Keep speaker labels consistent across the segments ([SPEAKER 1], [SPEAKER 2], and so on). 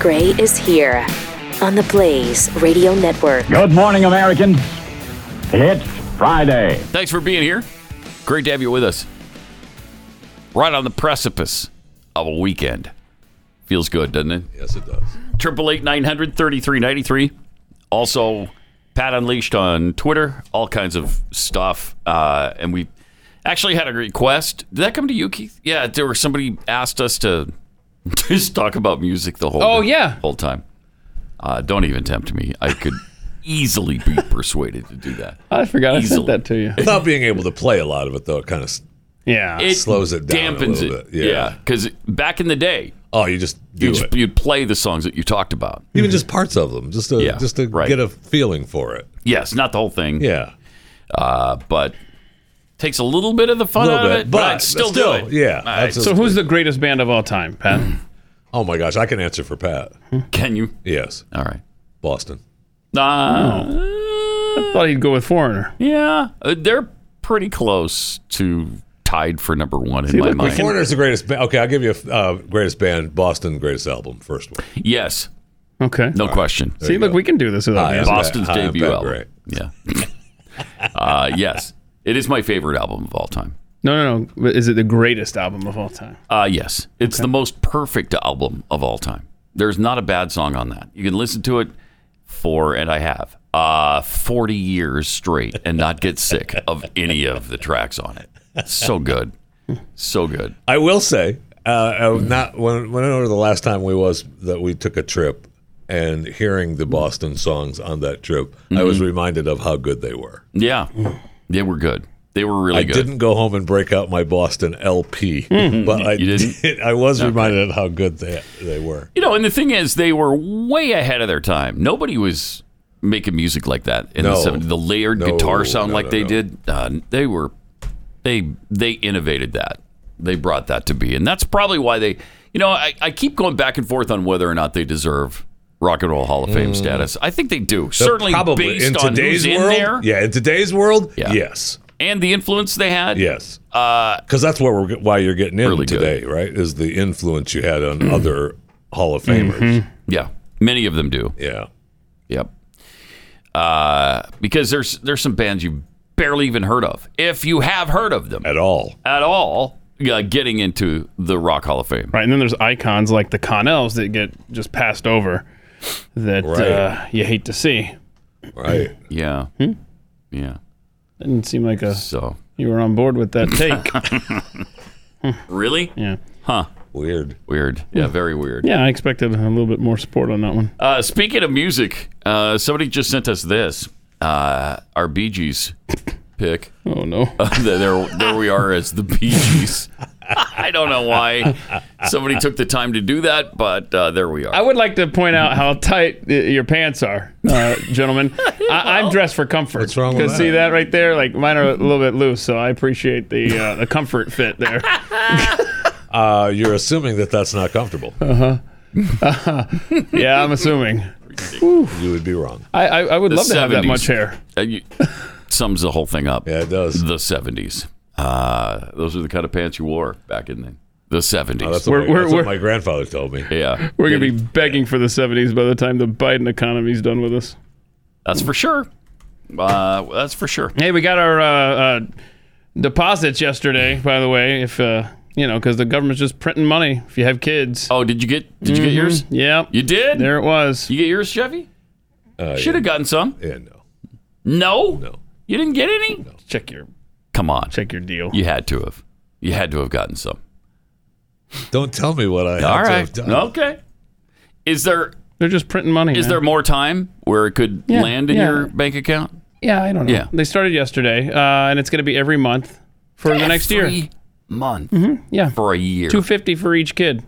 [SPEAKER 1] Gray is here on the Blaze Radio Network.
[SPEAKER 2] Good morning, Americans. It's Friday.
[SPEAKER 3] Thanks for being here. Great to have you with us. Right on the precipice of a weekend. Feels good, doesn't it?
[SPEAKER 4] Yes, it does.
[SPEAKER 3] Triple eight nine hundred thirty three ninety three. Also, Pat Unleashed on Twitter. All kinds of stuff. Uh, and we actually had a request. Did that come to you, Keith? Yeah, there was somebody asked us to just talk about music the whole.
[SPEAKER 5] Oh, yeah.
[SPEAKER 3] whole time. Uh, don't even tempt me. I could easily be persuaded to do that.
[SPEAKER 5] I forgot I
[SPEAKER 3] Easily.
[SPEAKER 5] sent that to you.
[SPEAKER 4] Without being able to play a lot of it, though, it kind of.
[SPEAKER 5] Yeah.
[SPEAKER 4] slows it down a
[SPEAKER 3] dampens
[SPEAKER 4] little
[SPEAKER 3] it.
[SPEAKER 4] bit. Yeah.
[SPEAKER 3] because back in the day,
[SPEAKER 4] Oh, you just do
[SPEAKER 3] you'd,
[SPEAKER 4] it.
[SPEAKER 3] just- you'd play the songs that you talked about.
[SPEAKER 4] Even just parts of them, just to
[SPEAKER 3] Yeah,
[SPEAKER 4] just to
[SPEAKER 3] right.
[SPEAKER 4] get a feeling for it.
[SPEAKER 3] Yes, not the whole thing.
[SPEAKER 4] Yeah,
[SPEAKER 3] uh, but takes a little bit of the
[SPEAKER 4] a
[SPEAKER 3] fun
[SPEAKER 4] little
[SPEAKER 3] out of
[SPEAKER 4] bit,
[SPEAKER 3] it.
[SPEAKER 4] but,
[SPEAKER 3] I'd still, do it.
[SPEAKER 4] Yeah.
[SPEAKER 3] All right. Hmm.
[SPEAKER 4] absolutely.
[SPEAKER 5] so who's the greatest band of all time, Pat?
[SPEAKER 4] oh my gosh, I can answer for Pat.
[SPEAKER 3] Can you?
[SPEAKER 4] Yes,
[SPEAKER 3] All right.
[SPEAKER 4] Boston.
[SPEAKER 3] Uh,
[SPEAKER 5] Thought he'd go with Foreigner.
[SPEAKER 3] Yeah, uh, they're pretty close to tied for number one in my
[SPEAKER 5] look, we
[SPEAKER 3] mind.
[SPEAKER 4] Foreigner's the greatest. Ba- okay, I'll give you a uh, greatest band. Boston, greatest album, first one.
[SPEAKER 3] Yes,
[SPEAKER 5] Okay.
[SPEAKER 3] no question.
[SPEAKER 5] See, look, we can do this without
[SPEAKER 4] Hi,
[SPEAKER 5] music.
[SPEAKER 4] I'm-
[SPEAKER 3] Boston's
[SPEAKER 4] Hi, I'm
[SPEAKER 3] debut
[SPEAKER 4] Pat
[SPEAKER 3] album.
[SPEAKER 4] Gray.
[SPEAKER 3] Yeah. uh, yes, it is my favorite album of all time.
[SPEAKER 5] No, no, no. Is it the greatest album of all time?
[SPEAKER 3] Uh, yes, it's the most perfect album of all time. There's not a bad song on that. You can listen to it for, and I have, uh, 40 years straight and not get sick of any of the tracks on it. So good. So good.
[SPEAKER 4] I will say, uh, uh, not when when I know the last time we was that we took a trip and hearing the Boston songs on that trip, I was reminded of how good they were.
[SPEAKER 3] Mm-hmm. Yeah, they were good. They were really
[SPEAKER 4] I
[SPEAKER 3] good. Mm-hmm.
[SPEAKER 4] didn't go home and break out my Boston LP, but I
[SPEAKER 3] You didn't?
[SPEAKER 4] did- I was reminded of how good they they were.
[SPEAKER 3] You know, and the thing is, they were way ahead of their time. Nobody was making music like that in
[SPEAKER 4] No.
[SPEAKER 3] the 70s. The layered
[SPEAKER 4] No,
[SPEAKER 3] guitar sound
[SPEAKER 4] no,
[SPEAKER 3] like
[SPEAKER 4] no,
[SPEAKER 3] they
[SPEAKER 4] no.
[SPEAKER 3] did. Uh, they were, they they innovated that. They brought that to be, and that's probably why they. You know, I, I keep going back and forth on whether or not they deserve Rock and Roll Hall of Fame status. I think they do. Certainly,
[SPEAKER 4] Mm. Probably
[SPEAKER 3] based
[SPEAKER 4] in
[SPEAKER 3] on
[SPEAKER 4] today's
[SPEAKER 3] who's
[SPEAKER 4] world.
[SPEAKER 3] in there
[SPEAKER 4] Yeah, in today's world,
[SPEAKER 3] Yeah.
[SPEAKER 4] yes,
[SPEAKER 3] and the influence they had.
[SPEAKER 4] yes. Because that's what we're why you're getting in
[SPEAKER 3] Really good. Mm-hmm.
[SPEAKER 4] today, right? Is the influence you had on other Hall of Famers?
[SPEAKER 3] yeah, many of them do.
[SPEAKER 4] Yeah.
[SPEAKER 3] Yep. Uh, because there's there's some bands you barely even heard of, if you have heard of them
[SPEAKER 4] At all.
[SPEAKER 3] at all, uh, getting into the Rock Hall of Fame.
[SPEAKER 5] Right. And then there's icons like the Connells that get just passed over that
[SPEAKER 4] Right.
[SPEAKER 5] uh, you hate to see.
[SPEAKER 4] Right.
[SPEAKER 3] Yeah, yeah.
[SPEAKER 5] Didn't seem like a
[SPEAKER 3] So
[SPEAKER 5] you were on board with that take.
[SPEAKER 3] really
[SPEAKER 5] yeah.
[SPEAKER 4] Weird.
[SPEAKER 3] weird. Yeah, very weird.
[SPEAKER 5] Yeah, I expected a little bit more support on that one.
[SPEAKER 3] Uh, speaking of music, uh, somebody just sent us this. Uh, our Bee Gees pick.
[SPEAKER 5] Oh no.
[SPEAKER 3] there, there, there we are as the Bee Gees. I don't know why somebody took the time to do that, but uh, there we are.
[SPEAKER 5] I would like to point out how tight uh, your pants are, uh, gentlemen. I, I'm dressed for comfort.
[SPEAKER 4] What's wrong with
[SPEAKER 5] 'Cause
[SPEAKER 4] that?
[SPEAKER 5] See that right there? Like mine are a little bit loose, so I appreciate the uh, the comfort fit there.
[SPEAKER 4] Uh, you're assuming that that's not comfortable.
[SPEAKER 5] Uh-huh. Yeah, I'm assuming.
[SPEAKER 4] You would be wrong.
[SPEAKER 5] I I, I would love to have that
[SPEAKER 3] 70s.
[SPEAKER 5] much hair.
[SPEAKER 3] Uh, you- sums the whole thing up.
[SPEAKER 4] Yeah, it does.
[SPEAKER 3] The 70s. Uh, those are the kind of pants you wore back in the, the 70s.
[SPEAKER 4] Oh, That's, what,
[SPEAKER 5] We're-
[SPEAKER 4] my,
[SPEAKER 5] we're-
[SPEAKER 4] that's what
[SPEAKER 5] we're-
[SPEAKER 4] my grandfather told me.
[SPEAKER 3] yeah.
[SPEAKER 5] We're gonna be begging for the 70s by the time the Biden economy's done with us.
[SPEAKER 3] That's for sure. Uh, that's for sure.
[SPEAKER 5] Hey, we got our uh, uh, deposits yesterday, by the way. If uh, you know, because the government's just printing money. If you have kids,
[SPEAKER 3] Oh, did you get did you get yours?
[SPEAKER 5] yeah,
[SPEAKER 3] You did?
[SPEAKER 5] there it was.
[SPEAKER 3] You get yours, Chevy?
[SPEAKER 4] Uh,
[SPEAKER 3] Should have gotten some.
[SPEAKER 4] Yeah, no.
[SPEAKER 3] No?
[SPEAKER 4] No.
[SPEAKER 3] You didn't get any?
[SPEAKER 5] Check your
[SPEAKER 3] Come on.
[SPEAKER 5] check your deal.
[SPEAKER 3] You had to have. You had to have gotten some.
[SPEAKER 4] Don't tell me what I
[SPEAKER 3] All right.
[SPEAKER 4] have to have done.
[SPEAKER 3] Okay. Is there
[SPEAKER 5] They're just printing money.
[SPEAKER 3] is
[SPEAKER 5] man.
[SPEAKER 3] there more time where it could
[SPEAKER 5] Yeah,
[SPEAKER 3] land in
[SPEAKER 5] yeah.
[SPEAKER 3] your bank account?
[SPEAKER 5] Yeah, I don't know.
[SPEAKER 3] Yeah.
[SPEAKER 5] They started yesterday, uh, and it's going to be every month for the next year. Mm-hmm,
[SPEAKER 3] Every month
[SPEAKER 5] Yeah,
[SPEAKER 3] for a year.
[SPEAKER 5] two fifty for each kid.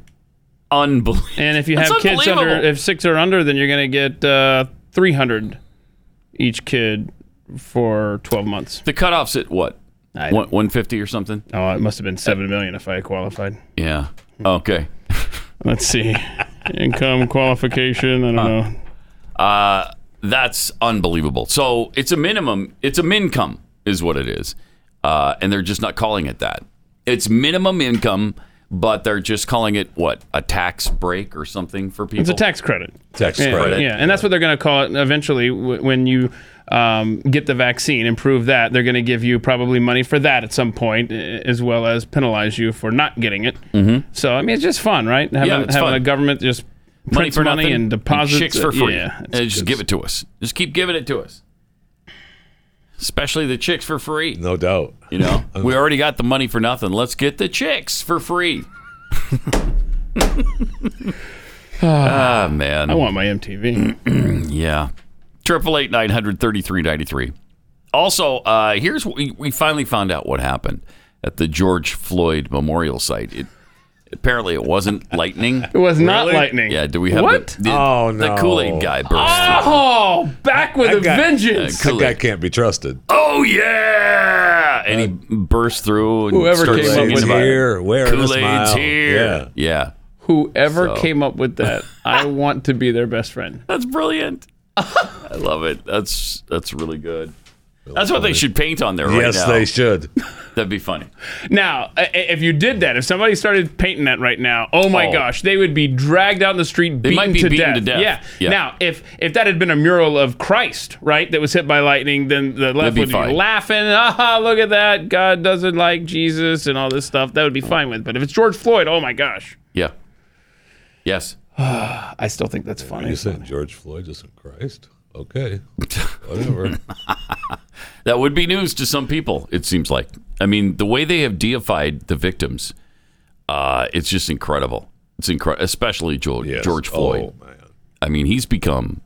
[SPEAKER 3] Unbelievable.
[SPEAKER 5] And if you
[SPEAKER 3] That's
[SPEAKER 5] have kids under,
[SPEAKER 3] unbelievable.
[SPEAKER 5] if six or under, then you're going to get uh, three hundred each kid for twelve months.
[SPEAKER 3] The cutoff's at what?
[SPEAKER 5] I-
[SPEAKER 3] One one fifty or something?
[SPEAKER 5] Oh, it must have been seven million if I qualified.
[SPEAKER 3] Yeah.
[SPEAKER 5] Hmm.
[SPEAKER 3] Okay.
[SPEAKER 5] Let's see, income qualification. I don't know.
[SPEAKER 3] Uh, that's unbelievable. So it's a minimum. It's a mincome is what it is, uh, and they're just not calling it that. It's minimum income but they're just calling it what a tax break or something for people.
[SPEAKER 5] It's a tax credit.
[SPEAKER 4] Tax
[SPEAKER 5] yeah,
[SPEAKER 4] credit.
[SPEAKER 5] Yeah, and that's what they're going to call it eventually w- when you um, get the vaccine and prove that. They're going to give you probably money for that at some point, a- as well as penalize you for not getting it. Mm-hmm. So, I mean, it's just fun, right? Having,
[SPEAKER 3] it's
[SPEAKER 5] having
[SPEAKER 3] fun.
[SPEAKER 5] a government just prints money, and deposits
[SPEAKER 3] chicks for
[SPEAKER 5] it.
[SPEAKER 3] free.
[SPEAKER 5] Yeah,
[SPEAKER 3] And just give it to us. Just keep giving it to us. Especially the chicks for free.
[SPEAKER 4] No doubt.
[SPEAKER 3] You know, we already got the money for nothing. Let's get the chicks for free. ah man,
[SPEAKER 5] I want my MTV.
[SPEAKER 3] yeah. Triple eight nine hundred thirty three ninety three. Also, uh, here's what we, we finally found out what happened at the George Floyd Memorial Site. It apparently it wasn't lightning.
[SPEAKER 5] It was not
[SPEAKER 4] Really?
[SPEAKER 5] lightning.
[SPEAKER 3] Yeah, do we have
[SPEAKER 5] what?
[SPEAKER 3] The, the,
[SPEAKER 4] Oh,
[SPEAKER 3] the
[SPEAKER 4] no.
[SPEAKER 3] Kool Aid guy burst?
[SPEAKER 5] Oh, back with a
[SPEAKER 4] got-
[SPEAKER 5] vengeance.
[SPEAKER 3] Uh,
[SPEAKER 4] That guy can't be trusted.
[SPEAKER 3] Oh yeah! Uh, And he burst through. And
[SPEAKER 5] Whoever
[SPEAKER 3] started
[SPEAKER 5] came up
[SPEAKER 3] singing
[SPEAKER 5] with
[SPEAKER 3] about
[SPEAKER 4] here, where in a
[SPEAKER 3] Kool-Aid's
[SPEAKER 4] smile.
[SPEAKER 3] here. Yeah.
[SPEAKER 5] Whoever
[SPEAKER 3] So-
[SPEAKER 5] came up with that, I want to be their best friend.
[SPEAKER 3] that's brilliant. I love it. That's that's really good. That's what they should paint on there right
[SPEAKER 4] yes,
[SPEAKER 3] now.
[SPEAKER 4] they should.
[SPEAKER 3] That'd be funny.
[SPEAKER 5] Now, i- i- if you did that, if somebody started painting that right now, oh my
[SPEAKER 3] Oh.
[SPEAKER 5] gosh, they would be dragged out in the street, beaten,
[SPEAKER 3] might be
[SPEAKER 5] to,
[SPEAKER 3] beaten
[SPEAKER 5] death.
[SPEAKER 3] to death.
[SPEAKER 5] Yeah.
[SPEAKER 3] Yeah.
[SPEAKER 5] Now, if if that had been a mural of Christ, right, that was hit by lightning, then the left
[SPEAKER 3] be
[SPEAKER 5] would
[SPEAKER 3] fine.
[SPEAKER 5] be laughing, aha, look at that, God doesn't like Jesus and all this stuff. That would be fine with. But if it's George Floyd, oh my gosh,
[SPEAKER 3] Yeah. Yes.
[SPEAKER 5] I still think that's funny.
[SPEAKER 4] You said George Floyd isn't Christ? Okay. Whatever.
[SPEAKER 3] That would be news to some people, it seems like. I mean, the way they have deified the victims, uh, it's just incredible. It's incredible, especially George,
[SPEAKER 4] Yes.
[SPEAKER 3] George Floyd.
[SPEAKER 4] Oh, man.
[SPEAKER 3] I mean, he's become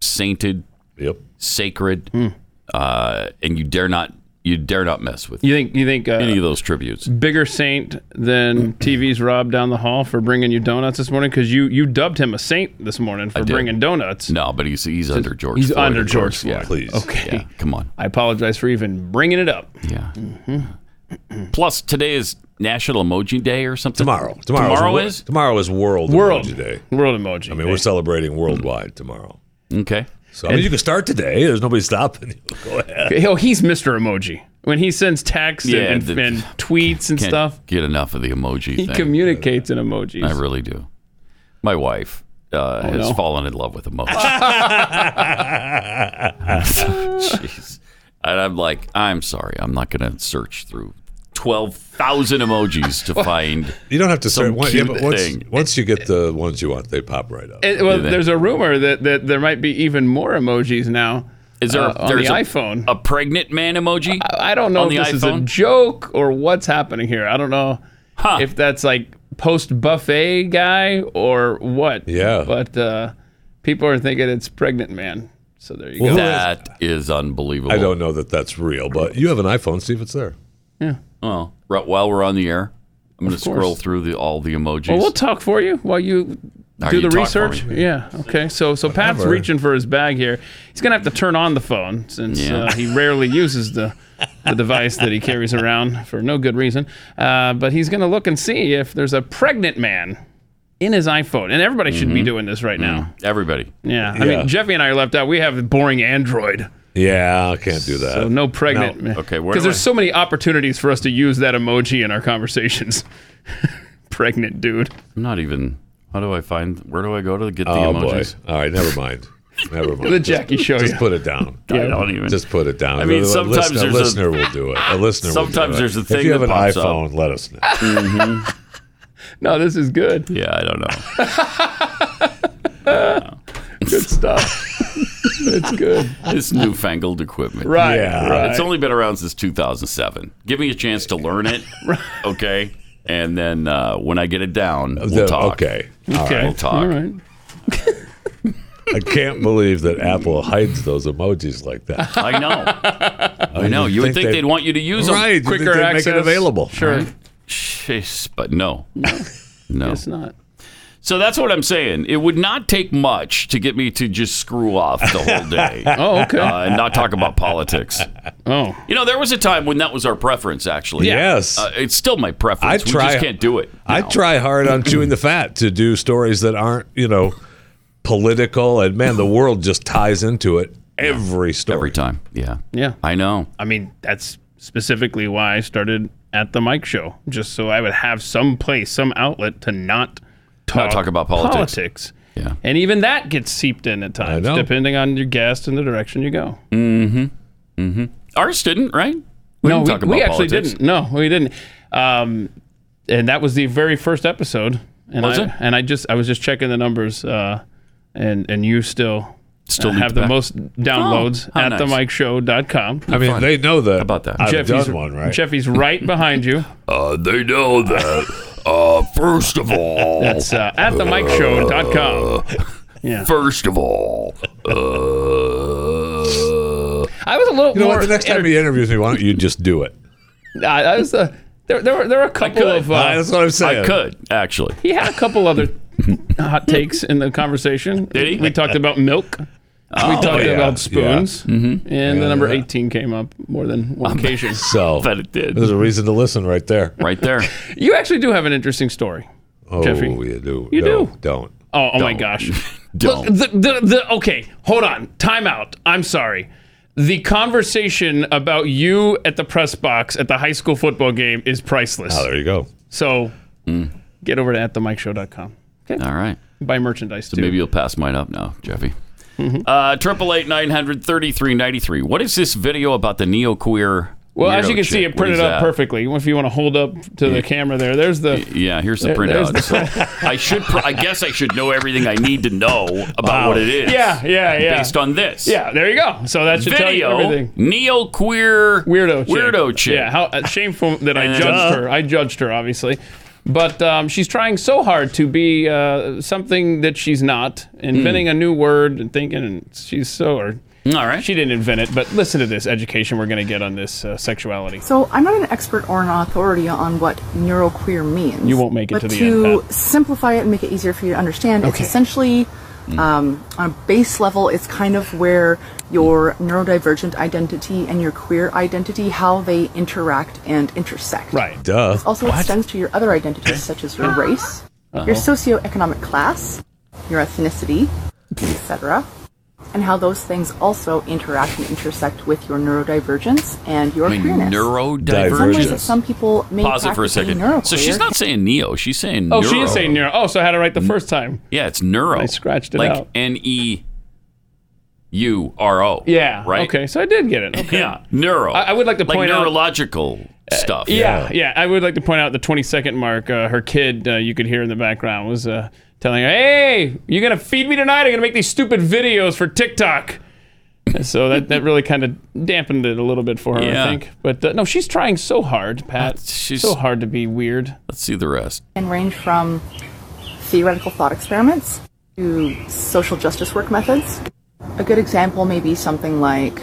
[SPEAKER 3] sainted,
[SPEAKER 4] Yep.
[SPEAKER 3] sacred,
[SPEAKER 5] Hmm.
[SPEAKER 3] uh, and you dare not you dare not mess with
[SPEAKER 5] You think you think
[SPEAKER 3] any Mm.
[SPEAKER 5] uh,
[SPEAKER 3] of those tributes.
[SPEAKER 5] bigger saint than TV's Rob down the hall for bringing you donuts this morning because you you dubbed him a saint this morning for
[SPEAKER 3] did.
[SPEAKER 5] bringing donuts.
[SPEAKER 3] No, but he's he's under George.
[SPEAKER 5] he's
[SPEAKER 3] Floyd,
[SPEAKER 5] under
[SPEAKER 3] of
[SPEAKER 5] George
[SPEAKER 3] course.
[SPEAKER 5] Floyd.
[SPEAKER 3] Yeah,
[SPEAKER 4] Please.
[SPEAKER 5] Okay.
[SPEAKER 3] yeah. Come on.
[SPEAKER 5] I apologize for even bringing it up. Mm-hmm.
[SPEAKER 3] Yeah. Plus, today is National Emoji Day or something.
[SPEAKER 4] Tomorrow. Tomorrow,
[SPEAKER 3] Tomorrow
[SPEAKER 4] wo-
[SPEAKER 3] is?
[SPEAKER 4] tomorrow is World
[SPEAKER 5] World
[SPEAKER 4] Emoji Day.
[SPEAKER 5] World emoji.
[SPEAKER 4] I mean, we're celebrating worldwide tomorrow.
[SPEAKER 3] Okay.
[SPEAKER 4] So I mean, you can start today. There's nobody stopping you. Go ahead.
[SPEAKER 5] oh, he's Mr. Emoji. When he sends texts
[SPEAKER 3] Yeah,
[SPEAKER 5] and,
[SPEAKER 3] the-
[SPEAKER 5] and tweets and
[SPEAKER 3] Can't
[SPEAKER 5] stuff,
[SPEAKER 3] get enough of the emoji
[SPEAKER 5] he
[SPEAKER 3] thing.
[SPEAKER 5] communicates in emojis.
[SPEAKER 3] I really do. My wife uh,
[SPEAKER 4] Oh,
[SPEAKER 3] has
[SPEAKER 5] no.
[SPEAKER 3] fallen in love with emoji. Jeez. And I'm like, I'm sorry, I'm not going to search through 12,000 emojis to find.
[SPEAKER 4] You don't have to start.
[SPEAKER 3] Some
[SPEAKER 4] One, yeah,
[SPEAKER 3] cute
[SPEAKER 4] but once,
[SPEAKER 3] thing.
[SPEAKER 4] once you get the ones you want, they pop right up.
[SPEAKER 5] It- well,
[SPEAKER 3] Yeah, they-
[SPEAKER 5] there's a rumor that, that there might be even more emojis now.
[SPEAKER 3] Is there
[SPEAKER 5] uh,
[SPEAKER 3] a,
[SPEAKER 5] on the
[SPEAKER 3] there's a-
[SPEAKER 5] iPhone?
[SPEAKER 3] a pregnant man emoji?
[SPEAKER 5] I don't know
[SPEAKER 3] on
[SPEAKER 5] if
[SPEAKER 3] the
[SPEAKER 5] this is a
[SPEAKER 3] iPhone?
[SPEAKER 5] joke or what's happening here. I don't know
[SPEAKER 3] Huh.
[SPEAKER 5] if that's like post buffet guy or what.
[SPEAKER 4] Yeah.
[SPEAKER 5] But uh, people are thinking it's pregnant man. So there you go.
[SPEAKER 3] that is unbelievable.
[SPEAKER 4] I don't know that that's real, but you have an iPhone. See if it's there.
[SPEAKER 3] Well, right- Oh, while we're on the air, I'm going to
[SPEAKER 5] course.
[SPEAKER 3] scroll through the, all the emojis.
[SPEAKER 5] Well, we'll talk for you while you do
[SPEAKER 3] All right,
[SPEAKER 5] the
[SPEAKER 3] you talk for
[SPEAKER 5] research. Yeah. Okay. So so Pat's
[SPEAKER 4] Whatever.
[SPEAKER 5] reaching for his bag here. He's gonna have to turn on the phone since
[SPEAKER 3] Yeah.
[SPEAKER 5] uh, he rarely uses the the device that he carries around for no good reason. Uh, but he's gonna look and see if there's a pregnant man in his iPhone, and everybody should
[SPEAKER 3] Mm-hmm.
[SPEAKER 5] be doing this
[SPEAKER 3] Mm.
[SPEAKER 5] right now.
[SPEAKER 3] Everybody.
[SPEAKER 5] Yeah. I
[SPEAKER 4] Yeah.
[SPEAKER 5] mean, Jeffy and I are left out. We have the boring Android,
[SPEAKER 4] Yeah, I can't do that.
[SPEAKER 5] so no pregnant.
[SPEAKER 4] No.
[SPEAKER 5] man.
[SPEAKER 3] Okay, where
[SPEAKER 5] Because
[SPEAKER 3] do
[SPEAKER 5] there's
[SPEAKER 3] I-
[SPEAKER 5] so many opportunities for us to use that emoji in our conversations. pregnant dude.
[SPEAKER 3] I'm not even. How do I find? Where do I go to get the
[SPEAKER 4] oh boy.
[SPEAKER 3] emojis?
[SPEAKER 4] All right, never mind. Never mind.
[SPEAKER 5] The Jackie
[SPEAKER 4] just,
[SPEAKER 5] Show.
[SPEAKER 4] Just
[SPEAKER 5] yeah.
[SPEAKER 4] put it down.
[SPEAKER 3] I don't even.
[SPEAKER 4] Just put it down.
[SPEAKER 3] I mean,
[SPEAKER 4] a,
[SPEAKER 3] sometimes
[SPEAKER 4] listener,
[SPEAKER 3] there's a-
[SPEAKER 4] a listener will do it. A listener.
[SPEAKER 3] Sometimes
[SPEAKER 4] will do
[SPEAKER 3] there's a
[SPEAKER 4] it.
[SPEAKER 3] thing
[SPEAKER 4] If you have
[SPEAKER 3] that
[SPEAKER 4] an
[SPEAKER 3] pops up.
[SPEAKER 4] iPhone, let us know.
[SPEAKER 5] Mm-hmm. No, this is good.
[SPEAKER 3] yeah, I don't know.
[SPEAKER 5] Good stuff. That's good.
[SPEAKER 3] this newfangled equipment.
[SPEAKER 5] Right.
[SPEAKER 4] Yeah.
[SPEAKER 5] right.
[SPEAKER 3] It's only been around since 2007. Give me a chance to learn it, okay? And then uh, when I get it down, we'll
[SPEAKER 4] The-
[SPEAKER 3] talk.
[SPEAKER 4] Okay.
[SPEAKER 5] okay.
[SPEAKER 3] we'll talk.
[SPEAKER 5] All right.
[SPEAKER 4] I can't believe that Apple hides those emojis like that.
[SPEAKER 3] I know. I know. You would think they'd, want you to use them.
[SPEAKER 4] right.
[SPEAKER 5] Quicker
[SPEAKER 4] they
[SPEAKER 5] access.
[SPEAKER 4] Make it available.
[SPEAKER 5] Sure.
[SPEAKER 3] Jeez, but no. No.
[SPEAKER 5] It's not.
[SPEAKER 3] So that's what I'm saying. It would not take much to get me to just screw off the whole day
[SPEAKER 5] Oh, okay.
[SPEAKER 3] uh, and not talk about politics.
[SPEAKER 5] oh.
[SPEAKER 3] You know, there was a time when that was our preference, actually.
[SPEAKER 4] Yes.
[SPEAKER 3] Uh, it's still my preference.
[SPEAKER 4] I
[SPEAKER 3] we
[SPEAKER 4] try-
[SPEAKER 3] just can't do it.
[SPEAKER 4] I
[SPEAKER 3] now.
[SPEAKER 4] try hard on chewing the fat to do stories that aren't, you know, political. And man, the world just ties into it every story.
[SPEAKER 3] every time. Yeah.
[SPEAKER 5] Yeah.
[SPEAKER 3] I know.
[SPEAKER 5] I mean, that's specifically why I started at the Mike show, just so I would have some place, some outlet to not talk,
[SPEAKER 3] talk about politics.
[SPEAKER 5] politics.
[SPEAKER 3] Yeah.
[SPEAKER 5] And even that gets seeped in at times,
[SPEAKER 4] know.
[SPEAKER 5] depending on your guest and the direction you go. Mm-hmm.
[SPEAKER 3] Ours didn't, right? We
[SPEAKER 5] no,
[SPEAKER 3] didn't
[SPEAKER 5] we,
[SPEAKER 3] talk
[SPEAKER 5] we
[SPEAKER 3] about
[SPEAKER 5] actually
[SPEAKER 3] politics.
[SPEAKER 5] didn't. No, we didn't. Um, and that was the very first episode. And
[SPEAKER 3] Was
[SPEAKER 5] I,
[SPEAKER 3] it?
[SPEAKER 5] And I just I was just checking the numbers, uh, and and you still
[SPEAKER 3] Still lead
[SPEAKER 5] have
[SPEAKER 3] the
[SPEAKER 5] the
[SPEAKER 3] pack.
[SPEAKER 5] most downloads
[SPEAKER 3] Oh, how
[SPEAKER 5] at
[SPEAKER 3] nice.
[SPEAKER 5] themikeshow.com.
[SPEAKER 4] I mean,
[SPEAKER 3] fun.
[SPEAKER 4] they know that.
[SPEAKER 3] about that?
[SPEAKER 4] I've
[SPEAKER 5] Jeffy's-
[SPEAKER 4] done one, right?
[SPEAKER 5] Jeffy's right behind you.
[SPEAKER 3] Uh, they know that. uh, first of all,
[SPEAKER 5] It's uh, at
[SPEAKER 4] uh,
[SPEAKER 5] themikeshow.com.
[SPEAKER 3] first of all, uh,
[SPEAKER 5] I was a little
[SPEAKER 4] you know
[SPEAKER 5] more.
[SPEAKER 4] what? The next time
[SPEAKER 5] enter-
[SPEAKER 4] he interviews me, why don't you just do it?
[SPEAKER 5] I, I was uh, there, there, were, there were a couple
[SPEAKER 3] could.
[SPEAKER 5] of. Uh,
[SPEAKER 4] Uh, that's what I'm saying.
[SPEAKER 3] I could actually.
[SPEAKER 5] he had a couple other hot takes in the conversation. Did
[SPEAKER 3] he? Oh,
[SPEAKER 5] We talked about milk. we talked
[SPEAKER 4] Oh, yeah,
[SPEAKER 5] about spoons. Mm-hmm. And the number
[SPEAKER 4] yeah.
[SPEAKER 5] 18 came up more than one occasion.
[SPEAKER 4] So
[SPEAKER 3] But it did.
[SPEAKER 4] there's a reason to listen right there.
[SPEAKER 3] Right there.
[SPEAKER 5] you actually do have an interesting story.
[SPEAKER 4] Oh,
[SPEAKER 5] Jeffrey.
[SPEAKER 4] you do.
[SPEAKER 5] You
[SPEAKER 4] No,
[SPEAKER 5] do.
[SPEAKER 4] Don't.
[SPEAKER 5] Oh, oh my
[SPEAKER 3] Don't.
[SPEAKER 5] gosh.
[SPEAKER 3] Don't.
[SPEAKER 5] Look, the, the, the, okay, hold on. Time out. I'm sorry. The conversation about you at the press box at the high school football game is priceless.
[SPEAKER 4] Oh, there you go.
[SPEAKER 5] So get over to atthemikeshow.com. Okay.
[SPEAKER 3] Mm. all right.
[SPEAKER 5] Buy merchandise too.
[SPEAKER 3] Maybe you'll pass mine up now, Jeffy.
[SPEAKER 5] Mm-hmm.
[SPEAKER 3] Uh, Triple eight nine hundred thirty three ninety three. What is this video about the neo queer?
[SPEAKER 5] well, as you can see, it printed up perfectly. If you want to hold up to the camera there, there's the.
[SPEAKER 3] Yeah, here's the
[SPEAKER 5] There- there's
[SPEAKER 3] printout. So I should, pr- I guess, I should know everything I need to know about what it is.
[SPEAKER 5] Yeah, yeah, yeah.
[SPEAKER 3] based on this.
[SPEAKER 5] yeah, there you go. So that should tell you
[SPEAKER 3] video
[SPEAKER 5] everything.
[SPEAKER 3] neo queer
[SPEAKER 5] Weirdo chick.
[SPEAKER 3] weirdo chick.
[SPEAKER 5] Yeah, how uh, shameful that I
[SPEAKER 3] And- uh,
[SPEAKER 5] judged
[SPEAKER 3] Duh.
[SPEAKER 5] her. I judged her, obviously. But um, she's trying so hard to be uh, something that she's not, inventing a new word and thinking, and she's so. Or,
[SPEAKER 3] Hmm. All right.
[SPEAKER 5] she didn't invent it, but listen to this education we're going to get on this uh, sexuality.
[SPEAKER 6] So I'm not an expert or an authority on what neuroqueer means.
[SPEAKER 5] You won't make it
[SPEAKER 6] but
[SPEAKER 5] to the end,
[SPEAKER 6] to
[SPEAKER 5] Pat.
[SPEAKER 6] simplify it and make it easier for you to understand, it's
[SPEAKER 5] Okay. Hmm.
[SPEAKER 6] essentially um, on a base level, it's kind of where your neurodivergent identity and your queer identity, how they interact and intersect.
[SPEAKER 5] Right.
[SPEAKER 4] Duh.
[SPEAKER 6] Also extends to your other identities, such as your race,
[SPEAKER 3] Uh-huh.
[SPEAKER 5] Uh-huh.
[SPEAKER 6] your socioeconomic class, your ethnicity, etc., and how those things also interact and intersect with your neurodivergence and your
[SPEAKER 3] I mean,
[SPEAKER 6] queerness. Some ways that
[SPEAKER 3] neurodivergent.
[SPEAKER 4] Divergent.
[SPEAKER 6] some people may
[SPEAKER 3] Pause it for a
[SPEAKER 6] practice being
[SPEAKER 3] second.
[SPEAKER 6] neuroqueer.
[SPEAKER 3] So she's not saying neo. She's saying
[SPEAKER 5] Oh,
[SPEAKER 3] neuro.
[SPEAKER 5] she is saying neuro. Oh, so I had it right the first time.
[SPEAKER 3] Yeah, it's neuro.
[SPEAKER 5] I scratched it
[SPEAKER 3] like
[SPEAKER 5] out.
[SPEAKER 3] N E U R O.
[SPEAKER 5] Yeah.
[SPEAKER 3] Right.
[SPEAKER 5] Okay, so I did get it. Okay.
[SPEAKER 3] Yeah. Neuro.
[SPEAKER 5] I- I would like to
[SPEAKER 3] like
[SPEAKER 5] point out- Uh,
[SPEAKER 3] neurological stuff.
[SPEAKER 5] Yeah, yeah. I would like to point out the 20 second mark. Uh, her kid, uh, you could hear in the background, was uh, telling her, "Hey, you gonna feed me tonight? I'm gonna make these stupid videos for TikTok." And so that, that really kind of dampened it a little bit for her,
[SPEAKER 3] Yeah.
[SPEAKER 5] I think. But uh, no, she's trying so hard, Pat.
[SPEAKER 3] Uh, she's-
[SPEAKER 5] so hard to be weird.
[SPEAKER 3] Let's see the rest.
[SPEAKER 6] can range from theoretical thought experiments to social justice work methods. A good example may be something like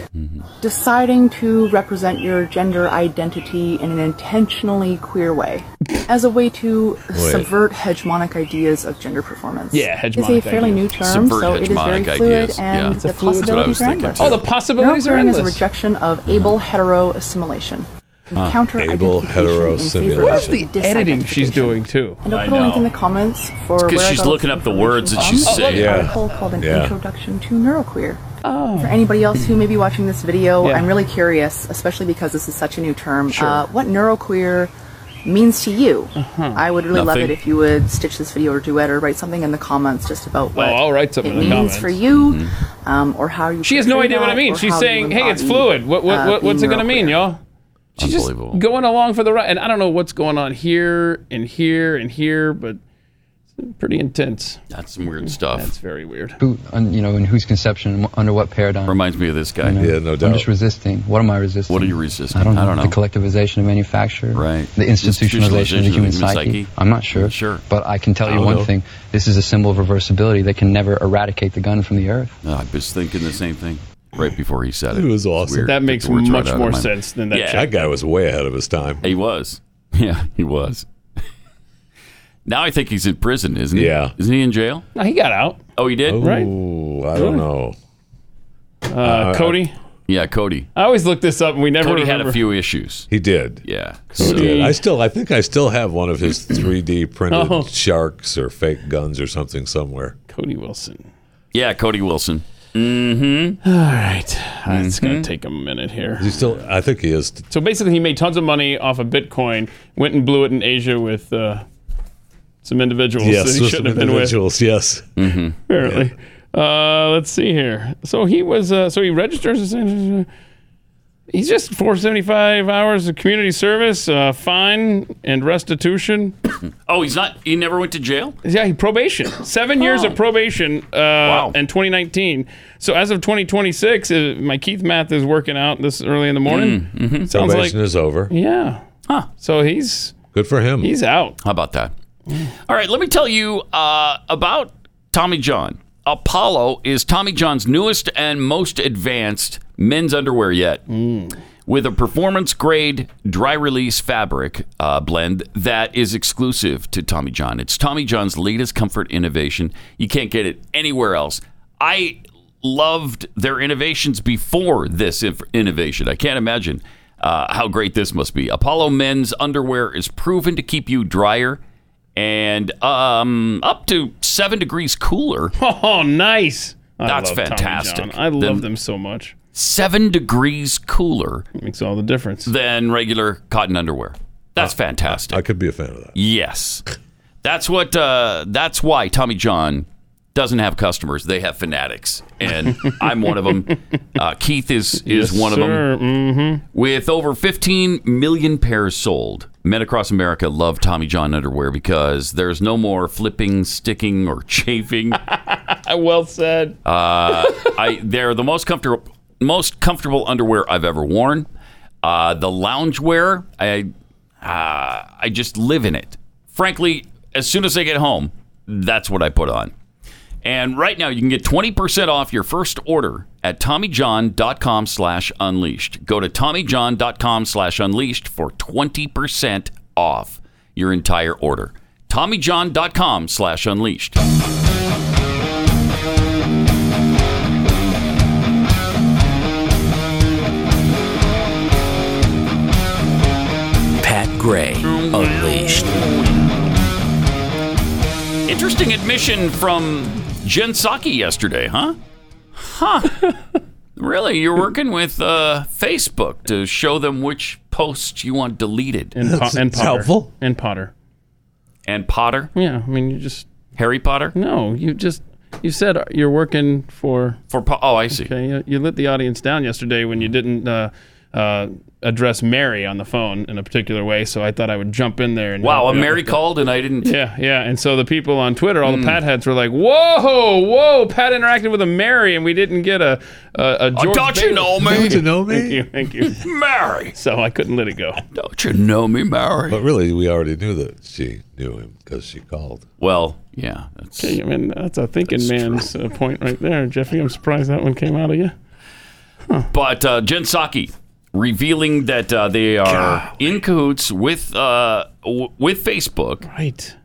[SPEAKER 6] deciding to represent your gender identity in an intentionally queer way as a way to subvert hegemonic ideas of gender performance.
[SPEAKER 5] Yeah,
[SPEAKER 6] It's
[SPEAKER 5] hegemonic
[SPEAKER 6] a fairly new
[SPEAKER 5] ideas.
[SPEAKER 6] term,
[SPEAKER 3] Subvert
[SPEAKER 6] so it is very
[SPEAKER 3] hegemonic
[SPEAKER 6] fluid
[SPEAKER 3] ideas. Yeah.
[SPEAKER 6] and
[SPEAKER 3] It's
[SPEAKER 6] the
[SPEAKER 3] fluid- That's what I was
[SPEAKER 6] possibilities are
[SPEAKER 3] thinking,
[SPEAKER 6] endless.
[SPEAKER 3] too.
[SPEAKER 5] Oh, the possibilities are
[SPEAKER 6] Neuroqueering
[SPEAKER 5] endless.
[SPEAKER 6] is a rejection
[SPEAKER 3] Mm-hmm.
[SPEAKER 6] of able hetero assimilation. Counter
[SPEAKER 4] Able hetero
[SPEAKER 5] what is the editing she's doing too?
[SPEAKER 6] and I'll
[SPEAKER 3] I
[SPEAKER 6] put a link
[SPEAKER 3] know.
[SPEAKER 6] in the comments for
[SPEAKER 3] It's 'cause
[SPEAKER 6] where I
[SPEAKER 3] she's
[SPEAKER 6] got all
[SPEAKER 3] looking
[SPEAKER 6] this
[SPEAKER 3] up the words that
[SPEAKER 6] information
[SPEAKER 3] she's
[SPEAKER 6] from.
[SPEAKER 3] saying.
[SPEAKER 6] There's
[SPEAKER 4] Yeah.
[SPEAKER 6] an article called an
[SPEAKER 4] Yeah.
[SPEAKER 6] introduction to neuroqueer. For anybody else who may be watching this video,
[SPEAKER 5] Oh. Yeah.
[SPEAKER 6] I'm really curious, especially because this is such a new term. Uh, what neuroqueer means to you?
[SPEAKER 5] Uh-huh.
[SPEAKER 6] I would really love
[SPEAKER 3] Nothing.
[SPEAKER 6] it if you would stitch this video or duet or write something in the comments just about what
[SPEAKER 5] I'll write something
[SPEAKER 6] it
[SPEAKER 5] in the comments.
[SPEAKER 6] means for you,
[SPEAKER 4] Mm-hmm.
[SPEAKER 6] um, or how you.
[SPEAKER 5] She has no
[SPEAKER 6] portray
[SPEAKER 5] idea what I
[SPEAKER 6] that,
[SPEAKER 5] mean.
[SPEAKER 6] or
[SPEAKER 5] She's
[SPEAKER 6] how
[SPEAKER 5] saying,
[SPEAKER 6] you
[SPEAKER 5] "Hey, it's
[SPEAKER 6] embody,
[SPEAKER 5] fluid. What, what,
[SPEAKER 6] uh,
[SPEAKER 5] what what's it
[SPEAKER 6] being
[SPEAKER 5] gonna mean,
[SPEAKER 6] neuroqueer."
[SPEAKER 5] y'all?" She's just
[SPEAKER 3] Unbelievable.
[SPEAKER 5] going along for the ride, and I don't know what's going on here and here and here, but it's pretty intense.
[SPEAKER 3] That's some weird stuff.
[SPEAKER 5] That's very weird.
[SPEAKER 7] who, un, you know, in whose conception, and under what paradigm?
[SPEAKER 3] Reminds me of this guy.
[SPEAKER 4] Yeah, no
[SPEAKER 7] I'm
[SPEAKER 4] doubt.
[SPEAKER 7] just resisting. What am I resisting?
[SPEAKER 3] What are you resisting?
[SPEAKER 7] I don't know.
[SPEAKER 3] I don't know.
[SPEAKER 7] The collectivization of manufacture.
[SPEAKER 3] Right.
[SPEAKER 7] The institutionalization of the human, psyche. I'm not sure.
[SPEAKER 3] Sure.
[SPEAKER 7] But I can tell you
[SPEAKER 4] don't
[SPEAKER 7] one
[SPEAKER 4] know.
[SPEAKER 7] thing. This is a symbol of reversibility that can never eradicate the gun from the earth.
[SPEAKER 3] No, I was thinking the same thing right before he said it.
[SPEAKER 4] It was awesome.
[SPEAKER 3] Weird.
[SPEAKER 5] That
[SPEAKER 3] Took
[SPEAKER 5] makes
[SPEAKER 3] the words right
[SPEAKER 5] much
[SPEAKER 3] out of
[SPEAKER 5] more
[SPEAKER 3] my-
[SPEAKER 5] sense than that
[SPEAKER 3] Yeah.
[SPEAKER 5] chick.
[SPEAKER 4] That guy was way ahead of his time.
[SPEAKER 3] He was. Yeah, he was. now I think he's in prison, isn't he?
[SPEAKER 4] Yeah.
[SPEAKER 3] Isn't he in jail?
[SPEAKER 5] No, he got out.
[SPEAKER 3] Oh, he did?
[SPEAKER 5] Right.
[SPEAKER 4] Ooh, I don't know.
[SPEAKER 5] Uh, Cody.
[SPEAKER 3] Yeah, Cody.
[SPEAKER 5] I always look this up, and we never
[SPEAKER 3] Cody had a
[SPEAKER 5] remember.
[SPEAKER 3] few issues.
[SPEAKER 4] He did.
[SPEAKER 3] Yeah.
[SPEAKER 4] He
[SPEAKER 3] So-
[SPEAKER 4] did. I still, I think I still have one of his 3D printed
[SPEAKER 5] Oh.
[SPEAKER 4] sharks or fake guns or something somewhere.
[SPEAKER 5] Cody Wilson.
[SPEAKER 3] yeah, Cody Wilson. Mm. mm-hmm.
[SPEAKER 5] All right. It's
[SPEAKER 3] Hmm?
[SPEAKER 5] going to take a minute here.
[SPEAKER 4] He's still, I think he is.
[SPEAKER 5] So basically, he made tons of money off of Bitcoin, went and blew it in Asia with uh, some individuals
[SPEAKER 4] Yes,
[SPEAKER 5] that he
[SPEAKER 4] with
[SPEAKER 5] shouldn't have
[SPEAKER 4] some
[SPEAKER 5] been with,
[SPEAKER 4] individuals. Yes,
[SPEAKER 3] Mm-hmm.
[SPEAKER 5] apparently. Uh, let's see here. So he was, uh, so he registers. as an- He's just 475 hours of community service, uh, fine, and restitution.
[SPEAKER 3] Oh, he's not. He never went to jail.
[SPEAKER 5] Yeah, he probation. Seven years of probation uh, in 2019. So as of 2026, uh, my Keith math is working out this early in the morning.
[SPEAKER 3] Mm-hmm.
[SPEAKER 5] Sounds like
[SPEAKER 4] probation is over.
[SPEAKER 5] yeah.
[SPEAKER 3] Mm, Huh.
[SPEAKER 5] So he's
[SPEAKER 4] Good for him.
[SPEAKER 5] he's out.
[SPEAKER 3] How about that? All right, let me tell you uh, about Tommy John. Apollo is Tommy John's newest and most advanced men's underwear yet. With a performance grade dry release fabric uh, blend that is exclusive to Tommy John. It's Tommy John's latest comfort innovation. You can't get it anywhere else. I loved their innovations before this inf- innovation. I can't imagine uh, how great this must be. Apollo men's underwear is proven to keep you drier and um, up to seven degrees cooler.
[SPEAKER 5] Oh, nice. I
[SPEAKER 3] That's
[SPEAKER 5] love Tommy
[SPEAKER 3] fantastic.
[SPEAKER 5] John. I love
[SPEAKER 3] Then-
[SPEAKER 5] them so much.
[SPEAKER 3] Seven degrees cooler
[SPEAKER 5] It makes all the difference.
[SPEAKER 3] than regular cotton underwear. That's fantastic.
[SPEAKER 4] I could be a fan of that.
[SPEAKER 3] Yes, that's what. Uh, that's why Tommy John doesn't have customers; they have fanatics, and I'm one of them. Uh, Keith is is one of them.
[SPEAKER 5] Mm-hmm.
[SPEAKER 3] With over 15 million pairs sold, men across America love Tommy John underwear because there's no more flipping, sticking, or chafing. Uh,
[SPEAKER 5] them. Well said.
[SPEAKER 3] I they're the most comfortable most comfortable underwear I've ever worn. Uh, the loungewear, I uh, I just live in it. Frankly, as soon as I get home, that's what I put on. And right now, you can get 20% off your first order at TommyJohn.com slash unleashed. Go to TommyJohn.com slash unleashed for 20% off your entire order. TommyJohn.com slash unleashed.
[SPEAKER 8] Pat Gray Unleashed.
[SPEAKER 3] Interesting admission from Jen Psaki yesterday, huh? Huh. really? You're working with uh, Facebook to show them which posts you want deleted.
[SPEAKER 5] And, po- and
[SPEAKER 4] It's
[SPEAKER 5] Potter.
[SPEAKER 4] helpful.
[SPEAKER 5] And Potter.
[SPEAKER 3] And Potter?
[SPEAKER 5] Yeah. I mean, you just
[SPEAKER 3] Harry Potter?
[SPEAKER 5] no. You just you said you're working for.
[SPEAKER 3] For po- Oh, I see.
[SPEAKER 5] Okay. You, you let the audience down yesterday when you didn't. Uh, uh, address Mary on the phone in a particular way, so I thought I would jump in there. And
[SPEAKER 3] Wow,
[SPEAKER 5] help
[SPEAKER 3] a
[SPEAKER 5] you out.
[SPEAKER 3] Mary called and I didn't. Hmm.
[SPEAKER 5] Yeah, yeah. And so the people on Twitter, all the Pat heads, were like, "Whoa, whoa! Pat interacted with a Mary, and we didn't get a a, a
[SPEAKER 3] Oh,
[SPEAKER 5] George."
[SPEAKER 3] don't you
[SPEAKER 5] Bailey."
[SPEAKER 3] know
[SPEAKER 4] Don't you
[SPEAKER 3] me?
[SPEAKER 4] know
[SPEAKER 5] Thank
[SPEAKER 4] me?
[SPEAKER 5] you, thank you.
[SPEAKER 3] Mary.
[SPEAKER 5] So I couldn't let it go.
[SPEAKER 3] Don't you know me, Mary?
[SPEAKER 4] But really, we already knew that she knew him because she called.
[SPEAKER 3] Well, yeah. That's,
[SPEAKER 5] I mean, that's a thinking man's uh, point right there, Jeffy. I'm surprised that one came out of you.
[SPEAKER 3] But uh, Jen Psaki revealing that uh, they are in cahoots with, uh, w- with Facebook,
[SPEAKER 5] Right,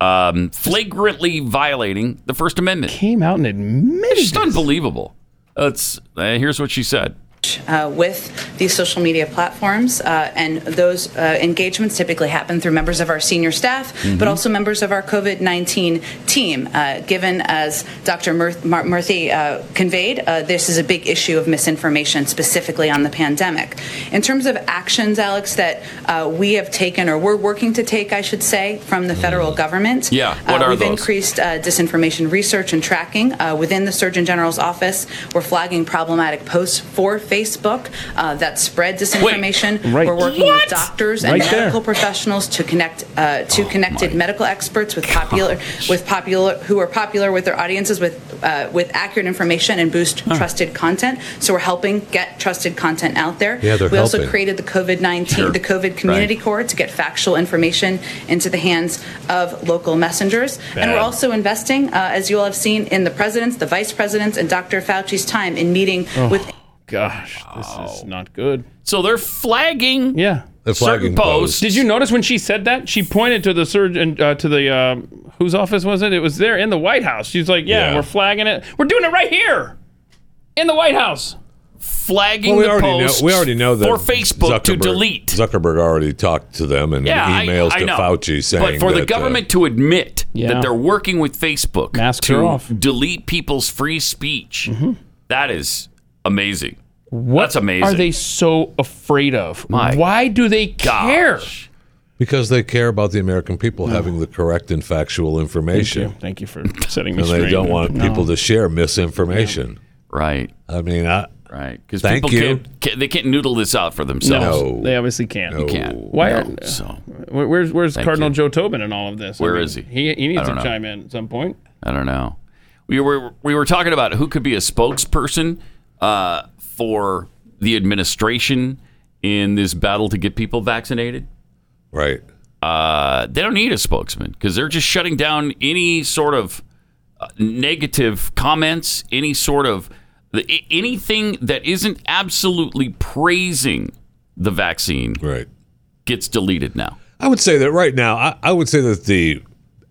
[SPEAKER 3] um, flagrantly violating the First Amendment.
[SPEAKER 5] came out and
[SPEAKER 3] It's
[SPEAKER 5] admitted.
[SPEAKER 3] just unbelievable. That's uh, here's what she said.
[SPEAKER 9] uh, with these social media platforms. Uh, and those uh, engagements typically happen through members of our senior staff, but also members of our COVID 19 team. Uh, given, as Dr. Mur- Mar- Murthy uh, conveyed, uh, this is a big issue of misinformation, specifically on the pandemic. In terms of actions, Alex, that uh, we have taken or we're working to take, I should say, from the federal government.
[SPEAKER 3] Yeah, what
[SPEAKER 9] uh,
[SPEAKER 3] are
[SPEAKER 9] we've
[SPEAKER 3] those?
[SPEAKER 9] increased uh, disinformation research and tracking uh, within the Surgeon General's office. We're flagging problematic posts for Facebook uh, that spread disinformation.
[SPEAKER 5] Right.
[SPEAKER 9] We're working
[SPEAKER 5] What?
[SPEAKER 9] with doctors and
[SPEAKER 5] Right there.
[SPEAKER 9] medical professionals to connect uh,
[SPEAKER 3] Oh
[SPEAKER 9] to connected medical experts with popular with popular who are popular with their audiences with uh, with accurate information and boost trusted content. So we're helping get trusted content out there.
[SPEAKER 4] Yeah, they're
[SPEAKER 9] we also
[SPEAKER 4] helping.
[SPEAKER 9] created the COVID nineteen
[SPEAKER 3] Sure.
[SPEAKER 9] the COVID community
[SPEAKER 3] Right.
[SPEAKER 9] core to get factual information into the hands of local messengers. And we're
[SPEAKER 4] Bad.
[SPEAKER 9] also investing, uh, as you all have seen, in the president's, the vice president's, and Dr. Fauci's time in meeting
[SPEAKER 4] Oh.
[SPEAKER 9] with
[SPEAKER 5] Gosh, this is not good.
[SPEAKER 3] So they're flagging
[SPEAKER 5] Yeah.
[SPEAKER 3] certain
[SPEAKER 4] The flagging
[SPEAKER 3] posts.
[SPEAKER 4] post.
[SPEAKER 5] Did you notice when she said that she pointed to the surgeon uh, to the uh, whose office was it? It was there in the White House. She's like, yeah,
[SPEAKER 4] Yeah.
[SPEAKER 5] we're flagging it. We're doing it right here in the White House.
[SPEAKER 3] flagging
[SPEAKER 4] Well, we
[SPEAKER 3] the
[SPEAKER 4] already know.
[SPEAKER 3] posts
[SPEAKER 4] We already know that
[SPEAKER 3] for Facebook to
[SPEAKER 4] Zuckerberg-
[SPEAKER 3] delete.
[SPEAKER 4] Zuckerberg already talked to them and
[SPEAKER 3] yeah, I-
[SPEAKER 4] emails
[SPEAKER 3] I,
[SPEAKER 4] to
[SPEAKER 3] know.
[SPEAKER 4] Fauci saying,
[SPEAKER 3] but for the
[SPEAKER 4] that, uh,
[SPEAKER 3] government to admit
[SPEAKER 5] Yeah.
[SPEAKER 3] that they're working with Facebook
[SPEAKER 5] Masks
[SPEAKER 3] to
[SPEAKER 5] are off.
[SPEAKER 3] delete people's free speech. That is amazing.
[SPEAKER 5] What
[SPEAKER 3] That's amazing.
[SPEAKER 5] are they so afraid of?
[SPEAKER 3] My
[SPEAKER 5] Why do they care?
[SPEAKER 3] Gosh.
[SPEAKER 4] Because they care about the American people having the correct and factual information.
[SPEAKER 5] Thank you for setting me
[SPEAKER 4] And
[SPEAKER 5] straight.
[SPEAKER 4] they don't want
[SPEAKER 5] No.
[SPEAKER 4] people to share misinformation.
[SPEAKER 3] Right.
[SPEAKER 4] I mean, I,
[SPEAKER 3] Right. Because
[SPEAKER 4] Thank
[SPEAKER 3] people
[SPEAKER 4] you.
[SPEAKER 3] Can't, can't, they can't noodle this out for themselves.
[SPEAKER 5] No,
[SPEAKER 4] No.
[SPEAKER 5] they obviously can't.
[SPEAKER 4] No.
[SPEAKER 3] Can't.
[SPEAKER 5] Why
[SPEAKER 3] No.
[SPEAKER 5] aren't-
[SPEAKER 3] So
[SPEAKER 5] Where- Where's Where's Cardinal
[SPEAKER 3] you.
[SPEAKER 5] Joe Tobin in all of this?
[SPEAKER 3] Where is he?
[SPEAKER 5] He he needs
[SPEAKER 3] I
[SPEAKER 5] to
[SPEAKER 3] don't know.
[SPEAKER 5] chime in at some point.
[SPEAKER 3] I don't know. We were we were talking about who could be a spokesperson uh, for the administration in this battle to get people vaccinated.
[SPEAKER 4] right.
[SPEAKER 3] Uh, they don't need a spokesman because they're just shutting down any sort of uh, negative comments, any sort of the, a- anything that isn't absolutely praising the vaccine
[SPEAKER 4] Right.
[SPEAKER 3] gets deleted now.
[SPEAKER 4] I would say that right now, I, I would say that the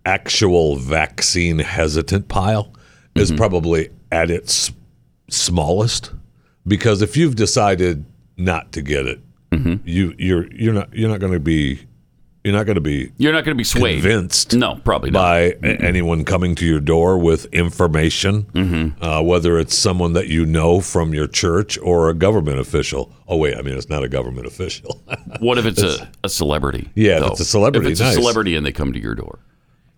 [SPEAKER 4] actual vaccine hesitant pile
[SPEAKER 3] Mm-hmm.
[SPEAKER 4] is probably at its smallest because if you've decided not to get it,
[SPEAKER 3] Mm-hmm.
[SPEAKER 4] you you're you're not you're not going to be you're not going to be
[SPEAKER 3] You're not going to be swayed.
[SPEAKER 4] convinced
[SPEAKER 3] No, probably not.
[SPEAKER 4] by a- anyone coming to your door with information,
[SPEAKER 3] Mm-hmm.
[SPEAKER 4] uh, whether it's someone that you know from your church or a government official. Oh wait, I mean it's not a government official.
[SPEAKER 3] What if it's a, a celebrity?
[SPEAKER 4] Yeah, if it's a celebrity,
[SPEAKER 3] If it's
[SPEAKER 4] nice.
[SPEAKER 3] a celebrity and they come to your door,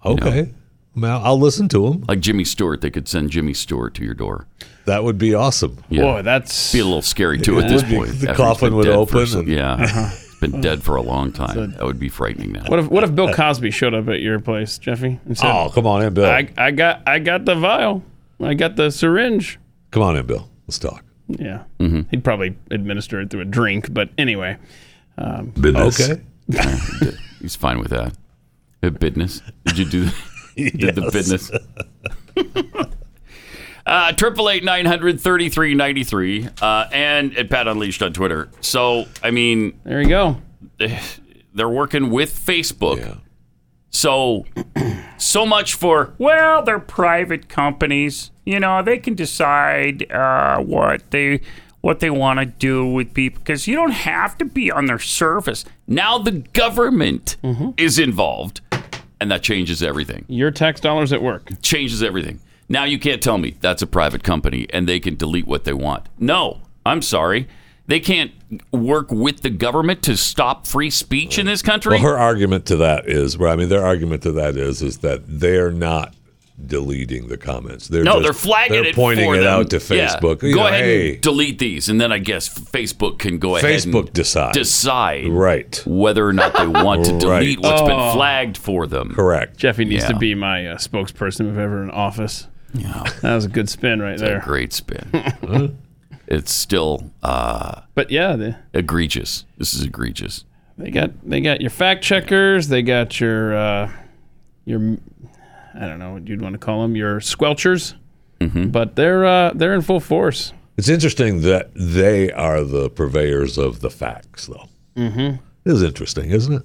[SPEAKER 4] okay, well I'll listen to him.
[SPEAKER 3] like Jimmy Stewart, they could send Jimmy Stewart to your door.
[SPEAKER 4] That would be awesome.
[SPEAKER 3] Yeah.
[SPEAKER 5] Boy, that's
[SPEAKER 3] Be a little scary too at
[SPEAKER 4] It
[SPEAKER 3] this
[SPEAKER 4] would be-
[SPEAKER 3] point. after
[SPEAKER 4] the
[SPEAKER 3] he's
[SPEAKER 4] coffin
[SPEAKER 3] been
[SPEAKER 4] would
[SPEAKER 3] dead for
[SPEAKER 4] open
[SPEAKER 3] so-
[SPEAKER 4] and-
[SPEAKER 3] yeah, it's been dead for a long time. that would be frightening. Now,
[SPEAKER 5] Uh-huh. what if what if
[SPEAKER 4] Uh,
[SPEAKER 5] Bill Cosby showed up at your place, Jeffy, and said,
[SPEAKER 4] Oh, come on in, Bill.
[SPEAKER 5] I I got I got the vial, I got the syringe.
[SPEAKER 4] come on in, Bill. Let's talk.
[SPEAKER 5] Yeah,
[SPEAKER 3] Mm-hmm.
[SPEAKER 5] he'd probably administer it through a drink. But anyway, um,
[SPEAKER 4] Okay.
[SPEAKER 3] he's fine with that. The business? Did you do? Did the business? Uh, Triple eight nine hundred thirty three ninety three, and at Pat Unleashed on Twitter. So I mean, eh,
[SPEAKER 5] there you go.
[SPEAKER 3] they're working with Facebook. So, so much for well, they're private companies. You know, they can decide uh, what they what they want to do with people because you don't have to be on their service. Now the government is involved, and that changes everything.
[SPEAKER 5] Mm-hmm. Your tax dollars at work.
[SPEAKER 3] Changes everything. Now you can't tell me that's a private company and they can delete what they want. No, I'm sorry. They can't work with the government to stop free speech in this country.
[SPEAKER 4] Well, her argument to that is, well, I mean, their argument to that is, is that they're not deleting the comments. They're
[SPEAKER 3] No,
[SPEAKER 4] just-
[SPEAKER 3] they're flagging
[SPEAKER 4] they're
[SPEAKER 3] it.
[SPEAKER 4] pointing
[SPEAKER 3] for
[SPEAKER 4] it
[SPEAKER 3] them.
[SPEAKER 4] out to
[SPEAKER 3] Yeah.
[SPEAKER 4] Facebook.
[SPEAKER 3] Go
[SPEAKER 4] You know,
[SPEAKER 3] ahead
[SPEAKER 4] hey,
[SPEAKER 3] and delete these, and then I guess Facebook can go ahead.
[SPEAKER 4] Facebook
[SPEAKER 3] and
[SPEAKER 4] decides.
[SPEAKER 3] decide
[SPEAKER 4] right,
[SPEAKER 3] whether or not they want to
[SPEAKER 4] Right.
[SPEAKER 3] delete what's been flagged for them.
[SPEAKER 4] correct.
[SPEAKER 5] Oh. Jeffy needs
[SPEAKER 3] Yeah.
[SPEAKER 5] to be my uh, spokesperson if ever in office. Yeah, that was a good spin right there.
[SPEAKER 3] Great spin. it's still uh,
[SPEAKER 5] But yeah, the,
[SPEAKER 3] egregious. This is egregious.
[SPEAKER 5] They got they got your fact checkers. They got your uh, your I don't know what you'd want to call them your squelchers, but they're uh, they're in full force.
[SPEAKER 4] It's interesting that they are the purveyors of the facts, though. Mm-hmm. It is interesting, isn't it?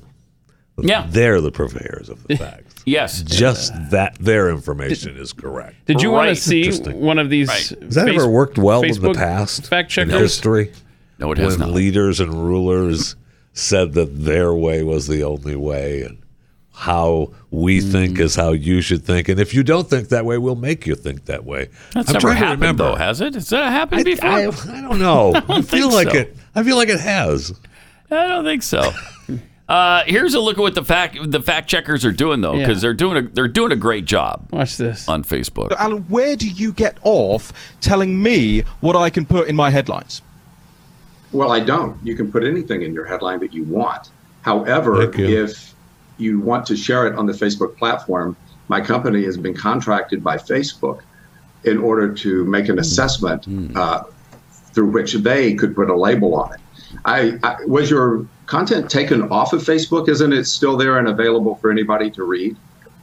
[SPEAKER 4] That
[SPEAKER 3] Yeah.
[SPEAKER 4] they're the purveyors of the facts.
[SPEAKER 3] Yes.
[SPEAKER 4] Just that their information is correct.
[SPEAKER 5] Did you want to
[SPEAKER 3] Right.
[SPEAKER 5] see
[SPEAKER 4] Interesting.
[SPEAKER 5] one of these?
[SPEAKER 3] Right.
[SPEAKER 4] Has that ever
[SPEAKER 5] face-
[SPEAKER 4] worked well in the
[SPEAKER 5] Facebook
[SPEAKER 4] past?
[SPEAKER 5] Fact
[SPEAKER 4] in
[SPEAKER 5] checkers.
[SPEAKER 4] history.
[SPEAKER 3] No, it has
[SPEAKER 4] when
[SPEAKER 3] not.
[SPEAKER 4] leaders and rulers said that their way was the only way and how we
[SPEAKER 3] Hmm.
[SPEAKER 4] think is how you should think and if you don't think that way we'll make you think that way
[SPEAKER 3] That's never happened though, has it? Has that happened
[SPEAKER 4] I,
[SPEAKER 3] before?
[SPEAKER 4] I, I don't know i, feel
[SPEAKER 3] think
[SPEAKER 4] like
[SPEAKER 3] so.
[SPEAKER 4] it i feel like it has
[SPEAKER 3] I don't think so. Uh, here's a look at what the fact the fact checkers are doing though,
[SPEAKER 5] Yeah.
[SPEAKER 3] because they're doing a they're doing a great job
[SPEAKER 5] Watch this.
[SPEAKER 3] on Facebook.
[SPEAKER 10] Alan, where do you get off telling me what I can put in my headlines?
[SPEAKER 11] Well, I don't. You can put anything in your headline that you want. However,
[SPEAKER 4] Thank you.
[SPEAKER 11] if you want to share it on the Facebook platform, my company has been contracted by Facebook in order to make an assessment uh, through which they could put a label on it. I, I was your content taken off of Facebook? Isn't it still there and available for anybody to read?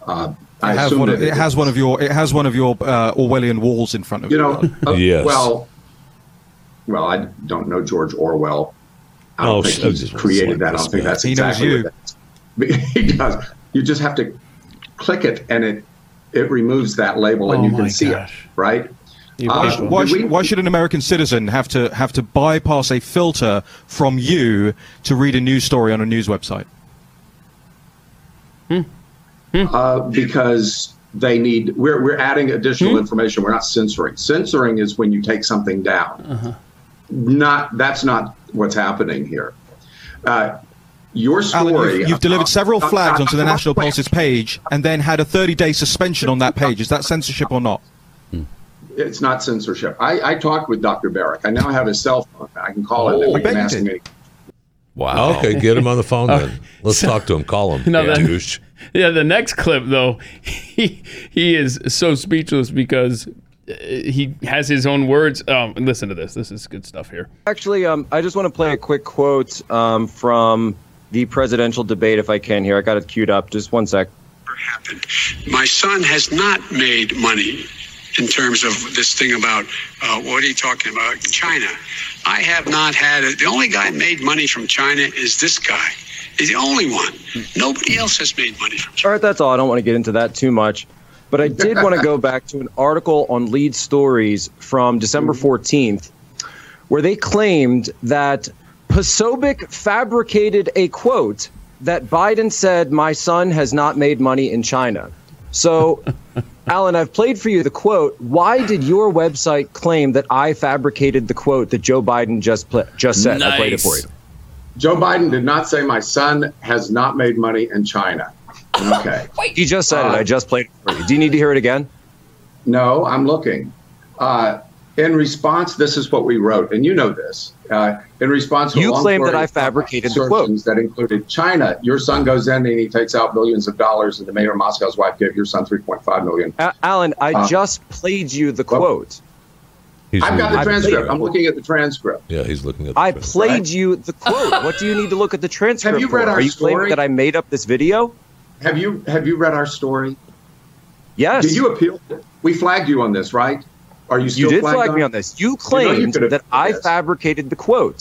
[SPEAKER 11] Uh, I
[SPEAKER 10] It has,
[SPEAKER 11] assume
[SPEAKER 10] one
[SPEAKER 11] that
[SPEAKER 10] of, it has one of your it has one of your uh, Orwellian walls in front of
[SPEAKER 11] you know, uh,
[SPEAKER 4] Yes.
[SPEAKER 11] well, well, I don't know George Orwell. I don't
[SPEAKER 4] Oh, so
[SPEAKER 11] think
[SPEAKER 4] just
[SPEAKER 11] he created that. I
[SPEAKER 4] this
[SPEAKER 11] don't think
[SPEAKER 4] guy.
[SPEAKER 11] that's
[SPEAKER 10] He knows
[SPEAKER 11] exactly what
[SPEAKER 10] you.
[SPEAKER 11] that is. He does. You just have to click it, and it it removes that label, and
[SPEAKER 5] Oh
[SPEAKER 11] you
[SPEAKER 5] my
[SPEAKER 11] can see
[SPEAKER 5] gosh.
[SPEAKER 11] it, right?
[SPEAKER 5] You
[SPEAKER 11] Uh,
[SPEAKER 5] people.
[SPEAKER 10] Why,
[SPEAKER 11] Do
[SPEAKER 10] should,
[SPEAKER 11] we-
[SPEAKER 10] why should an American citizen have to have to bypass a filter from you to read a news story on a news website? Hmm?
[SPEAKER 11] Uh, because they need we're, we're adding additional information we're not censoring censoring is when you take something down
[SPEAKER 3] Uh-huh.
[SPEAKER 11] not that's not what's happening here uh, your story
[SPEAKER 10] Alan, you've, you've
[SPEAKER 11] about-
[SPEAKER 10] delivered several
[SPEAKER 11] about-
[SPEAKER 10] flags onto the
[SPEAKER 11] about-
[SPEAKER 10] National Pulse's page and then had a 30 day suspension on that page. Is that censorship or not?
[SPEAKER 11] it's not censorship I, I talked with dr barrick i now have his cell phone i can call him and
[SPEAKER 10] Oh,
[SPEAKER 11] we can
[SPEAKER 10] I bet
[SPEAKER 11] ask
[SPEAKER 10] you
[SPEAKER 11] him
[SPEAKER 10] did.
[SPEAKER 11] any-
[SPEAKER 3] Wow.
[SPEAKER 4] Okay, get him on the phone then. Let's
[SPEAKER 5] so-
[SPEAKER 4] talk to him. Call him.
[SPEAKER 5] No,
[SPEAKER 4] yeah.
[SPEAKER 5] then-
[SPEAKER 4] douche.
[SPEAKER 5] Yeah, the next clip though, he he is so speechless because uh, he has his own words. Um, listen to this. This is good stuff here.
[SPEAKER 12] Actually, um, I just want to play a quick quote um, from the presidential debate, if I can. Here, I got it queued up. Just one sec.
[SPEAKER 13] My son has not made money in terms of this thing about uh, what are you talking about? China. I have not had it. The only guy made money from China is this guy. He's the only one. Nobody else has made money from
[SPEAKER 12] All right, that's all. I don't want to get into that too much. But I did want to go back to an article on lead stories from December 14th, where they claimed that Posobiec fabricated a quote that Biden said, My son has not made money in China. So, Alan, I've played for you the quote. Why did your website claim that I fabricated the quote that Joe Biden just, pla- just said? I played it for you.
[SPEAKER 11] joe biden did not say my son has not made money in china okay Uh,
[SPEAKER 12] He just said it. I just played it for you. Do you need to hear it again?
[SPEAKER 11] No, I'm looking. Uh, in response, this is what we wrote, and you know this. Uh, in response, to
[SPEAKER 12] You
[SPEAKER 11] a long
[SPEAKER 12] claim that
[SPEAKER 11] flurry
[SPEAKER 12] I
[SPEAKER 11] of
[SPEAKER 12] fabricated the
[SPEAKER 11] assertions that included China. Your son goes in and he takes out billions of dollars, and the mayor of Moscow's wife gave your son 3.5 million.
[SPEAKER 12] A- Alan, I
[SPEAKER 11] Uh, oh.
[SPEAKER 12] just played you the quote.
[SPEAKER 11] I've got the
[SPEAKER 12] I
[SPEAKER 11] transcript.
[SPEAKER 12] played-
[SPEAKER 11] I'm looking at the transcript.
[SPEAKER 4] Yeah, he's looking at.
[SPEAKER 12] I played you the quote. What do you need to look at the transcript?
[SPEAKER 11] Have you read
[SPEAKER 12] for?
[SPEAKER 11] our
[SPEAKER 12] Are you
[SPEAKER 11] story?
[SPEAKER 12] claiming that I made up this video?
[SPEAKER 11] Have you have you read our story?
[SPEAKER 12] Yes.
[SPEAKER 11] Did you appeal? We flagged you on this, right? Are you still
[SPEAKER 12] You did
[SPEAKER 11] flagged
[SPEAKER 12] flag
[SPEAKER 11] on?
[SPEAKER 12] me on this. You
[SPEAKER 11] know you
[SPEAKER 12] claimed
[SPEAKER 11] could have-
[SPEAKER 12] that I fabricated the quote.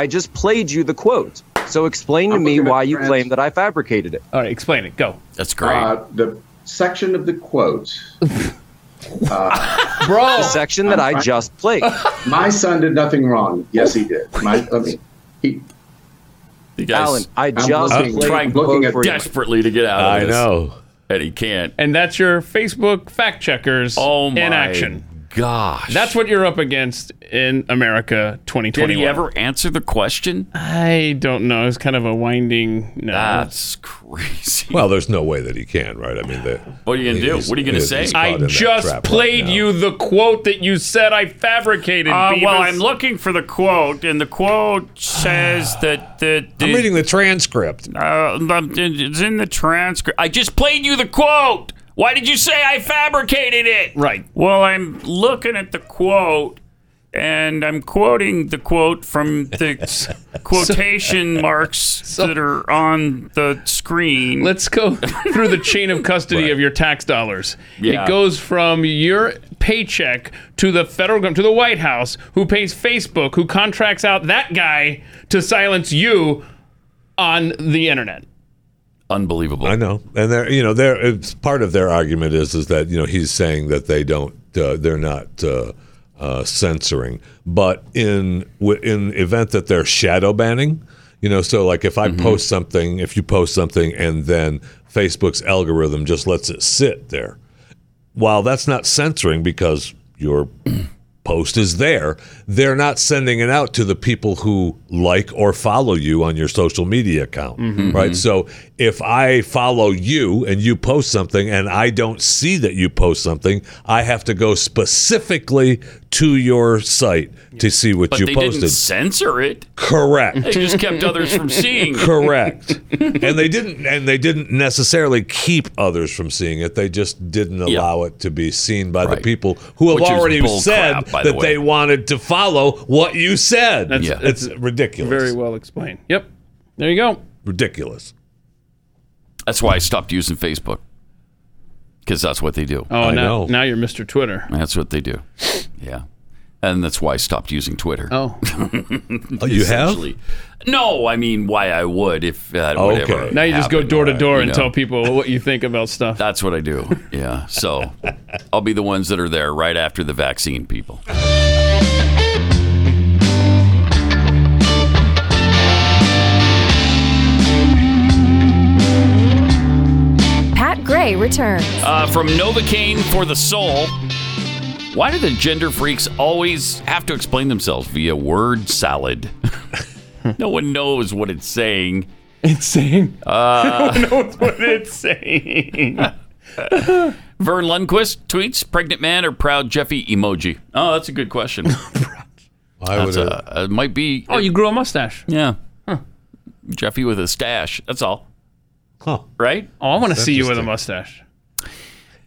[SPEAKER 12] I just played you the quote. So explain to me why you claim that I fabricated it.
[SPEAKER 5] All right, explain it. Go.
[SPEAKER 3] That's
[SPEAKER 11] Uh, the section of the quote. uh,
[SPEAKER 5] Bro,
[SPEAKER 12] the section that I just played.
[SPEAKER 11] My son did nothing wrong. Yes, he did. My, I mean, he.
[SPEAKER 3] You guys-
[SPEAKER 12] Alan, I I'm just looking- played
[SPEAKER 3] trying
[SPEAKER 12] the quote for you.
[SPEAKER 3] desperately to get out of
[SPEAKER 4] I
[SPEAKER 3] this.
[SPEAKER 4] know.
[SPEAKER 3] And he can't.
[SPEAKER 5] And that's your Facebook fact checkers
[SPEAKER 3] Oh my
[SPEAKER 5] in action.
[SPEAKER 3] gosh.
[SPEAKER 5] That's what you're up against in America 2021.
[SPEAKER 3] Did he ever answer the question?
[SPEAKER 5] I don't know. It's kind of a winding. No.
[SPEAKER 3] That's crazy.
[SPEAKER 4] Well, there's no way that he can, right? I mean, the,
[SPEAKER 3] What are you gonna do?
[SPEAKER 4] he's-
[SPEAKER 3] What are you gonna
[SPEAKER 4] he's-
[SPEAKER 3] say?
[SPEAKER 4] he's caught
[SPEAKER 5] I
[SPEAKER 4] in that
[SPEAKER 5] just
[SPEAKER 4] trap right
[SPEAKER 5] played
[SPEAKER 4] now.
[SPEAKER 5] you the quote that you said I fabricated.
[SPEAKER 3] Uh, well,
[SPEAKER 5] Beavis.
[SPEAKER 3] I'm looking for the quote, and the quote says that the. the
[SPEAKER 4] I'm reading the transcript.
[SPEAKER 3] Uh, the- it's in the transcript. I just played you the quote. Why did you say I fabricated it?
[SPEAKER 5] Right.
[SPEAKER 3] Well, I'm looking at the quote, and I'm quoting the quote from the s- quotation marks that are on the screen.
[SPEAKER 5] Let's go through the chain of custody of your tax dollars.
[SPEAKER 3] Yeah.
[SPEAKER 5] It goes from your paycheck to the federal government, to the White House, who pays Facebook, who contracts out that guy to silence you on the internet.
[SPEAKER 3] Unbelievable.
[SPEAKER 4] I know, and they're you know they're it's part of their argument is is that you know he's saying that they don't uh, they're not uh, uh, censoring, but in w- in event that they're shadow banning, you know, so like if I
[SPEAKER 3] Mm-hmm.
[SPEAKER 4] post something, if you post something, and then Facebook's algorithm just lets it sit there, while that's not censoring because your post is there, they're not sending it out to the people who like or follow you on your social media account,
[SPEAKER 3] Mm-hmm.
[SPEAKER 4] right? So if I follow you and you post something and I don't see that you post something, I have to go specifically to your site to see what
[SPEAKER 3] But
[SPEAKER 4] you
[SPEAKER 3] they
[SPEAKER 4] posted.
[SPEAKER 3] didn't censor it.
[SPEAKER 4] Correct.
[SPEAKER 3] They just kept others from seeing.
[SPEAKER 4] Correct. and they didn't and they didn't necessarily keep others from seeing it. They just didn't
[SPEAKER 3] Yeah.
[SPEAKER 4] allow it to be seen by the
[SPEAKER 3] Right.
[SPEAKER 4] people who have
[SPEAKER 3] Which is
[SPEAKER 4] already
[SPEAKER 3] bull
[SPEAKER 4] said
[SPEAKER 3] crap, by the
[SPEAKER 4] that
[SPEAKER 3] way.
[SPEAKER 4] they wanted to follow what you said.
[SPEAKER 5] That's- Yeah.
[SPEAKER 4] It's ridiculous.
[SPEAKER 5] Very well explained. Yep. There you go.
[SPEAKER 4] ridiculous.
[SPEAKER 3] That's why I stopped using Facebook. Because that's what they do.
[SPEAKER 5] Oh,
[SPEAKER 4] I
[SPEAKER 5] now
[SPEAKER 4] know.
[SPEAKER 5] now you're Mr. Twitter.
[SPEAKER 3] That's what they do. Yeah. And that's why I stopped using Twitter.
[SPEAKER 5] Oh,
[SPEAKER 4] Oh, you have?
[SPEAKER 3] essentially. No, I mean why I would if uh,
[SPEAKER 4] Okay.
[SPEAKER 3] whatever.
[SPEAKER 5] now you just go
[SPEAKER 3] happened,
[SPEAKER 5] door to
[SPEAKER 3] right,
[SPEAKER 5] door
[SPEAKER 3] you
[SPEAKER 5] and
[SPEAKER 3] know.
[SPEAKER 5] tell people what you think about stuff.
[SPEAKER 3] That's what I do. Yeah. So I'll be the ones that are there right after the vaccine people.
[SPEAKER 14] Pat Gray
[SPEAKER 1] returns.
[SPEAKER 3] Uh, from Novocaine for the Soul. Why do the gender freaks always have to explain themselves via word salad? no one knows what it's saying.
[SPEAKER 5] It's saying.
[SPEAKER 3] Uh,
[SPEAKER 5] no one knows what it's saying.
[SPEAKER 3] Vern Lundquist tweets: "Pregnant man or proud Jeffy emoji?" Oh, that's a good question.
[SPEAKER 4] Why would
[SPEAKER 3] That's
[SPEAKER 4] it?
[SPEAKER 3] a- it might be. Oh,
[SPEAKER 5] you grew a mustache.
[SPEAKER 3] Yeah. Jeffy with a stash. That's all.
[SPEAKER 4] Cool.
[SPEAKER 3] Right?
[SPEAKER 5] Oh, I want to see you with a mustache.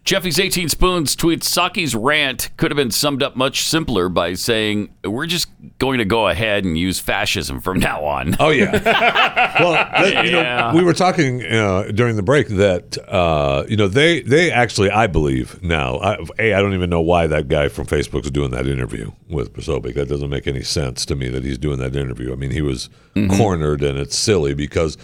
[SPEAKER 3] Jeffy's 18 Spoons tweets Saki's rant could have been summed up much simpler by saying, We're just going to go ahead and use fascism from now on.
[SPEAKER 4] Oh, yeah. well, that- you know,
[SPEAKER 3] Yeah.
[SPEAKER 4] we were talking uh, during the break that uh, you know they they actually I believe now I, a I don't even know why that guy from Facebook's doing that interview with Posobiec. That doesn't make any sense to me that he's doing that interview. I mean, he was
[SPEAKER 3] Mm-hmm.
[SPEAKER 4] cornered, and it's silly because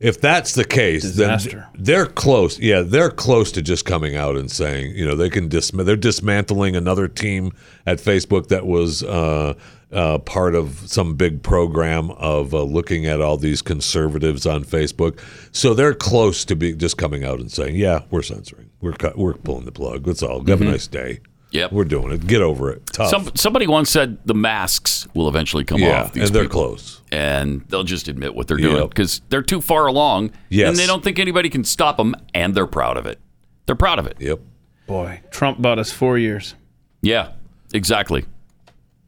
[SPEAKER 4] if that's the case,
[SPEAKER 5] Disaster.
[SPEAKER 4] then they're close. Yeah, they're close to just coming out and saying you know they can dism- they're dismantling another team at Facebook that was. Uh, uh, part of some big program of uh, looking at all these conservatives on Facebook. So they're close to be just coming out and saying, "Yeah, we're censoring. We're cut, we're pulling the plug. That's all. Have a
[SPEAKER 3] Mhm.
[SPEAKER 4] nice day.
[SPEAKER 3] Yep.
[SPEAKER 4] we're doing it. Get over it. Tough.
[SPEAKER 3] Some, somebody once said the masks will eventually come
[SPEAKER 4] Yeah,
[SPEAKER 3] off. These
[SPEAKER 4] and they're
[SPEAKER 3] people.
[SPEAKER 4] close.
[SPEAKER 3] And they'll just admit what they're
[SPEAKER 4] Yep.
[SPEAKER 3] doing because they're too far along.
[SPEAKER 4] Yes.
[SPEAKER 3] And they don't think anybody can stop them, and they're proud of it. They're proud of it.
[SPEAKER 4] Yep.
[SPEAKER 5] Boy, Trump bought us four years.
[SPEAKER 3] Yeah, exactly.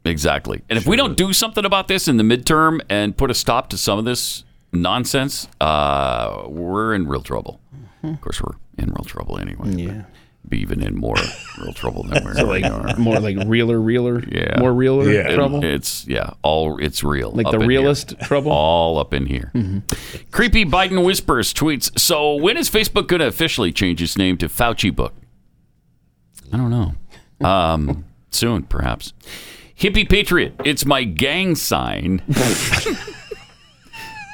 [SPEAKER 3] Exactly. And if we don't do something about this in the midterm and put a stop to some of this nonsense, uh, we're in real trouble. Of course, we're in real trouble anyway. Yeah. Be even in more real trouble than we're
[SPEAKER 5] So like
[SPEAKER 3] are.
[SPEAKER 5] more like realer, realer,
[SPEAKER 3] Yeah.
[SPEAKER 5] more realer
[SPEAKER 3] It-
[SPEAKER 5] trouble.
[SPEAKER 3] It's yeah, all it's real.
[SPEAKER 5] Like
[SPEAKER 3] up
[SPEAKER 5] the
[SPEAKER 3] in here.
[SPEAKER 5] realest trouble? Mm-hmm.
[SPEAKER 3] All up in here. Creepy Biden whispers tweets. So when is Facebook going to officially change its name to Fauci Book? I don't know. Um, soon, perhaps. Hippie Patriot. It's my gang sign.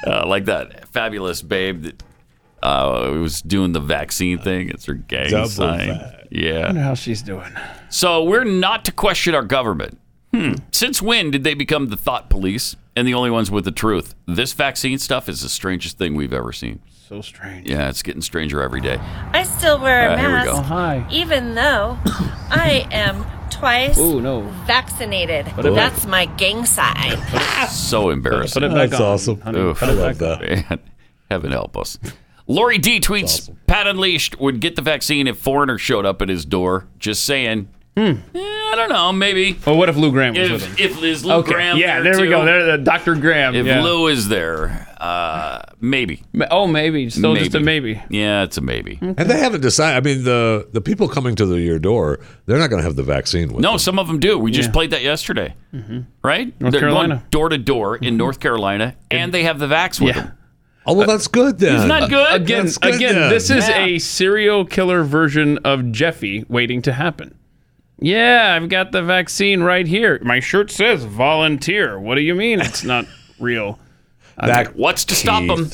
[SPEAKER 3] uh, like that fabulous babe that uh, was doing the vaccine thing. It's her gang
[SPEAKER 5] Double
[SPEAKER 3] sign.
[SPEAKER 5] I
[SPEAKER 3] Yeah.
[SPEAKER 5] wonder how she's doing.
[SPEAKER 3] So we're not to question our government. Hmm. Since when did they become the thought police and the only ones with the truth? This vaccine stuff is the strangest thing we've ever seen.
[SPEAKER 5] So strange.
[SPEAKER 3] Yeah, it's getting stranger every day.
[SPEAKER 14] I still wear a
[SPEAKER 3] Uh, here we
[SPEAKER 14] mask,
[SPEAKER 3] go. Oh, hi.
[SPEAKER 14] even though I am twice
[SPEAKER 3] Ooh, no.
[SPEAKER 14] vaccinated.
[SPEAKER 3] Put it back.
[SPEAKER 14] That's my gang sign.
[SPEAKER 3] So embarrassing.
[SPEAKER 5] Put it back That's on, awesome. honey.
[SPEAKER 3] Oof,
[SPEAKER 5] Put it back
[SPEAKER 3] Man, heaven help us. Lori D tweets Pat Unleashed would get the vaccine if foreigner showed up at his door. Just saying. Eh, I don't know. Maybe.
[SPEAKER 5] Well, what if Lou Graham was with him?
[SPEAKER 3] If, if is Lou
[SPEAKER 5] Okay.
[SPEAKER 3] Graham
[SPEAKER 5] Yeah,
[SPEAKER 3] there,
[SPEAKER 5] there we
[SPEAKER 3] too?
[SPEAKER 5] go. There, the Dr. Graham.
[SPEAKER 3] If
[SPEAKER 5] yeah.
[SPEAKER 3] Lou is there, uh, maybe.
[SPEAKER 5] Oh, maybe. Still just a maybe.
[SPEAKER 3] Yeah, it's a maybe.
[SPEAKER 4] And they haven't decided. I mean, the the people coming to the, your door, they're not going to have the vaccine with.
[SPEAKER 3] No, some of them do. We just
[SPEAKER 4] Yeah.
[SPEAKER 3] played that yeday.
[SPEAKER 5] Mm-hmm.
[SPEAKER 4] Mhm.
[SPEAKER 3] Right?
[SPEAKER 4] North
[SPEAKER 3] They're
[SPEAKER 4] Carolina.
[SPEAKER 3] going door to door in North Carolina, and they have the vax with
[SPEAKER 5] Yeah.
[SPEAKER 3] them.
[SPEAKER 4] Oh well, that's good then.
[SPEAKER 5] It's not good. Again,
[SPEAKER 4] That's good
[SPEAKER 5] again,
[SPEAKER 4] then.
[SPEAKER 5] this is
[SPEAKER 3] Yeah.
[SPEAKER 5] a serial killer version of Jeffy waiting to happen. Yeah, I've got the vaccine right here. My shirt says volunteer. What do you mean it's not real?
[SPEAKER 4] That
[SPEAKER 3] What's to stop them?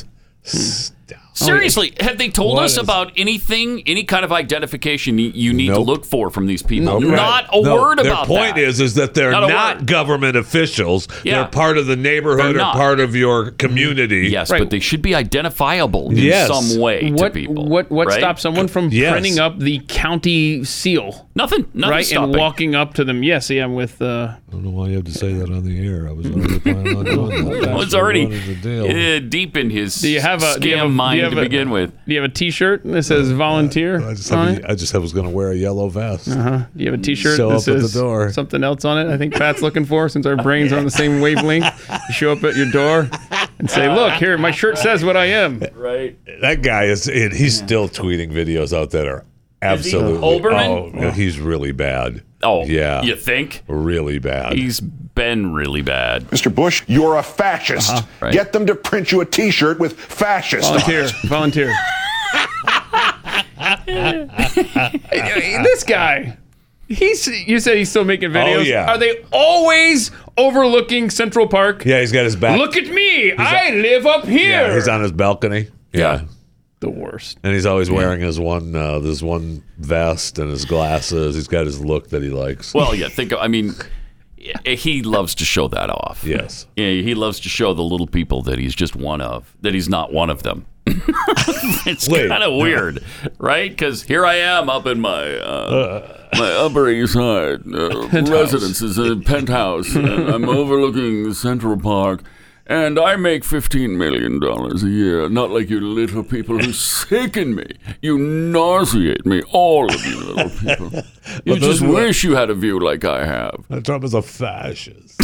[SPEAKER 3] Seriously, have they told
[SPEAKER 5] oh, What
[SPEAKER 3] us
[SPEAKER 5] is-
[SPEAKER 3] about anything, any kind of identification y- you need to look for from these people?
[SPEAKER 4] Right.
[SPEAKER 3] Not a
[SPEAKER 4] No,
[SPEAKER 3] word
[SPEAKER 4] their
[SPEAKER 3] about
[SPEAKER 4] point
[SPEAKER 3] that.
[SPEAKER 4] is, is that they're
[SPEAKER 3] Not a
[SPEAKER 4] not,
[SPEAKER 3] word.
[SPEAKER 4] government officials.
[SPEAKER 3] Yeah.
[SPEAKER 4] They're part of the neighborhood
[SPEAKER 3] They're
[SPEAKER 4] or
[SPEAKER 3] not. Mm-hmm.
[SPEAKER 4] part of your community.
[SPEAKER 3] Yes, but they should be identifiable in
[SPEAKER 4] Yes.
[SPEAKER 3] some way
[SPEAKER 5] What
[SPEAKER 3] to people.
[SPEAKER 5] what what
[SPEAKER 3] right?
[SPEAKER 5] stops someone from
[SPEAKER 3] Yes.
[SPEAKER 5] printing up the county seal?
[SPEAKER 3] Nothing. Nothing
[SPEAKER 5] right, and
[SPEAKER 3] stopping.
[SPEAKER 5] walking up to them. Yeah, see, I'm with. Uh,
[SPEAKER 4] I don't know why you have to say that on the air. I was already planning on doing that.
[SPEAKER 3] Well, it's already eh, deep in his
[SPEAKER 5] do you have a
[SPEAKER 3] scam
[SPEAKER 5] do you have a- do you
[SPEAKER 3] mind
[SPEAKER 5] have
[SPEAKER 3] to
[SPEAKER 5] a-
[SPEAKER 3] begin with.
[SPEAKER 5] Do you have a T-shirt that says volunteer? I just
[SPEAKER 4] Uh, I, just was going to wear a yellow vest. Mm-hmm.
[SPEAKER 5] Uh-huh. Do you have a T-shirt
[SPEAKER 4] Show
[SPEAKER 5] that
[SPEAKER 4] up at the
[SPEAKER 5] says
[SPEAKER 4] door.
[SPEAKER 5] something else on it? I think Pat's looking for since our brains are on the same wavelength. You show up at your door and say, "Look, here, my shirt says what I am."
[SPEAKER 3] Right.
[SPEAKER 4] That guy is. and He's still tweeting videos out that are absolutely.
[SPEAKER 3] Olbermann?
[SPEAKER 4] Oh, he's really bad.
[SPEAKER 3] Oh,
[SPEAKER 4] yeah.
[SPEAKER 3] You think?
[SPEAKER 4] Really bad.
[SPEAKER 3] He's been really bad.
[SPEAKER 15] Mr. Bush, you're a fascist.
[SPEAKER 3] Uh-huh. Right.
[SPEAKER 15] Get them to print you a T-shirt with fascist. on it.
[SPEAKER 5] Volunteer, volunteer. this guy, he's. You said he's still making videos.
[SPEAKER 4] Oh, yeah.
[SPEAKER 5] Are they always overlooking Central Park?
[SPEAKER 4] Yeah, he's got his back.
[SPEAKER 5] Look at me! I live up here.
[SPEAKER 4] Yeah, he's on his balcony. Yeah.
[SPEAKER 5] The worst.
[SPEAKER 4] And he's always wearing his one, uh, this one vest and his glasses. He's got his look that he likes.
[SPEAKER 3] Well, yeah, think of, I mean, eh, he loves to show that off.
[SPEAKER 4] Yes.
[SPEAKER 3] Yeah, he loves to show the little people that he's just one of, that he's not one of them. it's kind of weird, right? Because here I am up in my uh, my Upper East Side uh,
[SPEAKER 16] Penthouse.
[SPEAKER 3] residence, is a penthouse, and I'm overlooking Central Park. And I make fifteen million dollars a year, not like you little people who sicken me. You nauseate me, all of you little people. You
[SPEAKER 4] But
[SPEAKER 3] just
[SPEAKER 4] those were-
[SPEAKER 3] wish you had a view like I have.
[SPEAKER 4] Trump is a fascist.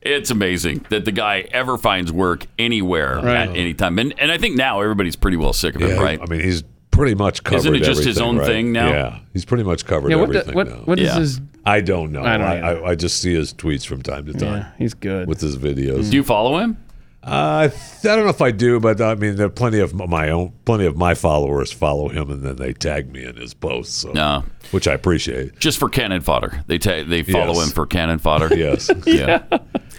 [SPEAKER 3] It's amazing that the guy ever finds work anywhere
[SPEAKER 4] Right.
[SPEAKER 3] at any time, and and I think now everybody's pretty well sick of it,
[SPEAKER 4] Yeah,
[SPEAKER 3] right?
[SPEAKER 4] I mean, he's pretty much covered.
[SPEAKER 3] Isn't it just his
[SPEAKER 4] everything,
[SPEAKER 3] own
[SPEAKER 4] right?
[SPEAKER 3] thing now?
[SPEAKER 4] Yeah, he's pretty much covered
[SPEAKER 5] Yeah, what the-
[SPEAKER 4] everything.
[SPEAKER 5] what-
[SPEAKER 4] now.
[SPEAKER 5] what is Yeah. his-
[SPEAKER 4] I don't know.
[SPEAKER 5] I
[SPEAKER 4] I,
[SPEAKER 5] don't
[SPEAKER 4] I, I just see his tweets from time to time.
[SPEAKER 5] Yeah, he's good
[SPEAKER 4] with his videos.
[SPEAKER 3] Do you follow him?
[SPEAKER 4] Uh, I th- I don't know if I do, but uh, I mean, there are plenty of m- my own, plenty of my followers follow him, and then they tag me in his posts. So,
[SPEAKER 3] No.
[SPEAKER 4] which I appreciate.
[SPEAKER 3] Just for cannon fodder, they ta- they follow
[SPEAKER 4] Yes.
[SPEAKER 3] him for cannon fodder.
[SPEAKER 4] Yes.
[SPEAKER 3] yeah.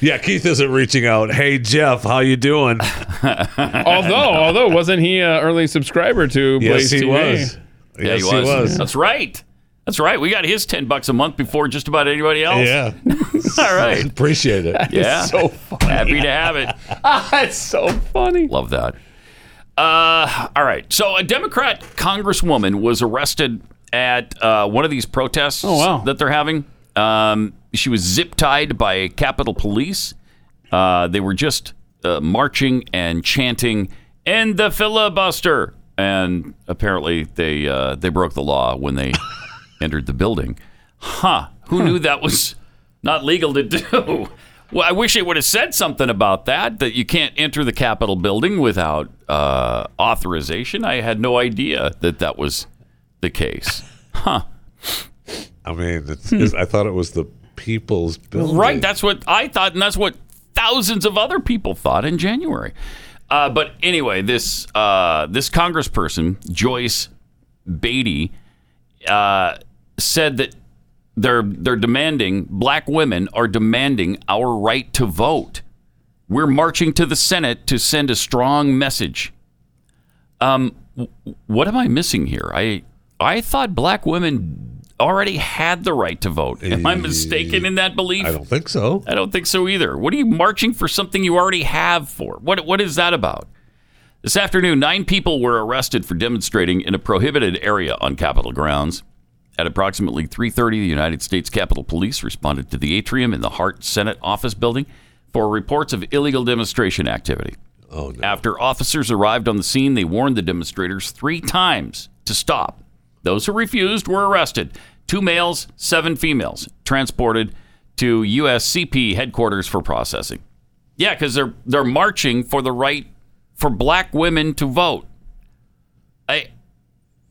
[SPEAKER 4] Yeah, Keith isn't reaching out. Hey, Jeff, how you doing?
[SPEAKER 5] although, although, wasn't he an early subscriber to
[SPEAKER 4] Yes,
[SPEAKER 5] Blaze
[SPEAKER 4] he
[SPEAKER 5] TV?
[SPEAKER 4] was.
[SPEAKER 3] Yeah, he, was. That's right. That's right. We got his ten bucks a month before just about anybody else.
[SPEAKER 4] Yeah.
[SPEAKER 3] All right.
[SPEAKER 4] Appreciate it.
[SPEAKER 3] Yeah.
[SPEAKER 4] It's so funny.
[SPEAKER 3] Happy to have it.
[SPEAKER 5] That's so funny.
[SPEAKER 3] Love that. Uh, all right. So a Democrat congresswoman was arrested at uh, one of these protests that they're having. Um, she was zip tied by Capitol Police. Uh, they were just uh, marching and chanting "End the filibuster," and apparently they uh, they broke the law when they entered the building. Huh? Who knew that was not legal to do? Well, I wish it would have said something about that, that you can't enter the Capitol building without uh, authorization. I had no idea that that was the case. Huh.
[SPEAKER 4] I mean, it's, it's- I thought it was the people's building.
[SPEAKER 3] Right. That's what I thought, and that's what thousands of other people thought in January. Uh, but anyway, this uh, this congressperson Joyce Beatty uh, said that they're they're demanding black women are demanding our right to vote. We're marching to the Senate to send a strong message. Um, w- what am I missing here? I I thought black women already had the right to vote. Am I mistaken in that belief? Eh, I don't
[SPEAKER 4] think so.
[SPEAKER 3] I don't think so either. What are you marching for something you already have for? What what is that about? This afternoon, nine people were arrested for demonstrating in a prohibited area on Capitol grounds. At approximately 3:30, the United States Capitol Police responded to the atrium in the Hart Senate Office Building for reports of illegal demonstration activity.
[SPEAKER 4] Oh, no.
[SPEAKER 3] After officers arrived on the scene, they warned the demonstrators three times to stop. Those who refused were arrested. Two males, seven females, transported to USCP headquarters for processing. Yeah, because they're they're marching for the right for black women to vote. I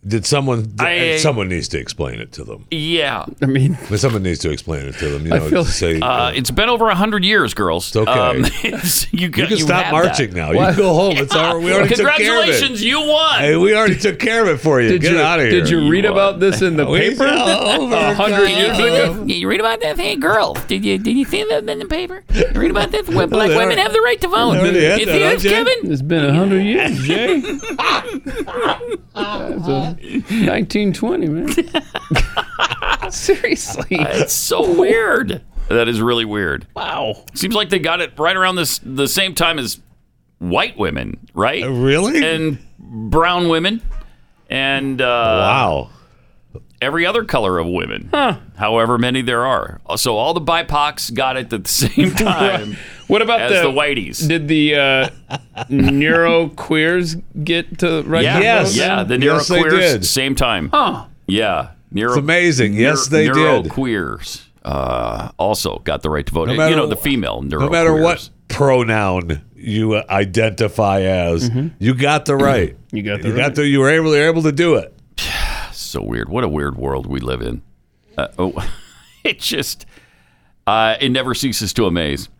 [SPEAKER 4] Did someone?
[SPEAKER 3] I-
[SPEAKER 4] someone needs to explain it to them.
[SPEAKER 3] yeah.
[SPEAKER 5] I mean,
[SPEAKER 4] someone needs to explain it to them. You
[SPEAKER 3] I
[SPEAKER 4] know,
[SPEAKER 3] feel
[SPEAKER 4] to say
[SPEAKER 3] Uh, it's been over a hundred years, girls. It's
[SPEAKER 4] okay.
[SPEAKER 3] you, got-
[SPEAKER 4] You can stop
[SPEAKER 3] have
[SPEAKER 4] marching
[SPEAKER 3] that.
[SPEAKER 4] now. You What? go home. Oh, It's our- we already took care of it.
[SPEAKER 3] Congratulations, you won.
[SPEAKER 4] Hey, we already took care of it for you.
[SPEAKER 5] Did
[SPEAKER 4] Get
[SPEAKER 5] you-
[SPEAKER 4] out of here.
[SPEAKER 5] did you read about this in the
[SPEAKER 4] We-
[SPEAKER 5] paper?
[SPEAKER 4] over
[SPEAKER 5] A hundred years ago?
[SPEAKER 17] Did you read about that? Hey, girl, did you did you see that in the paper? You read about that? Well, black
[SPEAKER 5] They
[SPEAKER 17] women
[SPEAKER 5] are-
[SPEAKER 17] have the right to vote.
[SPEAKER 5] They already had
[SPEAKER 17] you
[SPEAKER 5] that,
[SPEAKER 17] see
[SPEAKER 5] huh,
[SPEAKER 17] this,
[SPEAKER 5] Jay?
[SPEAKER 17] Kevin?
[SPEAKER 5] It's been a hundred years, Jay. That's a 1920, man. Seriously,
[SPEAKER 3] Uh, It's so weird. That is really weird.
[SPEAKER 5] Wow.
[SPEAKER 3] Seems like they got it right around this the same time as white women,
[SPEAKER 5] Oh,
[SPEAKER 3] right?
[SPEAKER 4] really?
[SPEAKER 3] And brown women, and uh, wow, every other color of women,
[SPEAKER 5] Huh.
[SPEAKER 3] however many there are. So all the BIPOCs got it at the same time.
[SPEAKER 5] What about
[SPEAKER 3] as
[SPEAKER 5] the,
[SPEAKER 3] the whiteys?
[SPEAKER 5] Did the uh, neuro queers get to right?
[SPEAKER 3] Yeah,
[SPEAKER 5] to vote?
[SPEAKER 3] yeah, the
[SPEAKER 4] Yes, they
[SPEAKER 3] neuroqueers,
[SPEAKER 4] did.
[SPEAKER 3] same time.
[SPEAKER 5] Huh.
[SPEAKER 3] Yeah, neuro,
[SPEAKER 4] It's amazing. Yes, they did.
[SPEAKER 3] Neuroqueers uh, also got the right to vote.
[SPEAKER 4] No matter
[SPEAKER 3] you know, the
[SPEAKER 4] wh-
[SPEAKER 3] female
[SPEAKER 4] no
[SPEAKER 3] neuroqueers.
[SPEAKER 4] matter what pronoun you uh, identify as, you got the right.
[SPEAKER 5] Mm-hmm. you got
[SPEAKER 4] you got the. You were able, you were able to do it.
[SPEAKER 3] So weird. What a weird world we live in. Uh, oh, it just uh, it never ceases to amaze.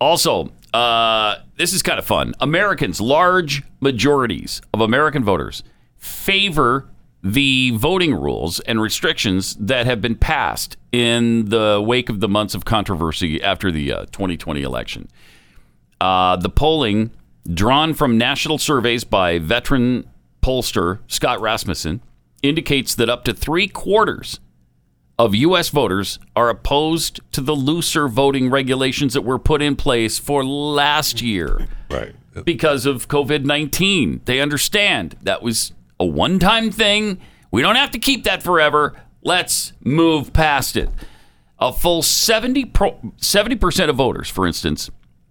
[SPEAKER 3] Also, uh, this is kind of fun. Americans, large majorities of American voters, favor the voting rules and restrictions that have been passed in the wake of the months of controversy after the uh, 2020 election. Uh, the polling drawn from national surveys by veteran pollster Scott Rasmussen indicates that up to three quarters of U.S. voters are opposed to the looser voting regulations that were put in place for last year.
[SPEAKER 4] Right.
[SPEAKER 3] because of COVID 19. They understand that was a one time thing. We don't have to keep that forever. Let's move past it. A full 70 pro- 70% of voters, for instance,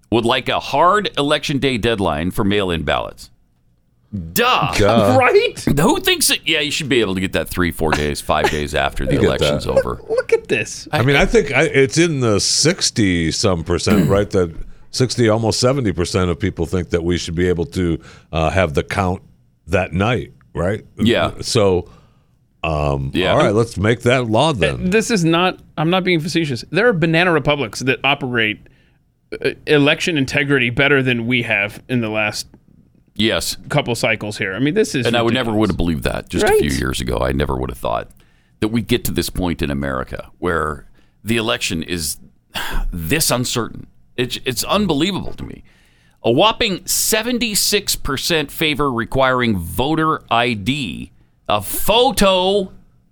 [SPEAKER 3] would like a hard election day deadline for mail in ballots. Duh.
[SPEAKER 5] Uh,
[SPEAKER 17] Duh.
[SPEAKER 3] Right? Who thinks that? Yeah, you should be able to get that three, four days, five days after the
[SPEAKER 4] You get
[SPEAKER 3] election's
[SPEAKER 4] that.
[SPEAKER 3] over.
[SPEAKER 5] Look at this.
[SPEAKER 4] I mean, I think I, it's in the 60 some
[SPEAKER 3] Mm.
[SPEAKER 4] percent, right? That 60, almost 70 percent of people think that we should be able to uh, have the count that night, right?
[SPEAKER 3] Yeah.
[SPEAKER 4] So, um, all right, let's make that law then.
[SPEAKER 5] This is not. I'm not being facetious. There are banana republics that operate uh, election integrity better than we have in the last
[SPEAKER 3] Yes.
[SPEAKER 5] couple cycles here. I mean, this is.
[SPEAKER 3] and I would never
[SPEAKER 5] ridiculous.
[SPEAKER 3] would have believed that just a few
[SPEAKER 5] Right.
[SPEAKER 3] years ago. I never would have thought that we'd get to this point in America where the election is this uncertain. It's, it's unbelievable to me. A whopping 76% favor requiring voter ID, a photo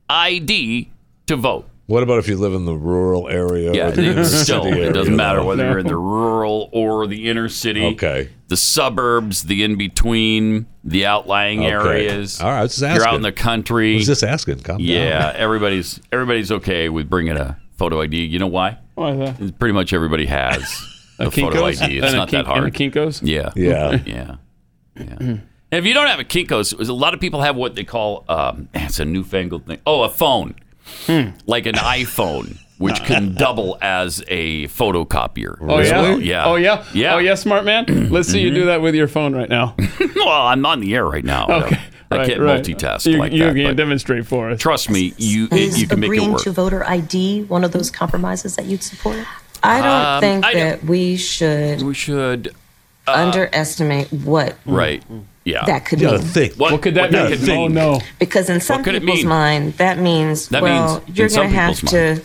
[SPEAKER 3] ID to vote.
[SPEAKER 4] What about if you live in the rural area?
[SPEAKER 3] Yeah,
[SPEAKER 4] or the inner
[SPEAKER 3] it's still,
[SPEAKER 4] city
[SPEAKER 3] it
[SPEAKER 4] area,
[SPEAKER 3] doesn't matter
[SPEAKER 4] though?
[SPEAKER 3] whether you're in the rural or the inner city.
[SPEAKER 4] Okay.
[SPEAKER 3] The suburbs, the in between, the outlying
[SPEAKER 4] Okay.
[SPEAKER 3] areas.
[SPEAKER 4] All right, just
[SPEAKER 3] You're out
[SPEAKER 4] asking.
[SPEAKER 3] in the country.
[SPEAKER 4] I was just asking. Calm down.
[SPEAKER 3] yeah, everybody's everybody's okay with bringing a photo ID. You know why?
[SPEAKER 5] Why is that?
[SPEAKER 3] Pretty much everybody has a, photo
[SPEAKER 5] Kinko's?
[SPEAKER 3] ID. It's
[SPEAKER 5] And a
[SPEAKER 3] not that
[SPEAKER 5] Kin- and a
[SPEAKER 3] hard.
[SPEAKER 5] Kinko's?
[SPEAKER 3] Yeah.
[SPEAKER 5] Yeah.
[SPEAKER 3] yeah. Yeah. And if you don't have a Kinko's, a lot of people have what they call um, it's a newfangled thing. Oh, a phone,
[SPEAKER 5] Hmm.
[SPEAKER 3] like an iPhone, which can double as a photocopier.
[SPEAKER 5] Oh
[SPEAKER 3] as
[SPEAKER 5] yeah?
[SPEAKER 3] well. yeah,
[SPEAKER 5] Oh yeah.
[SPEAKER 3] yeah. Mm-hmm.
[SPEAKER 5] Oh yeah, smart man. Let's see you do that with your phone right now.
[SPEAKER 3] well, I'm on the air right now.
[SPEAKER 5] Okay.
[SPEAKER 3] I
[SPEAKER 5] Right,
[SPEAKER 3] Oh, can't
[SPEAKER 5] right.
[SPEAKER 3] multitask
[SPEAKER 5] You,
[SPEAKER 3] like
[SPEAKER 5] you
[SPEAKER 3] that.
[SPEAKER 5] can
[SPEAKER 3] but
[SPEAKER 5] demonstrate for us.
[SPEAKER 3] trust me, you it, you can make it
[SPEAKER 16] agreeing
[SPEAKER 3] work.
[SPEAKER 16] to voter ID one of those compromises that you'd support? I don't
[SPEAKER 3] Um,
[SPEAKER 16] think
[SPEAKER 3] I
[SPEAKER 16] that we should
[SPEAKER 3] we should uh,
[SPEAKER 16] underestimate what
[SPEAKER 3] Right.
[SPEAKER 5] Hmm.
[SPEAKER 3] Yeah.
[SPEAKER 16] that could
[SPEAKER 3] yeah,
[SPEAKER 16] mean.
[SPEAKER 3] What, could that
[SPEAKER 16] mean? Oh,
[SPEAKER 5] no.
[SPEAKER 16] because in some
[SPEAKER 3] could it
[SPEAKER 16] people's
[SPEAKER 3] mean?
[SPEAKER 16] mind that means
[SPEAKER 3] That
[SPEAKER 16] well
[SPEAKER 3] means
[SPEAKER 16] you're
[SPEAKER 3] in some
[SPEAKER 16] going to have
[SPEAKER 3] people's
[SPEAKER 16] to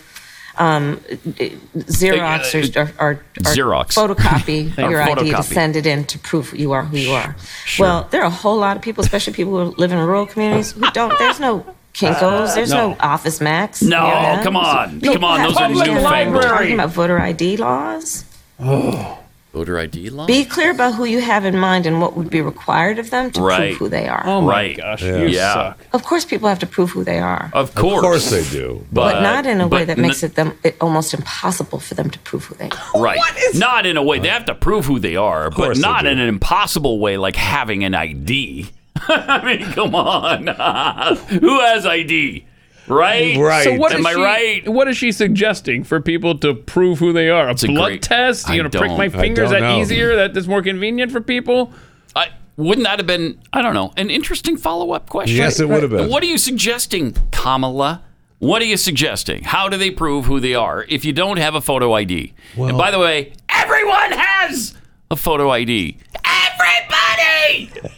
[SPEAKER 16] um, Xerox
[SPEAKER 3] Uh, uh,
[SPEAKER 16] or, or, or
[SPEAKER 3] Xerox.
[SPEAKER 16] photocopy
[SPEAKER 3] Or
[SPEAKER 16] your ID to
[SPEAKER 3] photocopy.
[SPEAKER 16] send it in to prove you are who you are.
[SPEAKER 3] Sure.
[SPEAKER 16] Well, there are a whole lot of people, especially people who live in rural communities, who don't. There's no Kinkos.
[SPEAKER 3] Uh,
[SPEAKER 16] There's
[SPEAKER 3] no.
[SPEAKER 16] no, Office Max.
[SPEAKER 3] No, come on. Come on, those are
[SPEAKER 16] new
[SPEAKER 3] newfangled.
[SPEAKER 16] Talking about voter ID laws.
[SPEAKER 3] Oh. Voter ID law.
[SPEAKER 16] Be clear about who you have in mind and what would be required of them to
[SPEAKER 3] Right.
[SPEAKER 16] prove who they are.
[SPEAKER 3] Oh my Right. gosh, Yeah. you Yeah. suck.
[SPEAKER 16] Of course, people have to prove who they are.
[SPEAKER 3] Of course.
[SPEAKER 4] they do.
[SPEAKER 16] But, not in a way
[SPEAKER 3] but
[SPEAKER 16] that makes it them it almost impossible for them to prove who they are.
[SPEAKER 3] Right. not in a way. They have to prove who they are, but
[SPEAKER 16] course they
[SPEAKER 3] not
[SPEAKER 16] do.
[SPEAKER 3] in an impossible way like having an ID. I mean, come on. Who has ID? Right?
[SPEAKER 5] So what
[SPEAKER 3] Am
[SPEAKER 5] is
[SPEAKER 3] I
[SPEAKER 5] she-
[SPEAKER 3] right?
[SPEAKER 5] What is she suggesting for people to prove who they are? A
[SPEAKER 3] a
[SPEAKER 5] blood
[SPEAKER 3] great-
[SPEAKER 5] test?
[SPEAKER 3] I
[SPEAKER 5] You gonna prick
[SPEAKER 3] don't-
[SPEAKER 5] my
[SPEAKER 3] I
[SPEAKER 5] finger? Is
[SPEAKER 3] don't
[SPEAKER 5] that
[SPEAKER 3] know.
[SPEAKER 5] easier? That is more convenient for people?
[SPEAKER 3] I wouldn't that have been I don't know, an interesting follow up question.
[SPEAKER 4] Yes, it would have been.
[SPEAKER 3] What are you suggesting, Kamala? What are you suggesting? How do they prove who they are if you don't have a photo ID? and by the way, everyone has a photo ID. Everybody!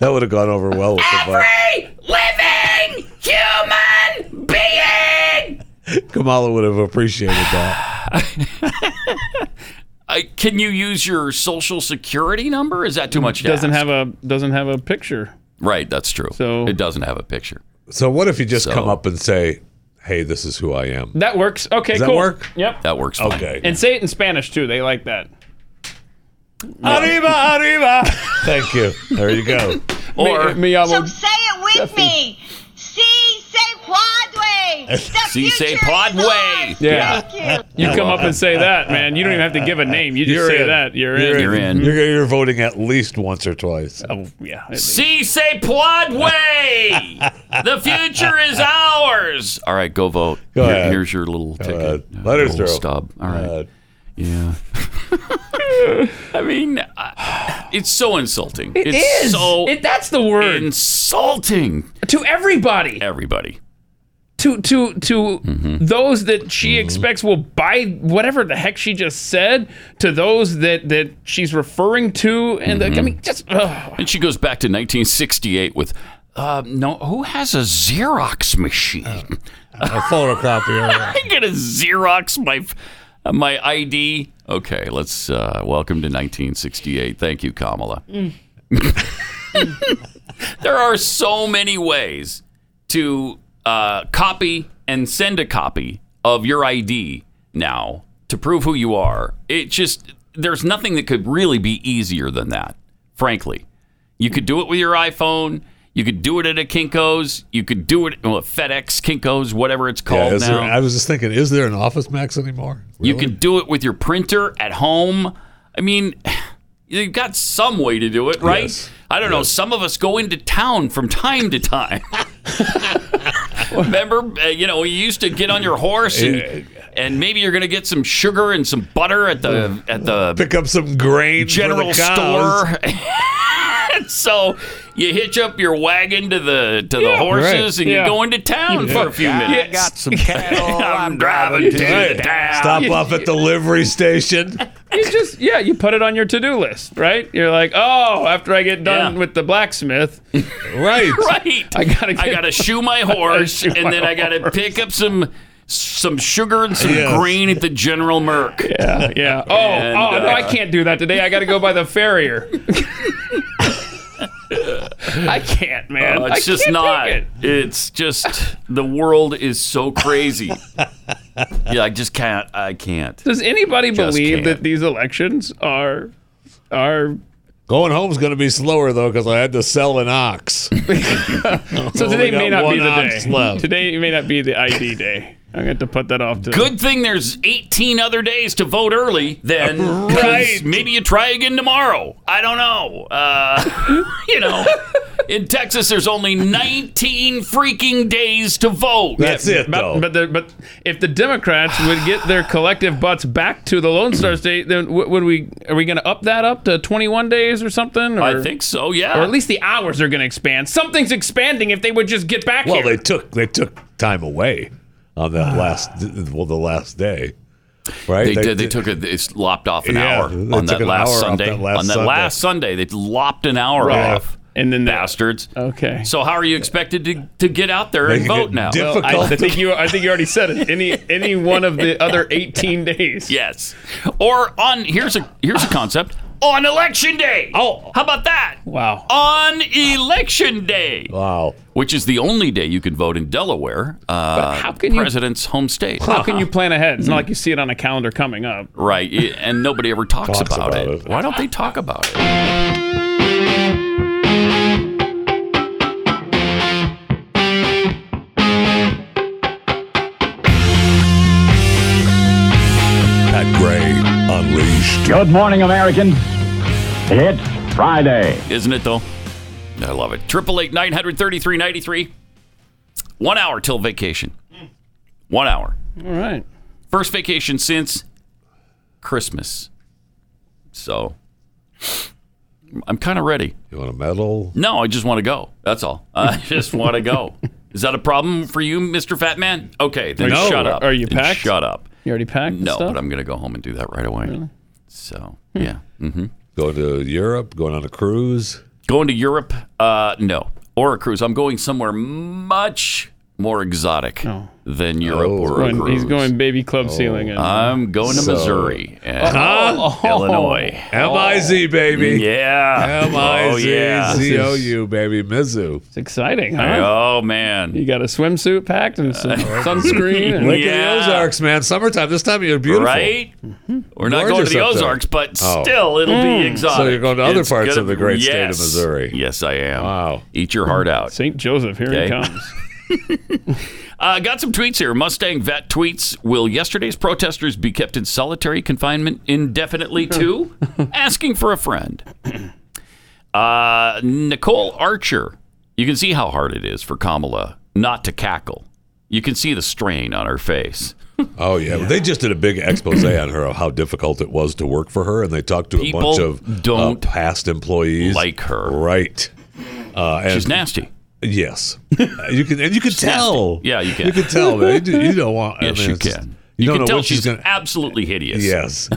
[SPEAKER 4] That would have gone over well with the vote.
[SPEAKER 17] Free living human being.
[SPEAKER 4] Kamala would have appreciated that.
[SPEAKER 3] Uh, can you use your social security number? Is that too much? To
[SPEAKER 5] Doesn't
[SPEAKER 3] ask?
[SPEAKER 5] have a doesn't have a picture.
[SPEAKER 3] Right, that's true. So it doesn't have a picture.
[SPEAKER 4] So what if you just come up and say, "Hey, this is who I am."
[SPEAKER 5] That works. Okay,
[SPEAKER 4] Does that
[SPEAKER 5] cool.
[SPEAKER 4] work?
[SPEAKER 5] Yep.
[SPEAKER 3] That works. Fine. Okay.
[SPEAKER 5] And say it in Spanish too. They like that.
[SPEAKER 4] Arriba,
[SPEAKER 5] arriba.
[SPEAKER 4] Thank you. There you go.
[SPEAKER 5] Or me, me
[SPEAKER 18] So say it with me. Si se puede.
[SPEAKER 3] See, say Podway.
[SPEAKER 5] Yeah. You come up and say that, man. You don't even have to give a name. You just
[SPEAKER 4] You're
[SPEAKER 5] say
[SPEAKER 4] in.
[SPEAKER 5] that. You're, in. Mm-hmm.
[SPEAKER 4] You're in. You're, you're voting at least once or twice.
[SPEAKER 5] Oh yeah.
[SPEAKER 3] See, say Podway. the future is ours. All right, go vote.
[SPEAKER 4] Go
[SPEAKER 3] Here-
[SPEAKER 4] ahead.
[SPEAKER 3] Here's your little ticket.
[SPEAKER 4] ahead. Let her
[SPEAKER 3] Little
[SPEAKER 4] through.
[SPEAKER 3] Stub. All right.
[SPEAKER 4] Uh,
[SPEAKER 3] yeah. I mean, I- it's so insulting. it's
[SPEAKER 5] is.
[SPEAKER 3] so
[SPEAKER 5] It- that's the word.
[SPEAKER 3] Insulting
[SPEAKER 5] to everybody.
[SPEAKER 3] Everybody.
[SPEAKER 5] to to to
[SPEAKER 3] Mm-hmm.
[SPEAKER 5] those that she expects will buy whatever the heck she just said to those that that she's referring to and the, I
[SPEAKER 3] Mm-hmm.
[SPEAKER 5] mean just ugh.
[SPEAKER 3] And she goes back to 1968 with, uh, no, who has a Xerox machine?
[SPEAKER 5] Oh.
[SPEAKER 3] a
[SPEAKER 4] photocopier.
[SPEAKER 3] I'm gonna Xerox my f- uh, my ID. Okay, let's uh, welcome to 1968. Thank you, Kamala. Mm. There are so many ways to uh, copy and send a copy of your ID now to prove who you are. It just there's nothing that could really be easier than that. frankly. You could do it with your iPhone. You could do it at a Kinko's. You could do it well, FedEx, Kinko's, whatever it's
[SPEAKER 4] Yeah,
[SPEAKER 3] called
[SPEAKER 4] is there-
[SPEAKER 3] now.
[SPEAKER 4] I was just thinking, is there an Office Max anymore?
[SPEAKER 3] You can do it with your printer at home. I mean, you've got some way to do it, right? I don't know. Some of us go into town from time to time. Remember, uh, you know, you used to get on your horse and, and maybe you're going to get some sugar and some butter at the Uh, at the
[SPEAKER 4] pick up some grain for
[SPEAKER 3] general
[SPEAKER 4] the cows.
[SPEAKER 3] store. And so you hitch up your wagon to the to the
[SPEAKER 4] Yeah.
[SPEAKER 3] horses
[SPEAKER 4] Right.
[SPEAKER 3] and
[SPEAKER 4] Yeah.
[SPEAKER 3] you go into town
[SPEAKER 4] Yeah.
[SPEAKER 3] for a few
[SPEAKER 4] I
[SPEAKER 3] minutes.
[SPEAKER 4] got some
[SPEAKER 3] cattle. I'm driving to the town.
[SPEAKER 4] Stop off at the livery station.
[SPEAKER 5] You just yeah, you put it on your to-do list, right? You're like, oh, after I get done with the blacksmith,
[SPEAKER 4] right,
[SPEAKER 3] right,
[SPEAKER 5] I gotta, get,
[SPEAKER 3] I gotta shoe my horse,
[SPEAKER 5] I gotta shoe my
[SPEAKER 3] and then I gotta
[SPEAKER 5] horse.
[SPEAKER 3] pick up some some sugar and some
[SPEAKER 5] Yes.
[SPEAKER 3] grain at the General Merc.
[SPEAKER 5] Yeah, yeah. Oh,
[SPEAKER 3] And,
[SPEAKER 5] oh, no,
[SPEAKER 3] uh,
[SPEAKER 5] I can't do that today. I gotta go by the farrier. I can't, man.
[SPEAKER 3] Uh,
[SPEAKER 5] I
[SPEAKER 3] it's just
[SPEAKER 5] can't
[SPEAKER 3] not.
[SPEAKER 5] take it.
[SPEAKER 3] It's just the world is so crazy. yeah, I just can't. I can't.
[SPEAKER 5] Does anybody
[SPEAKER 3] Just
[SPEAKER 5] believe
[SPEAKER 3] can't.
[SPEAKER 5] that these elections are are
[SPEAKER 4] Going home's going to be slower though because I had to sell an ox.
[SPEAKER 5] so
[SPEAKER 4] Only
[SPEAKER 5] today
[SPEAKER 4] got
[SPEAKER 5] may not
[SPEAKER 4] one
[SPEAKER 5] be the day.
[SPEAKER 4] ox left.
[SPEAKER 5] Today may not be the ID day. I'm going to put that off to
[SPEAKER 3] Good thing there's 18 other days to vote early. Then 'cause
[SPEAKER 5] Right.
[SPEAKER 3] maybe you try again tomorrow. I don't know. Uh, you know, in Texas, there's only 19 freaking days to vote.
[SPEAKER 4] That's it,
[SPEAKER 5] But
[SPEAKER 4] though.
[SPEAKER 5] but, the, but if the Democrats would get their collective butts back to the Lone
[SPEAKER 4] Mm.
[SPEAKER 5] Star State, then w- would we? Are we going to up that up to 21 days or something? Or,
[SPEAKER 3] I think so. Yeah.
[SPEAKER 5] Or at least the hours are going to expand. Something's expanding if they would just get back
[SPEAKER 4] well,
[SPEAKER 5] here.
[SPEAKER 4] they took they took time away on that last well the last day, right?
[SPEAKER 3] Ah. They, did. They took it. It's lopped off an
[SPEAKER 4] Yeah,
[SPEAKER 3] hour
[SPEAKER 4] they
[SPEAKER 3] on
[SPEAKER 4] took
[SPEAKER 3] that
[SPEAKER 4] an
[SPEAKER 3] last
[SPEAKER 4] hour off
[SPEAKER 3] Sunday.
[SPEAKER 4] that last
[SPEAKER 3] on that
[SPEAKER 4] Sunday.
[SPEAKER 3] last Sunday, they lopped an hour
[SPEAKER 4] Right.
[SPEAKER 3] off.
[SPEAKER 5] And then
[SPEAKER 3] bastards.
[SPEAKER 5] Okay.
[SPEAKER 3] So how are you expected to, to get out there and
[SPEAKER 4] Making it
[SPEAKER 3] vote now?
[SPEAKER 4] difficult.
[SPEAKER 5] I, I think you. I think you already said it. Any any one of the other 18 days.
[SPEAKER 3] Yes. Or on here's a here's a concept. On election day. Oh, how about that?
[SPEAKER 5] Wow.
[SPEAKER 3] On election day.
[SPEAKER 4] Wow.
[SPEAKER 3] Which is the only day you can vote in Delaware, uh,
[SPEAKER 5] how can you-
[SPEAKER 3] president's home state.
[SPEAKER 5] How can you plan ahead? It's not like you see it on a calendar coming up.
[SPEAKER 3] Right, y- and nobody ever talks,
[SPEAKER 4] Talks
[SPEAKER 3] about,
[SPEAKER 4] about
[SPEAKER 3] it. Why don't they talk about it?
[SPEAKER 4] Pat Gray unleashed.
[SPEAKER 2] Good morning, Americans. It's Friday.
[SPEAKER 3] Isn't it though? I love it. Triple eight nine hundred thirty three ninety three. One hour till vacation. One hour.
[SPEAKER 5] All right.
[SPEAKER 3] First vacation since Christmas. So I'm kind of ready.
[SPEAKER 4] You want a medal?
[SPEAKER 3] No, I just want to go. That's all. I just want to go. Is that a problem for you, Mr. Fat Man? Okay, then
[SPEAKER 5] No.
[SPEAKER 3] shut up.
[SPEAKER 5] Are you
[SPEAKER 3] Then
[SPEAKER 5] packed?
[SPEAKER 3] Shut up.
[SPEAKER 5] You already packed? and
[SPEAKER 3] No,
[SPEAKER 5] stuff? Hmm.
[SPEAKER 3] but I'm going to go home and do that right away. So, yeah. Mm-hmm.
[SPEAKER 4] Going to Europe? Going on a cruise?
[SPEAKER 3] Going to Europe? Uh, no. Or a cruise. I'm going somewhere much more exotic than Europe
[SPEAKER 4] Oh.
[SPEAKER 3] or a
[SPEAKER 5] Going-
[SPEAKER 3] cruise.
[SPEAKER 5] Oh. he's going baby club ceiling. And,
[SPEAKER 3] I'm going to
[SPEAKER 4] So-
[SPEAKER 3] Missouri and
[SPEAKER 4] Huh?
[SPEAKER 3] Illinois.
[SPEAKER 4] Oh. M I Z baby.
[SPEAKER 3] Yeah.
[SPEAKER 4] M I Z Z O U baby. Mizzou.
[SPEAKER 5] it's exciting,
[SPEAKER 3] Oh, yeah.
[SPEAKER 5] huh?
[SPEAKER 3] Oh, man. Uh,
[SPEAKER 5] You got a swimsuit packed and some sunscreen. And
[SPEAKER 4] Lake
[SPEAKER 3] Yeah.
[SPEAKER 4] of the Ozarks, man. Summertime. This time of year, beautiful.
[SPEAKER 3] Right?
[SPEAKER 5] Mm-hmm.
[SPEAKER 3] We're not going to
[SPEAKER 4] Gorgeous
[SPEAKER 3] the
[SPEAKER 4] up there.
[SPEAKER 3] Ozarks, but
[SPEAKER 4] Oh.
[SPEAKER 3] still, it'll
[SPEAKER 5] Mm.
[SPEAKER 3] be exotic.
[SPEAKER 4] So you're going to other
[SPEAKER 3] It's
[SPEAKER 4] parts
[SPEAKER 3] gonna
[SPEAKER 4] of the
[SPEAKER 3] be-
[SPEAKER 4] great state of
[SPEAKER 3] yes.
[SPEAKER 4] Missouri.
[SPEAKER 3] Yes, I am.
[SPEAKER 4] Wow.
[SPEAKER 3] Eat your heart out.
[SPEAKER 5] St. Joseph, here
[SPEAKER 3] Okay.
[SPEAKER 5] he comes.
[SPEAKER 3] Uh, got some tweets here. Mustang Vet tweets. Will yesterday's protesters be kept in solitary confinement indefinitely too? Asking for a friend. Uh, Nicole Archer. You can see how hard it is for Kamala not to cackle. You can see the strain on her face.
[SPEAKER 4] Oh yeah, Well, they just did a big expose on her of how difficult it was to work for her, and they talked to
[SPEAKER 3] People
[SPEAKER 4] a bunch of
[SPEAKER 3] don't
[SPEAKER 4] uh, past employees
[SPEAKER 3] like her.
[SPEAKER 4] right? Uh, and
[SPEAKER 3] She's nasty.
[SPEAKER 4] Yes, Uh, you can, and you can tell.
[SPEAKER 3] Yeah, you can.
[SPEAKER 4] You can tell. man. You, you don't want. I
[SPEAKER 3] Yes,
[SPEAKER 4] mean,
[SPEAKER 3] you
[SPEAKER 4] it's just-
[SPEAKER 3] can. You,
[SPEAKER 4] You, don't
[SPEAKER 3] can
[SPEAKER 4] know
[SPEAKER 3] tell
[SPEAKER 4] what she's
[SPEAKER 3] she's
[SPEAKER 4] gonna.
[SPEAKER 3] absolutely hideous.
[SPEAKER 4] Yes.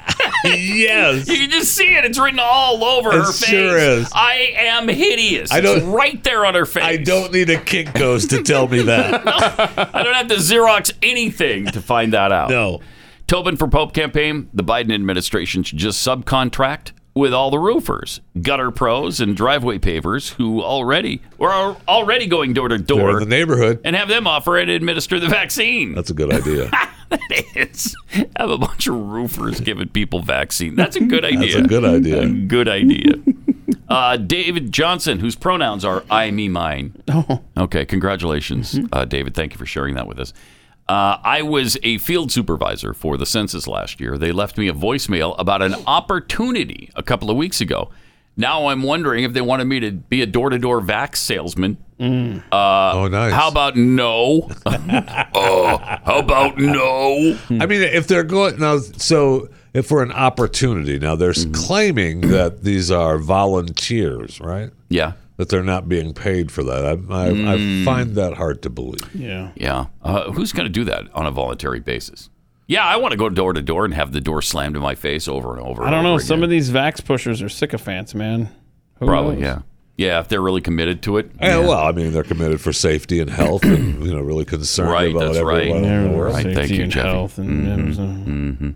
[SPEAKER 4] yes.
[SPEAKER 3] You can just see it. It's written all over
[SPEAKER 4] It
[SPEAKER 3] her face.
[SPEAKER 4] sure is.
[SPEAKER 3] I am hideous.
[SPEAKER 4] I don't-
[SPEAKER 3] it's right there on her face.
[SPEAKER 4] I don't need a Kinko's to tell me that.
[SPEAKER 3] I don't have to Xerox anything to find that out.
[SPEAKER 4] No.
[SPEAKER 3] Tobin for Pope campaign. The Biden administration should just subcontract with all the roofers, gutter pros, and driveway pavers who already are already going door to
[SPEAKER 4] They're in
[SPEAKER 3] door
[SPEAKER 4] the neighborhood.
[SPEAKER 3] and have them offer and administer the vaccine.
[SPEAKER 4] That's a good idea.
[SPEAKER 3] It's- have a bunch of roofers giving people vaccine. That's a good idea.
[SPEAKER 4] That's a good idea.
[SPEAKER 3] Good idea. Uh, David Johnson, whose pronouns are I, me, mine.
[SPEAKER 5] Oh. Mm-hmm.
[SPEAKER 3] Okay, congratulations, uh, David. Thank you for sharing that with us. Uh, I was a field supervisor for the census last year. They left me a voicemail about an opportunity a couple of weeks ago. Now I'm wondering if they wanted me to be a door to door vax salesman.
[SPEAKER 5] Mm.
[SPEAKER 3] Uh, oh, nice. How about no? oh, how about no?
[SPEAKER 4] I mean, if they're going now, so if for an opportunity, now they're
[SPEAKER 3] Mm-hmm.
[SPEAKER 4] claiming that these are volunteers, right?
[SPEAKER 3] Yeah.
[SPEAKER 4] That they're not being paid for that. I, I, I
[SPEAKER 3] Mm.
[SPEAKER 4] find that hard to believe.
[SPEAKER 5] Yeah.
[SPEAKER 3] Yeah. Uh, who's going to do that on a voluntary basis? Yeah, I want to go door to door and have the door slammed in my face over and over.
[SPEAKER 5] I
[SPEAKER 3] and
[SPEAKER 5] don't
[SPEAKER 3] over
[SPEAKER 5] know.
[SPEAKER 3] again.
[SPEAKER 5] Some of these vax pushers are sycophants, man. Who
[SPEAKER 3] Probably,
[SPEAKER 5] knows?
[SPEAKER 3] yeah. Yeah, if they're really committed to it.
[SPEAKER 4] Yeah, well, I mean, they're committed for safety and health, and you know, really concerned
[SPEAKER 3] Right,
[SPEAKER 4] about
[SPEAKER 3] that's right.
[SPEAKER 4] everyone in the world.
[SPEAKER 3] Right, thank you, Jeffy. Mhm, mhm.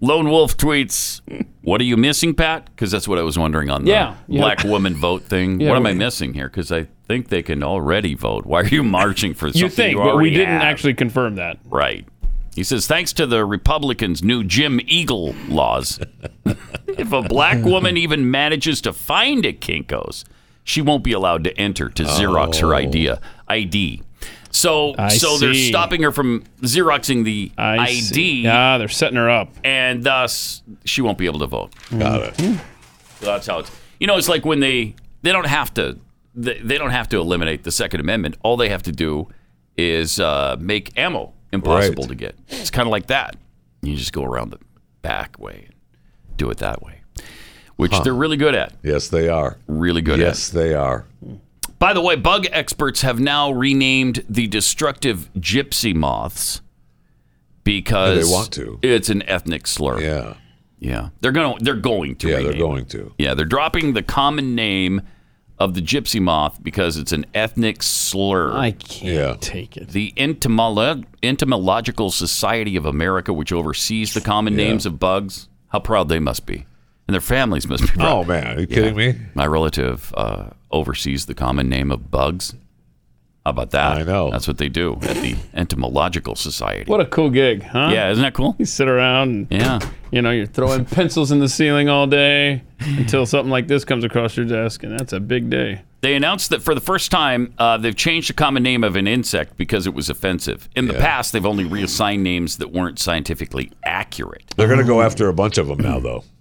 [SPEAKER 3] Lone Wolf tweets, "What are you missing, Pat? Because that's what I was wondering on the
[SPEAKER 5] Yeah, yeah.
[SPEAKER 3] black woman vote thing.
[SPEAKER 5] Yeah,
[SPEAKER 3] what am I
[SPEAKER 5] we-
[SPEAKER 3] missing here? Because I think they can already vote. Why are you marching for something
[SPEAKER 5] You think,
[SPEAKER 3] you
[SPEAKER 5] but we
[SPEAKER 3] already
[SPEAKER 5] didn't
[SPEAKER 3] have?
[SPEAKER 5] actually confirm that.
[SPEAKER 3] Right. He says, thanks to the Republicans' new Jim Eagle laws, if a black woman even manages to find a Kinko's, she won't be allowed to enter to Xerox her idea ID. So,
[SPEAKER 5] Oh. I
[SPEAKER 3] so they're
[SPEAKER 5] see.
[SPEAKER 3] stopping her from Xeroxing the ID.
[SPEAKER 5] see. Ah, they're setting her up,
[SPEAKER 3] and thus she won't be able to vote.
[SPEAKER 5] Got
[SPEAKER 3] it. So that's how it's. You know, it's like when they they don't have to they, they don't have to eliminate the Second Amendment. All they have to do is uh, make ammo impossible
[SPEAKER 4] Right.
[SPEAKER 3] to get. It's kind of like that. You just go around the back way and do it that way, which
[SPEAKER 4] Huh.
[SPEAKER 3] they're really good at.
[SPEAKER 4] Yes, they are.
[SPEAKER 3] Really good
[SPEAKER 4] Yes, they are.
[SPEAKER 3] By the way, bug experts have now renamed the destructive gypsy moths because
[SPEAKER 4] They want to.
[SPEAKER 3] It's an ethnic slur.
[SPEAKER 4] Yeah.
[SPEAKER 3] Yeah. They're going to they're going to.
[SPEAKER 4] Yeah, they're
[SPEAKER 3] rename
[SPEAKER 4] going
[SPEAKER 3] it.
[SPEAKER 4] to.
[SPEAKER 3] Yeah, they're dropping the common name of the gypsy moth because it's an ethnic slur.
[SPEAKER 5] I can't
[SPEAKER 4] Yeah.
[SPEAKER 5] take it.
[SPEAKER 3] The Entomolo- Entomological Society of America, which oversees the common
[SPEAKER 4] Yeah.
[SPEAKER 3] names of bugs, how proud they must be. And their families must be proud.
[SPEAKER 4] Oh, man. Are you kidding me?
[SPEAKER 3] My relative uh, oversees the common name of bugs. How about that? I know. That's what they do at the Entomological Society.
[SPEAKER 5] What a cool gig, huh?
[SPEAKER 3] Yeah, isn't that cool?
[SPEAKER 5] You sit around. And,
[SPEAKER 3] Yeah.
[SPEAKER 5] You know, you're throwing pencils in the ceiling all day until something like this comes across your desk, and that's a big day.
[SPEAKER 3] They announced that for the first time, uh, they've changed the common name of an insect because it was offensive. In the past, they've only reassigned names that weren't scientifically accurate.
[SPEAKER 4] They're going to go after a bunch of them now, though.
[SPEAKER 3] Oh.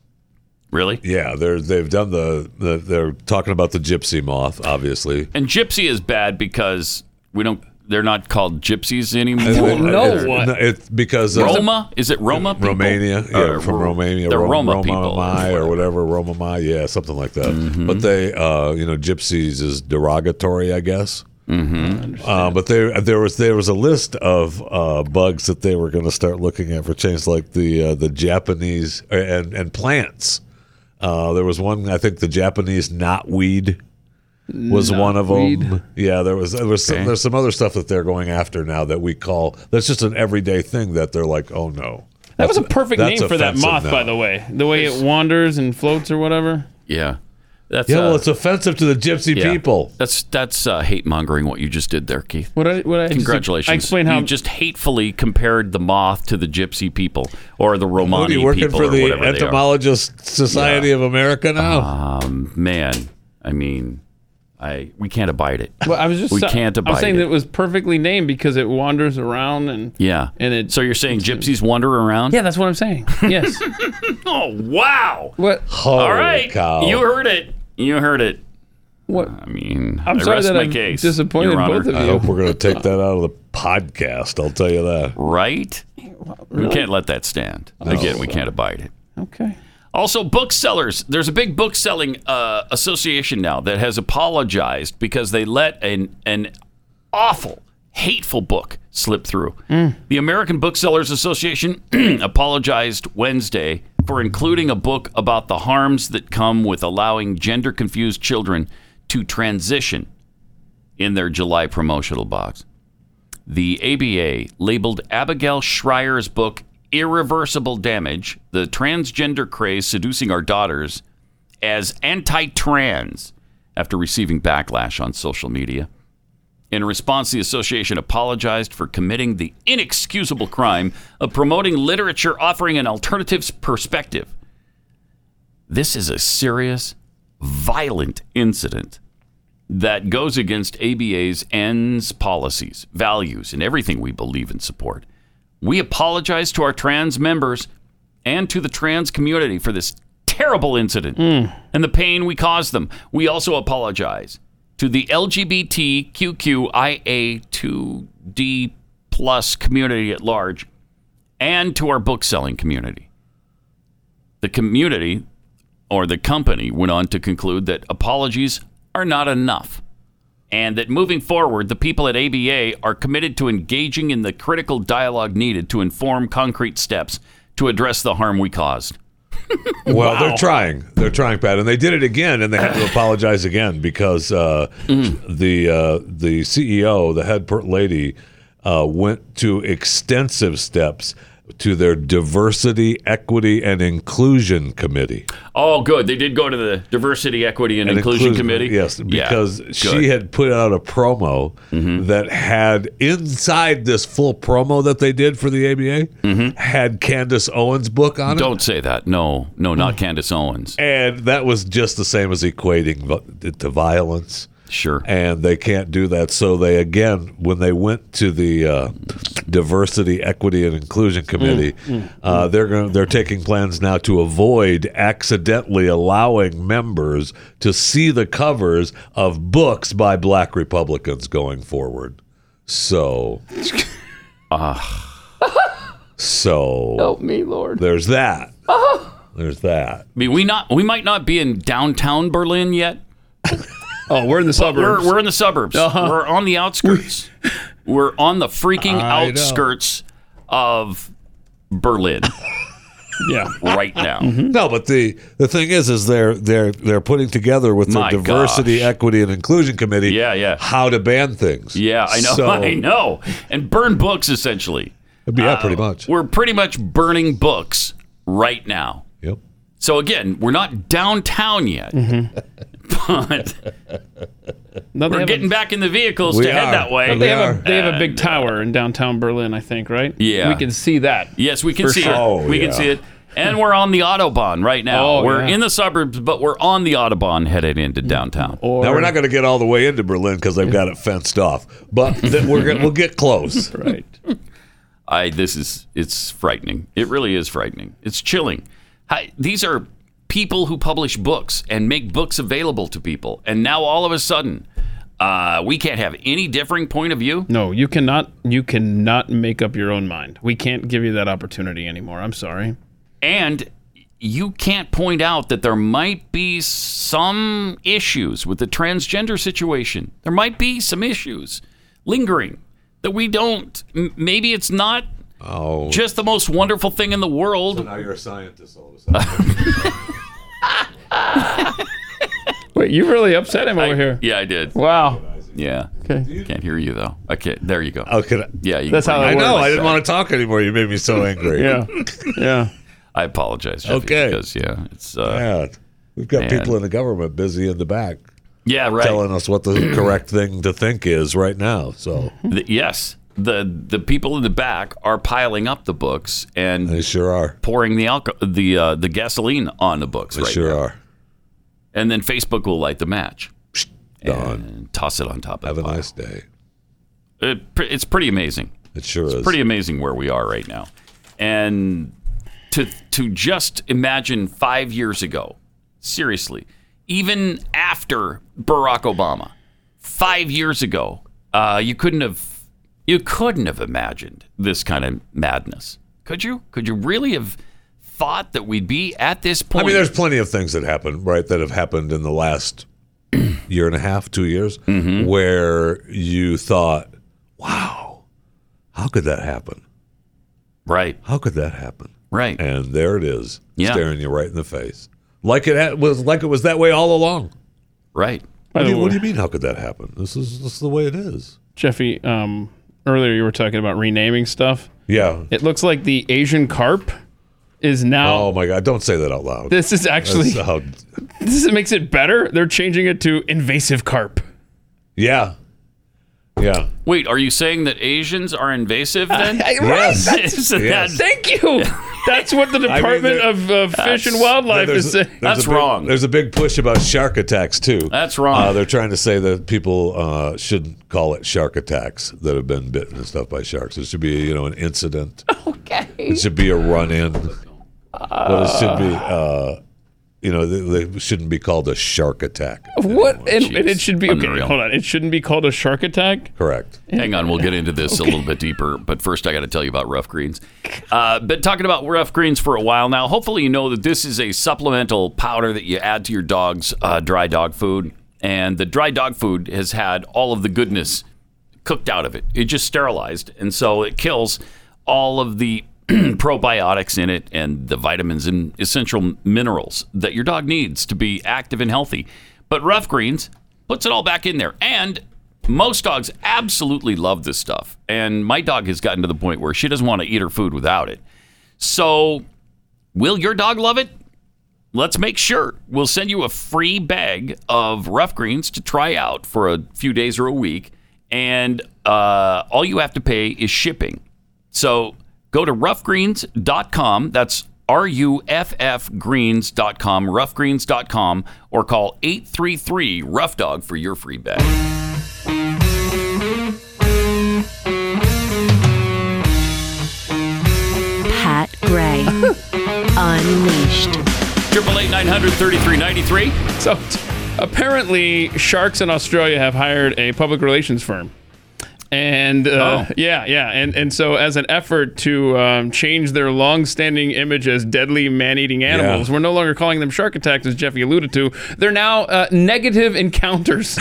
[SPEAKER 3] Really?
[SPEAKER 4] Yeah, they're they've done the, the they're talking about the gypsy moth, obviously.
[SPEAKER 3] And gypsy is bad because we don't. They're not called gypsies anymore.
[SPEAKER 4] It- it- it- no, uh, It's because of-
[SPEAKER 3] Roma? Is it Roma? people?
[SPEAKER 4] Romania, yeah,
[SPEAKER 3] Or
[SPEAKER 4] from Romania,
[SPEAKER 3] They're
[SPEAKER 4] Ro-
[SPEAKER 3] Roma, people. Mm-hmm.
[SPEAKER 4] Mai or whatever, Roma Mai, yeah, something like that. But they, uh, you know, gypsies is derogatory, I guess. Mm-hmm. Uh, but there, there was there was a list of uh, bugs that they were going to start looking at for change, like the uh, the Japanese uh, and and plants. Uh, there was one, I think, the Japanese knotweed was one of them.
[SPEAKER 5] Knotweed.
[SPEAKER 4] Yeah, there was there was some,
[SPEAKER 5] Okay.
[SPEAKER 4] there's some other stuff that they're going after now that we call that's just an everyday thing that they're like, oh no.
[SPEAKER 5] That was a perfect name for that moth, by the way. The way it wanders and floats or whatever.
[SPEAKER 3] Yeah. That's,
[SPEAKER 4] yeah,
[SPEAKER 3] uh,
[SPEAKER 4] well, it's offensive to the gypsy
[SPEAKER 3] yeah.
[SPEAKER 4] people.
[SPEAKER 3] That's that's uh, hate mongering what you just did there, Keith.
[SPEAKER 5] What I, what I just-
[SPEAKER 3] Congratulations!
[SPEAKER 5] I explain how
[SPEAKER 3] you just hatefully compared the moth to the gypsy people or the Romani
[SPEAKER 4] What are you working
[SPEAKER 3] people
[SPEAKER 4] for
[SPEAKER 3] or
[SPEAKER 4] the
[SPEAKER 3] whatever they are.
[SPEAKER 4] Entomologist Society of America now?
[SPEAKER 3] Um, man, I mean, I we can't abide it.
[SPEAKER 5] Well, I was just
[SPEAKER 3] we can't
[SPEAKER 5] I
[SPEAKER 3] abide
[SPEAKER 5] was saying
[SPEAKER 3] it.
[SPEAKER 5] that it was perfectly named because it wanders around and
[SPEAKER 3] yeah,
[SPEAKER 5] and it.
[SPEAKER 3] So you're saying gypsies wander around?
[SPEAKER 5] Yeah, that's what I'm saying. Yes.
[SPEAKER 3] oh wow.
[SPEAKER 5] What?
[SPEAKER 3] All right, you heard it. You heard it.
[SPEAKER 5] What?
[SPEAKER 3] I mean,
[SPEAKER 5] I'm
[SPEAKER 3] I
[SPEAKER 5] sorry
[SPEAKER 3] rest
[SPEAKER 5] that
[SPEAKER 3] my
[SPEAKER 5] I'm
[SPEAKER 3] case,
[SPEAKER 5] disappointed
[SPEAKER 3] Your Honor. Uh,
[SPEAKER 5] both of
[SPEAKER 4] I hope we're going to take that out of the podcast. I'll tell you that.
[SPEAKER 3] Right?
[SPEAKER 5] Really? Oh.
[SPEAKER 3] We can't let that stand. Again, we can't abide it.
[SPEAKER 5] Okay.
[SPEAKER 3] Also, booksellers. There's a big book selling uh, association now that has apologized because they let an an awful, hateful book slip through.
[SPEAKER 5] Mm.
[SPEAKER 3] The American Booksellers Association apologized Wednesday for including a book about the harms that come with allowing gender confused children to transition in their July promotional box. The ABA labeled Abigail Schreier's book Irreversible Damage The Transgender Craze Seducing Our Daughters as anti trans after receiving backlash on social media. In response, the association apologized for committing the inexcusable crime of promoting literature offering an alternative perspective. This is a serious violent incident that goes against ABA's ends, policies, values, and everything we believe and support. We apologize to our trans members and to the trans community for this terrible incident and the pain we caused them. We also apologize to the LGBTQIA2D plus community at large and to our book selling community. The community or the company went on to conclude that apologies are not enough and that moving forward, the people at ABA are committed to engaging in the critical dialogue needed to inform concrete steps to address the harm we caused.
[SPEAKER 4] Well, they're trying. They're trying, Pat, and they did it again, and they had to apologize again because uh,
[SPEAKER 3] Mm.
[SPEAKER 4] the uh, the CEO, the head per- lady, uh, went to extensive steps to their diversity, equity, and inclusion committee
[SPEAKER 3] Oh, good. They did go to the Diversity, Equity, and,
[SPEAKER 4] And
[SPEAKER 3] Inclusion Committee.
[SPEAKER 4] Yes,
[SPEAKER 3] Yeah,
[SPEAKER 4] because
[SPEAKER 3] good. Mm-hmm.
[SPEAKER 4] she had put out a promo that had inside this full promo that they did for the ABA had Candace Owens' book on it.
[SPEAKER 3] Mm-hmm. Don't say that. No, no, not Candace Owens.
[SPEAKER 4] And that was just the same as equating vi- it to violence.
[SPEAKER 3] Sure.
[SPEAKER 4] And they can't do that. So they, again, when they went to the uh, Diversity, Equity, and Inclusion Committee,
[SPEAKER 19] mm,
[SPEAKER 4] uh, they're going they're taking plans now to avoid accidentally allowing members to see the covers of books by black Republicans going forward. So. ah, so.
[SPEAKER 3] Help me, Lord.
[SPEAKER 4] There's that.
[SPEAKER 5] Oh.
[SPEAKER 4] There's that.
[SPEAKER 3] I mean, we not we might not be in downtown Berlin yet.
[SPEAKER 5] oh, we're in the
[SPEAKER 3] We're,
[SPEAKER 5] suburbs.
[SPEAKER 3] we're in the suburbs.
[SPEAKER 5] Uh-huh.
[SPEAKER 3] We're on the outskirts. we're on the freaking
[SPEAKER 5] I know.
[SPEAKER 3] outskirts of Berlin.
[SPEAKER 5] yeah, Mm-hmm.
[SPEAKER 3] right now.
[SPEAKER 4] No, but the the thing is, is they're they're they're putting together with the
[SPEAKER 3] My
[SPEAKER 4] diversity, equity, and inclusion committee.
[SPEAKER 3] Yeah, yeah.
[SPEAKER 4] How to ban things?
[SPEAKER 3] Yeah, I know.
[SPEAKER 4] So-
[SPEAKER 3] I know. And burn books essentially. Uh,
[SPEAKER 4] Yeah, pretty much.
[SPEAKER 3] We're pretty much burning books right now.
[SPEAKER 4] Yep. Mm-hmm.
[SPEAKER 3] So again, we're not downtown yet, but
[SPEAKER 5] they
[SPEAKER 3] we're
[SPEAKER 5] have a-
[SPEAKER 3] getting back in the vehicles
[SPEAKER 5] We
[SPEAKER 3] to head
[SPEAKER 5] are.
[SPEAKER 3] that way. Uh,
[SPEAKER 5] They have, a, they have a
[SPEAKER 3] And-
[SPEAKER 5] big tower in downtown Berlin, I think, right?
[SPEAKER 3] Yeah.
[SPEAKER 5] We can see that.
[SPEAKER 3] Yes, we can
[SPEAKER 5] For
[SPEAKER 3] see
[SPEAKER 5] sure.
[SPEAKER 3] it.
[SPEAKER 4] Oh,
[SPEAKER 3] we can see it. And we're on the autobahn right now.
[SPEAKER 5] Oh,
[SPEAKER 3] we're
[SPEAKER 5] yeah.
[SPEAKER 3] in the suburbs, but we're on the autobahn headed into downtown.
[SPEAKER 4] now we're not going to get all the way into Berlin because they've got it fenced off, but then we're gonna, we'll get close.
[SPEAKER 5] right.
[SPEAKER 3] I this is it's frightening. It really is frightening. It's chilling. Hi, these are people who publish books and make books available to people, and now all of a sudden, uh, we can't have any differing point of view.
[SPEAKER 5] No, you cannot. You cannot make up your own mind. We can't give you that opportunity anymore. I'm sorry.
[SPEAKER 3] And you can't point out that there might be some issues with the transgender situation. There might be some issues lingering that we don't. m- Maybe it's not
[SPEAKER 4] oh.
[SPEAKER 3] just the most wonderful thing in the world.
[SPEAKER 4] now you're a scientist all of a sudden.
[SPEAKER 5] Wait, you really upset him over here.
[SPEAKER 3] Yeah, I did.
[SPEAKER 5] Wow.
[SPEAKER 3] Yeah.
[SPEAKER 5] Okay.
[SPEAKER 3] Can't hear you though. Okay. There you go.
[SPEAKER 4] Okay.
[SPEAKER 3] Yeah. You
[SPEAKER 4] That's
[SPEAKER 3] can
[SPEAKER 4] how
[SPEAKER 3] bring
[SPEAKER 4] it
[SPEAKER 3] it
[SPEAKER 4] works.
[SPEAKER 3] back.
[SPEAKER 4] Oh, I know, I didn't wanna talk anymore. You made me so angry. Yeah.
[SPEAKER 5] Yeah.
[SPEAKER 3] I apologize. Jeffy,
[SPEAKER 4] Okay.
[SPEAKER 3] Because yeah, it's uh,
[SPEAKER 4] yeah, we've got
[SPEAKER 3] Man.
[SPEAKER 4] people in the government busy in the back.
[SPEAKER 3] Yeah, right.
[SPEAKER 4] Telling us what the correct thing to think is right now. So
[SPEAKER 3] the, yes. The the people in the back are piling up the books and
[SPEAKER 4] they sure are
[SPEAKER 3] pouring the alcohol the uh, the gasoline on the books.
[SPEAKER 4] they
[SPEAKER 3] right
[SPEAKER 4] sure
[SPEAKER 3] now.
[SPEAKER 4] are.
[SPEAKER 3] And then Facebook will light the match. And toss it on top of
[SPEAKER 4] Have a nice day.
[SPEAKER 3] It, pre- it's pretty amazing.
[SPEAKER 4] It sure
[SPEAKER 3] it's
[SPEAKER 4] is.
[SPEAKER 3] Pretty amazing where we are right now, and to to just imagine five years ago, seriously, even after Barack Obama, five years ago, uh, you couldn't have you couldn't have imagined this kind of madness, could you? Could you really have thought that we'd be at this point?
[SPEAKER 4] I mean, there's plenty of things that happen, right? That have happened in the last year and a half, two years,
[SPEAKER 3] Mm-hmm.
[SPEAKER 4] where you thought, wow, how could that happen?
[SPEAKER 3] Right.
[SPEAKER 4] How could that happen?
[SPEAKER 3] Right.
[SPEAKER 4] And there it is,
[SPEAKER 3] Yeah.
[SPEAKER 4] staring you right in the face. Like it ha- was like it was that way all along.
[SPEAKER 3] Right.
[SPEAKER 4] What do, you,
[SPEAKER 5] By the
[SPEAKER 4] what do
[SPEAKER 5] way-
[SPEAKER 4] you mean? How could that happen? This is this is the way it is.
[SPEAKER 5] Jeffy, um, earlier you were talking about renaming stuff.
[SPEAKER 4] Yeah.
[SPEAKER 5] It looks like the Asian carp is now.
[SPEAKER 4] Oh my God! Don't say that out loud.
[SPEAKER 5] This is actually-
[SPEAKER 4] That's how-
[SPEAKER 5] This makes it better. They're changing it to invasive carp.
[SPEAKER 4] yeah. Yeah.
[SPEAKER 3] Wait, are you saying that Asians are invasive then?
[SPEAKER 5] Right, that's- Thank you. That's what the
[SPEAKER 4] I mean,
[SPEAKER 5] Department
[SPEAKER 4] there-
[SPEAKER 5] of uh, Fish and Wildlife
[SPEAKER 4] there's
[SPEAKER 5] is
[SPEAKER 4] a-
[SPEAKER 5] saying.
[SPEAKER 4] there's a big- There's a big push about shark attacks too.
[SPEAKER 3] That's wrong.
[SPEAKER 4] Uh, they're trying to say that people uh, shouldn't call it shark attacks that have been bitten and stuff by sharks. It should be you know an incident. Okay. It should be a run in. but it should be uh, you know they, they shouldn't be called a shark attack.
[SPEAKER 5] What? And, and it should be okay.
[SPEAKER 3] Unreal.
[SPEAKER 5] Hold on. It shouldn't be called a shark attack.
[SPEAKER 4] Correct.
[SPEAKER 3] Hang on, we'll get into this a little bit deeper, but first I got to tell you about rough greens. Uh, been talking about rough greens for a while now. Hopefully, you know that this is a supplemental powder that you add to your dog's uh, dry dog food, and the dry dog food has had all of the goodness cooked out of it. It just sterilized, and so it kills all of the probiotics in it and the vitamins and essential minerals that your dog needs to be active and healthy. But Rough Greens puts it all back in there. And most dogs absolutely love this stuff. And my dog has gotten to the point where she doesn't want to eat her food without it. So, will your dog love it? Let's make sure. We'll send you a free bag of rough greens to try out for a few days or a week. And uh, all you have to pay is shipping. So go to roughgreens.com. That's R U F F greens.com, roughgreens.com, or call 833 Rough Dog for your free bag.
[SPEAKER 1] Pat Gray. Unleashed.
[SPEAKER 3] Triple eight nine hundred thirty three ninety three.
[SPEAKER 5] So t- apparently, sharks in Australia have hired a public relations firm, and uh,
[SPEAKER 3] Oh.
[SPEAKER 5] yeah, yeah, and and so as an effort to um, change their long-standing image as deadly man-eating animals,
[SPEAKER 4] Yeah.
[SPEAKER 5] we're no longer calling them shark attacks, as Jeffy alluded to. They're now uh, negative encounters.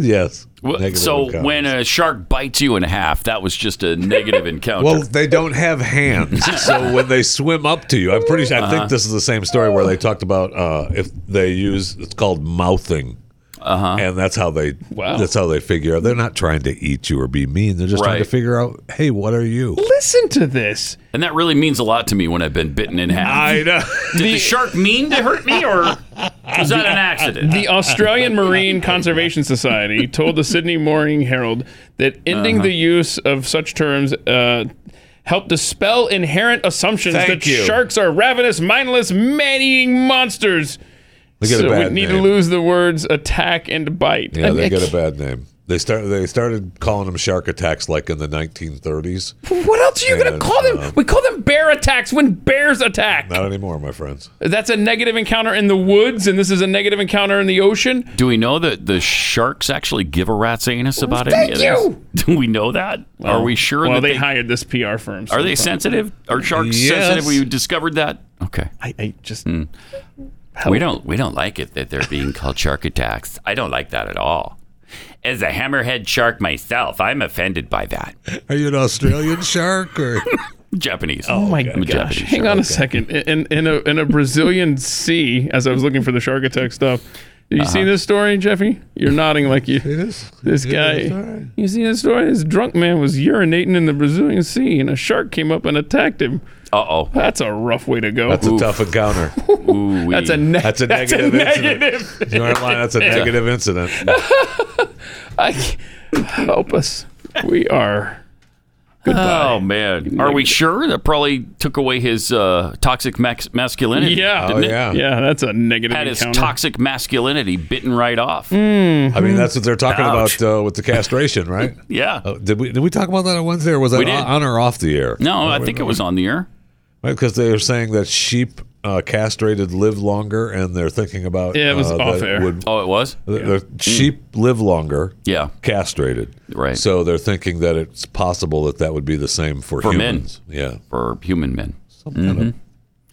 [SPEAKER 4] Yes. Negative
[SPEAKER 3] So
[SPEAKER 4] encounters.
[SPEAKER 3] when a shark bites you in half, that was just a negative encounter.
[SPEAKER 4] Well, they don't have hands, so when they swim up to you, I'm pretty. sure I
[SPEAKER 3] Uh-huh.
[SPEAKER 4] think this is the same story where they talked about uh, if they use it's called mouthing, uh-huh. and that's how they.
[SPEAKER 5] Wow.
[SPEAKER 4] That's how they figure out. They're not trying to eat you or be mean. They're just trying
[SPEAKER 3] Right.
[SPEAKER 4] to figure out, hey, what are you?
[SPEAKER 5] Listen to this.
[SPEAKER 3] and that really means a lot to me when I've been bitten in half.
[SPEAKER 4] I know.
[SPEAKER 3] Did the shark mean to hurt me, or was that an accident?
[SPEAKER 5] The Australian Marine Conservation Society told the Sydney Morning Herald that ending
[SPEAKER 3] Uh-huh.
[SPEAKER 5] the use of such terms uh, helped dispel inherent assumptions
[SPEAKER 4] Thank
[SPEAKER 5] that
[SPEAKER 4] you.
[SPEAKER 5] sharks are ravenous, mindless, man-eating monsters.
[SPEAKER 4] They get a
[SPEAKER 5] so
[SPEAKER 4] bad
[SPEAKER 5] we need to
[SPEAKER 4] name.
[SPEAKER 5] lose the words attack and bite.
[SPEAKER 4] Yeah, they
[SPEAKER 5] And
[SPEAKER 4] get a bad name. They start. They started calling them shark attacks like in the 1930s.
[SPEAKER 5] What else are you going
[SPEAKER 4] And,
[SPEAKER 5] to call them?
[SPEAKER 4] uh,
[SPEAKER 5] we call them bear attacks when bears attack.
[SPEAKER 4] Not anymore, my friends.
[SPEAKER 5] That's a negative encounter in the woods, and this is a negative encounter in the ocean.
[SPEAKER 3] Do we know that the sharks actually give a rat's anus about
[SPEAKER 5] Thank
[SPEAKER 3] any of this? Do we know that? are we sure
[SPEAKER 5] Well,
[SPEAKER 3] that
[SPEAKER 5] they,
[SPEAKER 3] they,
[SPEAKER 5] hired this PR firm. so
[SPEAKER 3] are they
[SPEAKER 5] probably-
[SPEAKER 3] sensitive? Are sharks
[SPEAKER 5] Yes.
[SPEAKER 3] sensitive? We discovered that. Okay.
[SPEAKER 5] I, I just
[SPEAKER 3] We don't we don't like it that they're being called shark attacks. I don't like that at all. As a hammerhead shark myself, I'm offended by that.
[SPEAKER 4] Are you an Australian shark or?
[SPEAKER 3] Japanese.
[SPEAKER 5] Oh my
[SPEAKER 3] I'm a
[SPEAKER 5] gosh!
[SPEAKER 3] Japanese
[SPEAKER 5] Hang
[SPEAKER 3] shark.
[SPEAKER 5] on a second. In in a in a Brazilian sea, as I was looking for the shark attack stuff. Have you
[SPEAKER 3] Uh-huh.
[SPEAKER 5] seen this story, Jeffy? You're nodding like you. It is. This guy. You seen this story? This drunk man was urinating in the Brazilian sea, and a shark came up and attacked him.
[SPEAKER 3] Uh oh.
[SPEAKER 5] That's a rough way to go.
[SPEAKER 4] That's a tough encounter.
[SPEAKER 3] Ooh,
[SPEAKER 5] That's a ne-
[SPEAKER 4] That's a
[SPEAKER 5] that's a
[SPEAKER 4] negative incident.
[SPEAKER 5] negative
[SPEAKER 4] You aren't lying. That's a
[SPEAKER 5] incident.
[SPEAKER 4] negative incident.
[SPEAKER 5] I can't- help us. We are. Goodbye.
[SPEAKER 3] Oh man, are we sure that probably took away his uh, toxic max- masculinity?
[SPEAKER 5] Yeah.
[SPEAKER 4] Oh,
[SPEAKER 3] didn't it?
[SPEAKER 5] Yeah, that's a negative
[SPEAKER 3] Had his
[SPEAKER 5] encounter. Mm.
[SPEAKER 3] toxic masculinity bitten right off. Mm-hmm.
[SPEAKER 4] I mean, that's what they're talking
[SPEAKER 3] Ouch.
[SPEAKER 4] about uh, with the castration, right?
[SPEAKER 3] Yeah.
[SPEAKER 4] Uh, did we did we talk about that on Wednesday, or was
[SPEAKER 3] We
[SPEAKER 4] that
[SPEAKER 3] did.
[SPEAKER 4] on on or off the air?
[SPEAKER 3] No, I think it was on the air.
[SPEAKER 4] Right, because they were saying that sheep uh, castrated live longer, and they're thinking about
[SPEAKER 5] Yeah, it was
[SPEAKER 4] uh, that
[SPEAKER 5] off air.
[SPEAKER 4] Would,
[SPEAKER 3] Oh, it was.
[SPEAKER 4] the, the sheep live longer.
[SPEAKER 3] Mm. Yeah.
[SPEAKER 4] castrated.
[SPEAKER 3] Right.
[SPEAKER 4] So they're thinking that it's possible that that would be the same for,
[SPEAKER 3] For men.
[SPEAKER 4] humans. Yeah.
[SPEAKER 3] For human men.
[SPEAKER 4] kind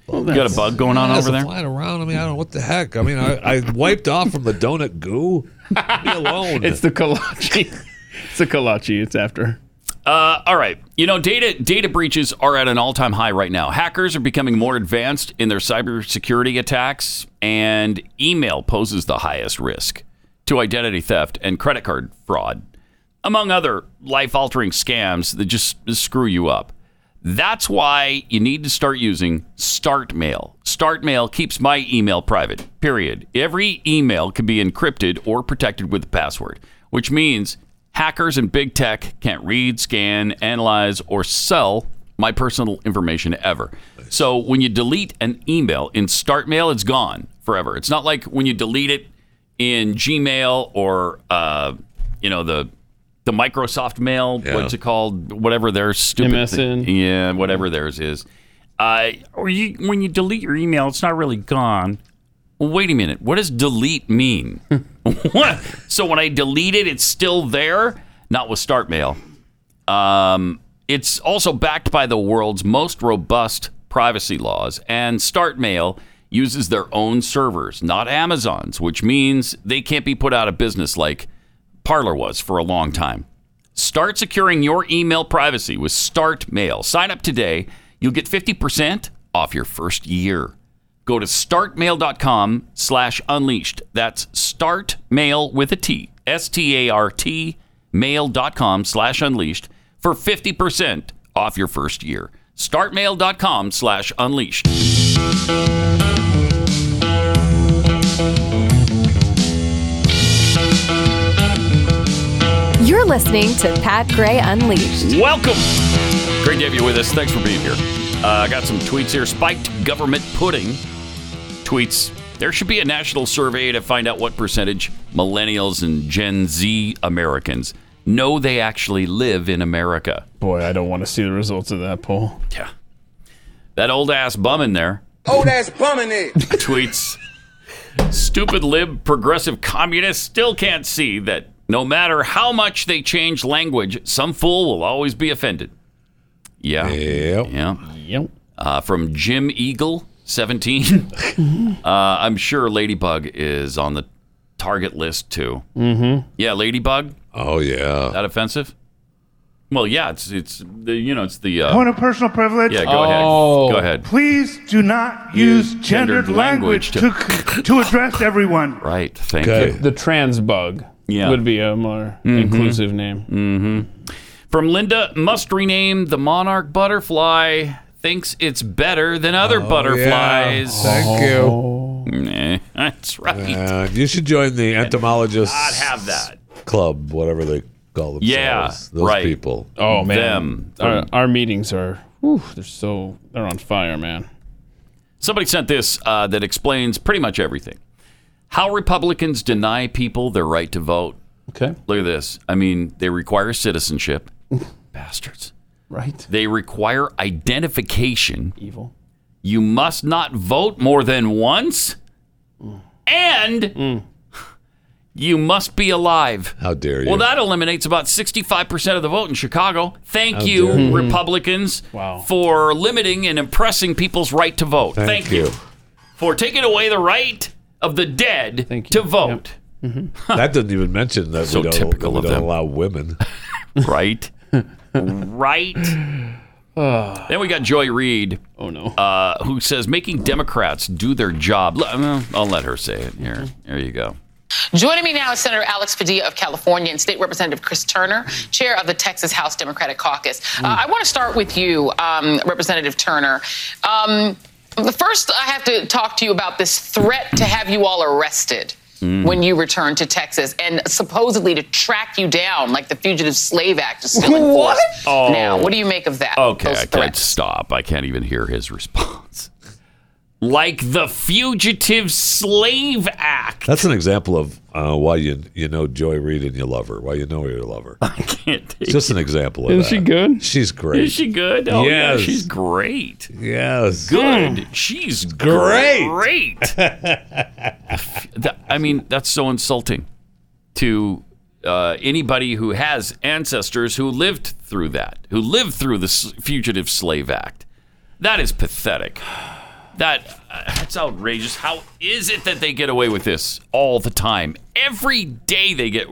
[SPEAKER 3] Mm-hmm. You got a bug going on
[SPEAKER 4] Yeah,
[SPEAKER 3] over
[SPEAKER 4] it's
[SPEAKER 3] there?
[SPEAKER 4] Flying around. I mean, I don't know what the heck. I mean, I, I wiped off from the donut goo. Leave me alone.
[SPEAKER 5] It's the kolache. it's the kolache. It's after.
[SPEAKER 3] Uh, all right. You know, data data breaches are at an all time high right now. Hackers are becoming more advanced in their cybersecurity attacks, and email poses the highest risk to identity theft and credit card fraud, among other life altering scams that just screw you up. That's why you need to start using StartMail. StartMail keeps my email private, period. Every email can be encrypted or protected with a password, which means Hackers and big tech can't read, scan, analyze, or sell my personal information ever. So when you delete an email in Start Mail, it's gone forever. It's not like when you delete it in Gmail or uh, you know the the Microsoft Mail. What's it called? Whatever their stupid
[SPEAKER 5] MSN.
[SPEAKER 3] Thing. Yeah, whatever theirs is. Uh, or you, when you delete your email, it's not really gone. Well, wait a minute. What does delete mean? what? So when I delete it, it's still there? Not with Start Mail. Um, it's also backed by the world's most robust privacy laws, and Start Mail uses their own servers, not Amazon's, which means they can't be put out of business like Parler was for a long time. Start securing your email privacy with Start Mail. Sign up today. You'll get 50% off your first year. Go to startmail.com slash unleashed. That's startmail with a T. S-T-A-R-T mail.com slash unleashed for 50% off your first year. Startmail.com slash unleashed.
[SPEAKER 19] You're listening to Pat Gray Unleashed.
[SPEAKER 3] Welcome. Great to have you with us. Thanks for being here. Uh, I got some tweets here. Spiked government pudding tweets. There should be a national survey to find out what percentage millennials and Gen Z Americans know they actually live in America.
[SPEAKER 5] Boy, I don't want to see the results of that poll.
[SPEAKER 3] Yeah. That old ass bum in there
[SPEAKER 20] Old ass bum in there.
[SPEAKER 3] tweets Stupid lib progressive communists still can't see that no matter how much they change language, some fool will always be offended. Yeah. Yep. Yeah.
[SPEAKER 5] Yep.
[SPEAKER 3] Uh, from Jim Eagle, 17. uh, I'm sure Ladybug is on the target list too.
[SPEAKER 5] Mm-hmm.
[SPEAKER 3] Yeah, Ladybug.
[SPEAKER 4] Oh yeah.
[SPEAKER 3] That offensive? Well, yeah, it's it's the you know, it's the uh,
[SPEAKER 21] Point of personal privilege.
[SPEAKER 3] Yeah, go ahead. Oh. Go ahead.
[SPEAKER 21] Please do not use,
[SPEAKER 3] Use gendered
[SPEAKER 21] gendered, language, to to address everyone.
[SPEAKER 3] Right. Thank you.
[SPEAKER 5] The, the trans bug
[SPEAKER 3] Yeah.
[SPEAKER 5] would be a more
[SPEAKER 3] Mhm.
[SPEAKER 5] inclusive name.
[SPEAKER 3] Mm-hmm. From Linda, must rename the monarch butterfly. Thinks it's better than other butterflies.
[SPEAKER 4] Thank
[SPEAKER 5] Oh.
[SPEAKER 3] you. that's right.
[SPEAKER 4] Uh, you should join the entomologists.
[SPEAKER 3] I'd have that.
[SPEAKER 4] club, whatever they call themselves.
[SPEAKER 3] Yeah,
[SPEAKER 4] those
[SPEAKER 3] right.
[SPEAKER 4] people.
[SPEAKER 5] Oh man,
[SPEAKER 3] Them.
[SPEAKER 5] Our, our meetings are whew, they're so they're on fire, man.
[SPEAKER 3] Somebody sent this uh, that explains pretty much everything. How Republicans deny people their right to vote.
[SPEAKER 5] Okay.
[SPEAKER 3] Look at this. I mean, they require citizenship. Bastards.
[SPEAKER 5] Right.
[SPEAKER 3] They require identification.
[SPEAKER 5] Evil.
[SPEAKER 3] You must not vote more than once. And
[SPEAKER 5] Mm.
[SPEAKER 3] you must be alive.
[SPEAKER 4] How dare you?
[SPEAKER 3] Well, that eliminates about 65% of the vote in Chicago. Thank
[SPEAKER 4] How
[SPEAKER 3] you,
[SPEAKER 4] dare you.
[SPEAKER 3] Republicans, for limiting and impressing people's right to vote. Thank, you. For taking away the right of the dead to vote.
[SPEAKER 4] that doesn't even mention that
[SPEAKER 3] So
[SPEAKER 4] we don't,
[SPEAKER 3] typical
[SPEAKER 4] that
[SPEAKER 3] of
[SPEAKER 4] we don't
[SPEAKER 3] them.
[SPEAKER 4] allow women.
[SPEAKER 3] right. right. then we got Joy Reid.
[SPEAKER 5] Oh no.
[SPEAKER 3] Uh, who says making Democrats do their job? L- uh, I'll let her say it. Here,
[SPEAKER 5] Mm-hmm.
[SPEAKER 3] there you go.
[SPEAKER 22] Joining me now is Senator Alex Padilla of California and State Representative Chris Turner, chair of the Texas House Democratic Caucus.
[SPEAKER 3] Hmm.
[SPEAKER 22] Uh, I want to start with you, um, Representative Turner. Um, the first, I have to talk to you about this threat to have you all arrested.
[SPEAKER 3] Hmm.
[SPEAKER 23] Mm.
[SPEAKER 22] When you return to Texas and supposedly to track you down, like the Fugitive Slave Act is still in
[SPEAKER 3] What?
[SPEAKER 22] force
[SPEAKER 3] Oh.
[SPEAKER 22] now. What do you make of that?
[SPEAKER 3] Okay,
[SPEAKER 22] those
[SPEAKER 3] I can't
[SPEAKER 22] threats?
[SPEAKER 3] stop. I can't even hear his response. Like the Fugitive Slave Act.
[SPEAKER 4] That's an example of uh, why you you know Joy Reid and you love her. Why you know you love her. I
[SPEAKER 3] can't. Take
[SPEAKER 4] it's just an example of
[SPEAKER 5] Isn't
[SPEAKER 4] that.
[SPEAKER 5] she good?
[SPEAKER 4] She's great.
[SPEAKER 3] Is she good? Oh, yeah,
[SPEAKER 4] Yes.
[SPEAKER 3] she's great.
[SPEAKER 4] Yes.
[SPEAKER 3] Good. She's
[SPEAKER 4] Great.
[SPEAKER 3] Great. That- I mean, that's so insulting to uh, anybody who has ancestors who lived through that, who lived through the S- Fugitive Slave Act. That is pathetic. That uh, that's outrageous. How is it that they get away with this all the time? Every day they get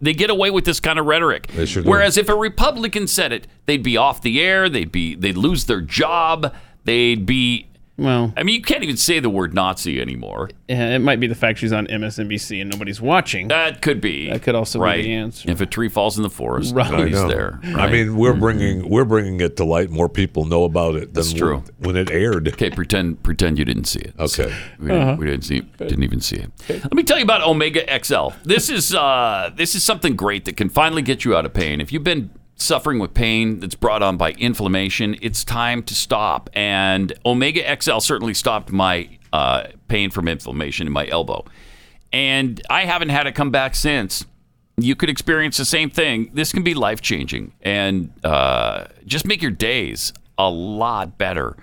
[SPEAKER 3] they get away with this kind of rhetoric.
[SPEAKER 4] They sure do.
[SPEAKER 3] Whereas if a Republican said it, they'd be off the air, they'd be they'd lose their job, they'd be
[SPEAKER 5] Well,
[SPEAKER 3] I mean, you can't even say the word Nazi anymore.
[SPEAKER 5] Yeah, it might be the fact she's on MSNBC and nobody's watching.
[SPEAKER 3] That could be. That
[SPEAKER 5] could also
[SPEAKER 3] right.
[SPEAKER 5] be the answer.
[SPEAKER 3] If a tree falls in the forest,
[SPEAKER 5] Right.
[SPEAKER 3] nobody's
[SPEAKER 4] I know.
[SPEAKER 3] there.
[SPEAKER 4] I
[SPEAKER 3] right? Mm-hmm.
[SPEAKER 4] mean, we're bringing we're bringing it to light. More people know about it than
[SPEAKER 3] That's true.
[SPEAKER 4] when it aired.
[SPEAKER 3] Okay, pretend pretend you didn't see it.
[SPEAKER 4] Okay,
[SPEAKER 3] we didn't,
[SPEAKER 4] Uh-huh.
[SPEAKER 3] we didn't see, didn't even see it. Let me tell you about Omega XL. This is uh, this is something great that can finally get you out of pain. If you've been suffering with pain that's brought on by inflammation, it's time to stop. And Omega XL certainly stopped my uh, pain from inflammation in my elbow, and I haven't had it come back since. You could experience the same thing. This can be life changing and uh, just make your days a lot better.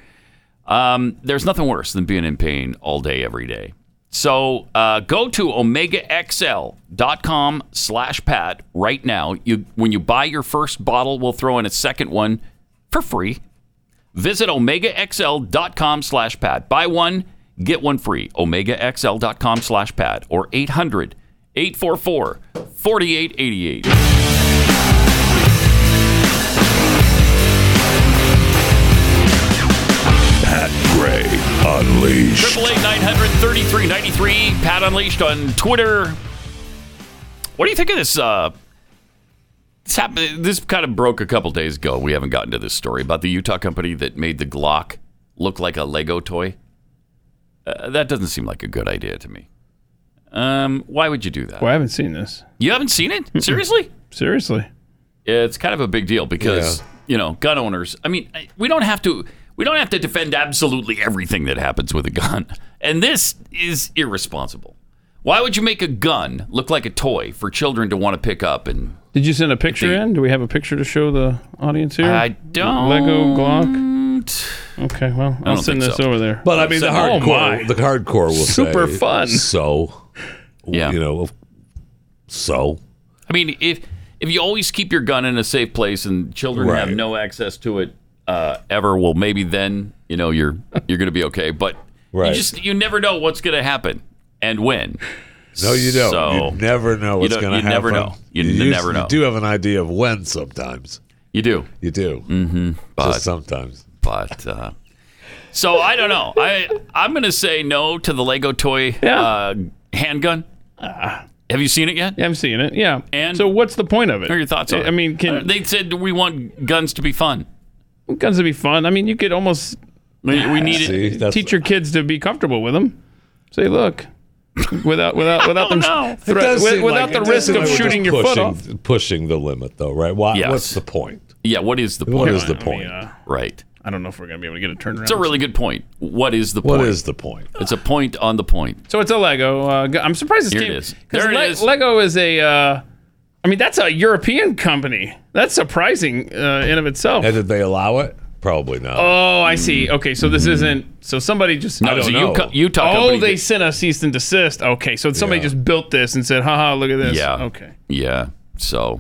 [SPEAKER 3] Um, there's nothing worse than being in pain all day, every day. So uh, go to omegaxl.com slash pat right now. You, when you buy your first bottle, we'll throw in a second one for free. Visit omegaxl.com slash pat. Buy one, get one free. omegaxl.com slash pat or 800 844 4888.
[SPEAKER 15] Pat Gray Unleashed.
[SPEAKER 3] Triple eight nine hundred thirty three ninety three. Pat Unleashed on Twitter. What do you think of this? Uh, this happened. This kind of broke a couple days ago. We haven't gotten to this story about the Utah company that made the Glock look like a Lego toy. Uh, that doesn't seem like a good idea to me. Um, why would you do that?
[SPEAKER 5] Well, I haven't seen this.
[SPEAKER 3] You haven't seen it? Seriously?
[SPEAKER 5] Seriously.
[SPEAKER 3] it's kind of a big deal because
[SPEAKER 5] Yeah.
[SPEAKER 3] you know gun owners i mean I- we don't have to we don't have to defend absolutely everything that happens with a gun and this is irresponsible why would you make a gun look like a toy for children to want to pick up and
[SPEAKER 5] Did you send a picture in? Do we have a picture to show the audience here?
[SPEAKER 3] I don't.
[SPEAKER 5] Lego Glock. Okay, well,
[SPEAKER 3] I
[SPEAKER 5] I'll
[SPEAKER 3] don't
[SPEAKER 5] send
[SPEAKER 3] think
[SPEAKER 5] this
[SPEAKER 3] so.
[SPEAKER 5] over there.
[SPEAKER 4] But I mean, the
[SPEAKER 5] Oh,
[SPEAKER 4] hardcore,
[SPEAKER 5] my.
[SPEAKER 4] the hardcore will
[SPEAKER 5] super
[SPEAKER 4] say,
[SPEAKER 5] fun.
[SPEAKER 4] So, yeah, you know, so
[SPEAKER 3] i mean if if you always keep your gun in a safe place and children have
[SPEAKER 4] Right.
[SPEAKER 3] no access to it uh, ever well maybe then you know you're you're gonna be okay but
[SPEAKER 4] Right.
[SPEAKER 3] you just you never know what's gonna happen and when
[SPEAKER 4] no, you don't.
[SPEAKER 3] So-
[SPEAKER 4] you never know
[SPEAKER 3] You
[SPEAKER 4] what's
[SPEAKER 3] don't-
[SPEAKER 4] going to
[SPEAKER 3] you
[SPEAKER 4] happen.
[SPEAKER 3] never know. You n-
[SPEAKER 4] used-
[SPEAKER 3] never know.
[SPEAKER 4] You do have an idea of when sometimes.
[SPEAKER 3] You do.
[SPEAKER 4] You do.
[SPEAKER 3] Mm-hmm. But-
[SPEAKER 4] Just sometimes.
[SPEAKER 3] But uh, So I don't know. I I'm gonna say no to the Lego toy uh, handgun. Have you seen it yet?
[SPEAKER 5] I'm seeing it. Ah. Yeah. And so, what's the point of it?
[SPEAKER 3] What are your thoughts on
[SPEAKER 5] I, I mean,
[SPEAKER 3] it?
[SPEAKER 5] can
[SPEAKER 3] Uh, they said we want guns to be fun.
[SPEAKER 5] guns would be fun. I mean, you could almost
[SPEAKER 3] We- we need it- See, that's-
[SPEAKER 5] teach your kids to be comfortable with them. Say, look, without without without them
[SPEAKER 3] know.
[SPEAKER 5] threat- wi- without the risk of shooting your foot off.
[SPEAKER 4] foot off. Pushing the limit, though, right? Why,
[SPEAKER 3] Yes.
[SPEAKER 4] What's the point?
[SPEAKER 3] Yeah. What is the point?
[SPEAKER 4] What is the point?
[SPEAKER 3] Right.
[SPEAKER 5] I don't know if we're gonna be able to get it turned around.
[SPEAKER 3] It's a really good point. What is the
[SPEAKER 4] What
[SPEAKER 3] point?
[SPEAKER 4] is the point?
[SPEAKER 3] It's a point on the point.
[SPEAKER 5] So it's a Lego. Uh, gu- I'm surprised it's
[SPEAKER 3] Here it
[SPEAKER 5] team,
[SPEAKER 3] is.
[SPEAKER 5] 'cause
[SPEAKER 3] There it
[SPEAKER 5] Le-
[SPEAKER 3] is.
[SPEAKER 5] Lego is a. Uh, I mean, that's a European company. That's surprising uh, in of itself.
[SPEAKER 4] And did they allow it? Probably not.
[SPEAKER 5] Oh, I
[SPEAKER 3] Mm-hmm.
[SPEAKER 5] see. Okay, so this isn't. So somebody just.
[SPEAKER 4] No, I it's don't a know. Uca-
[SPEAKER 3] Utah
[SPEAKER 5] Oh,
[SPEAKER 3] company
[SPEAKER 5] they
[SPEAKER 3] that-
[SPEAKER 5] sent a cease and desist. Okay, so somebody just built this and said, "Haha, look at this."
[SPEAKER 3] Yeah.
[SPEAKER 5] Okay.
[SPEAKER 3] Yeah. So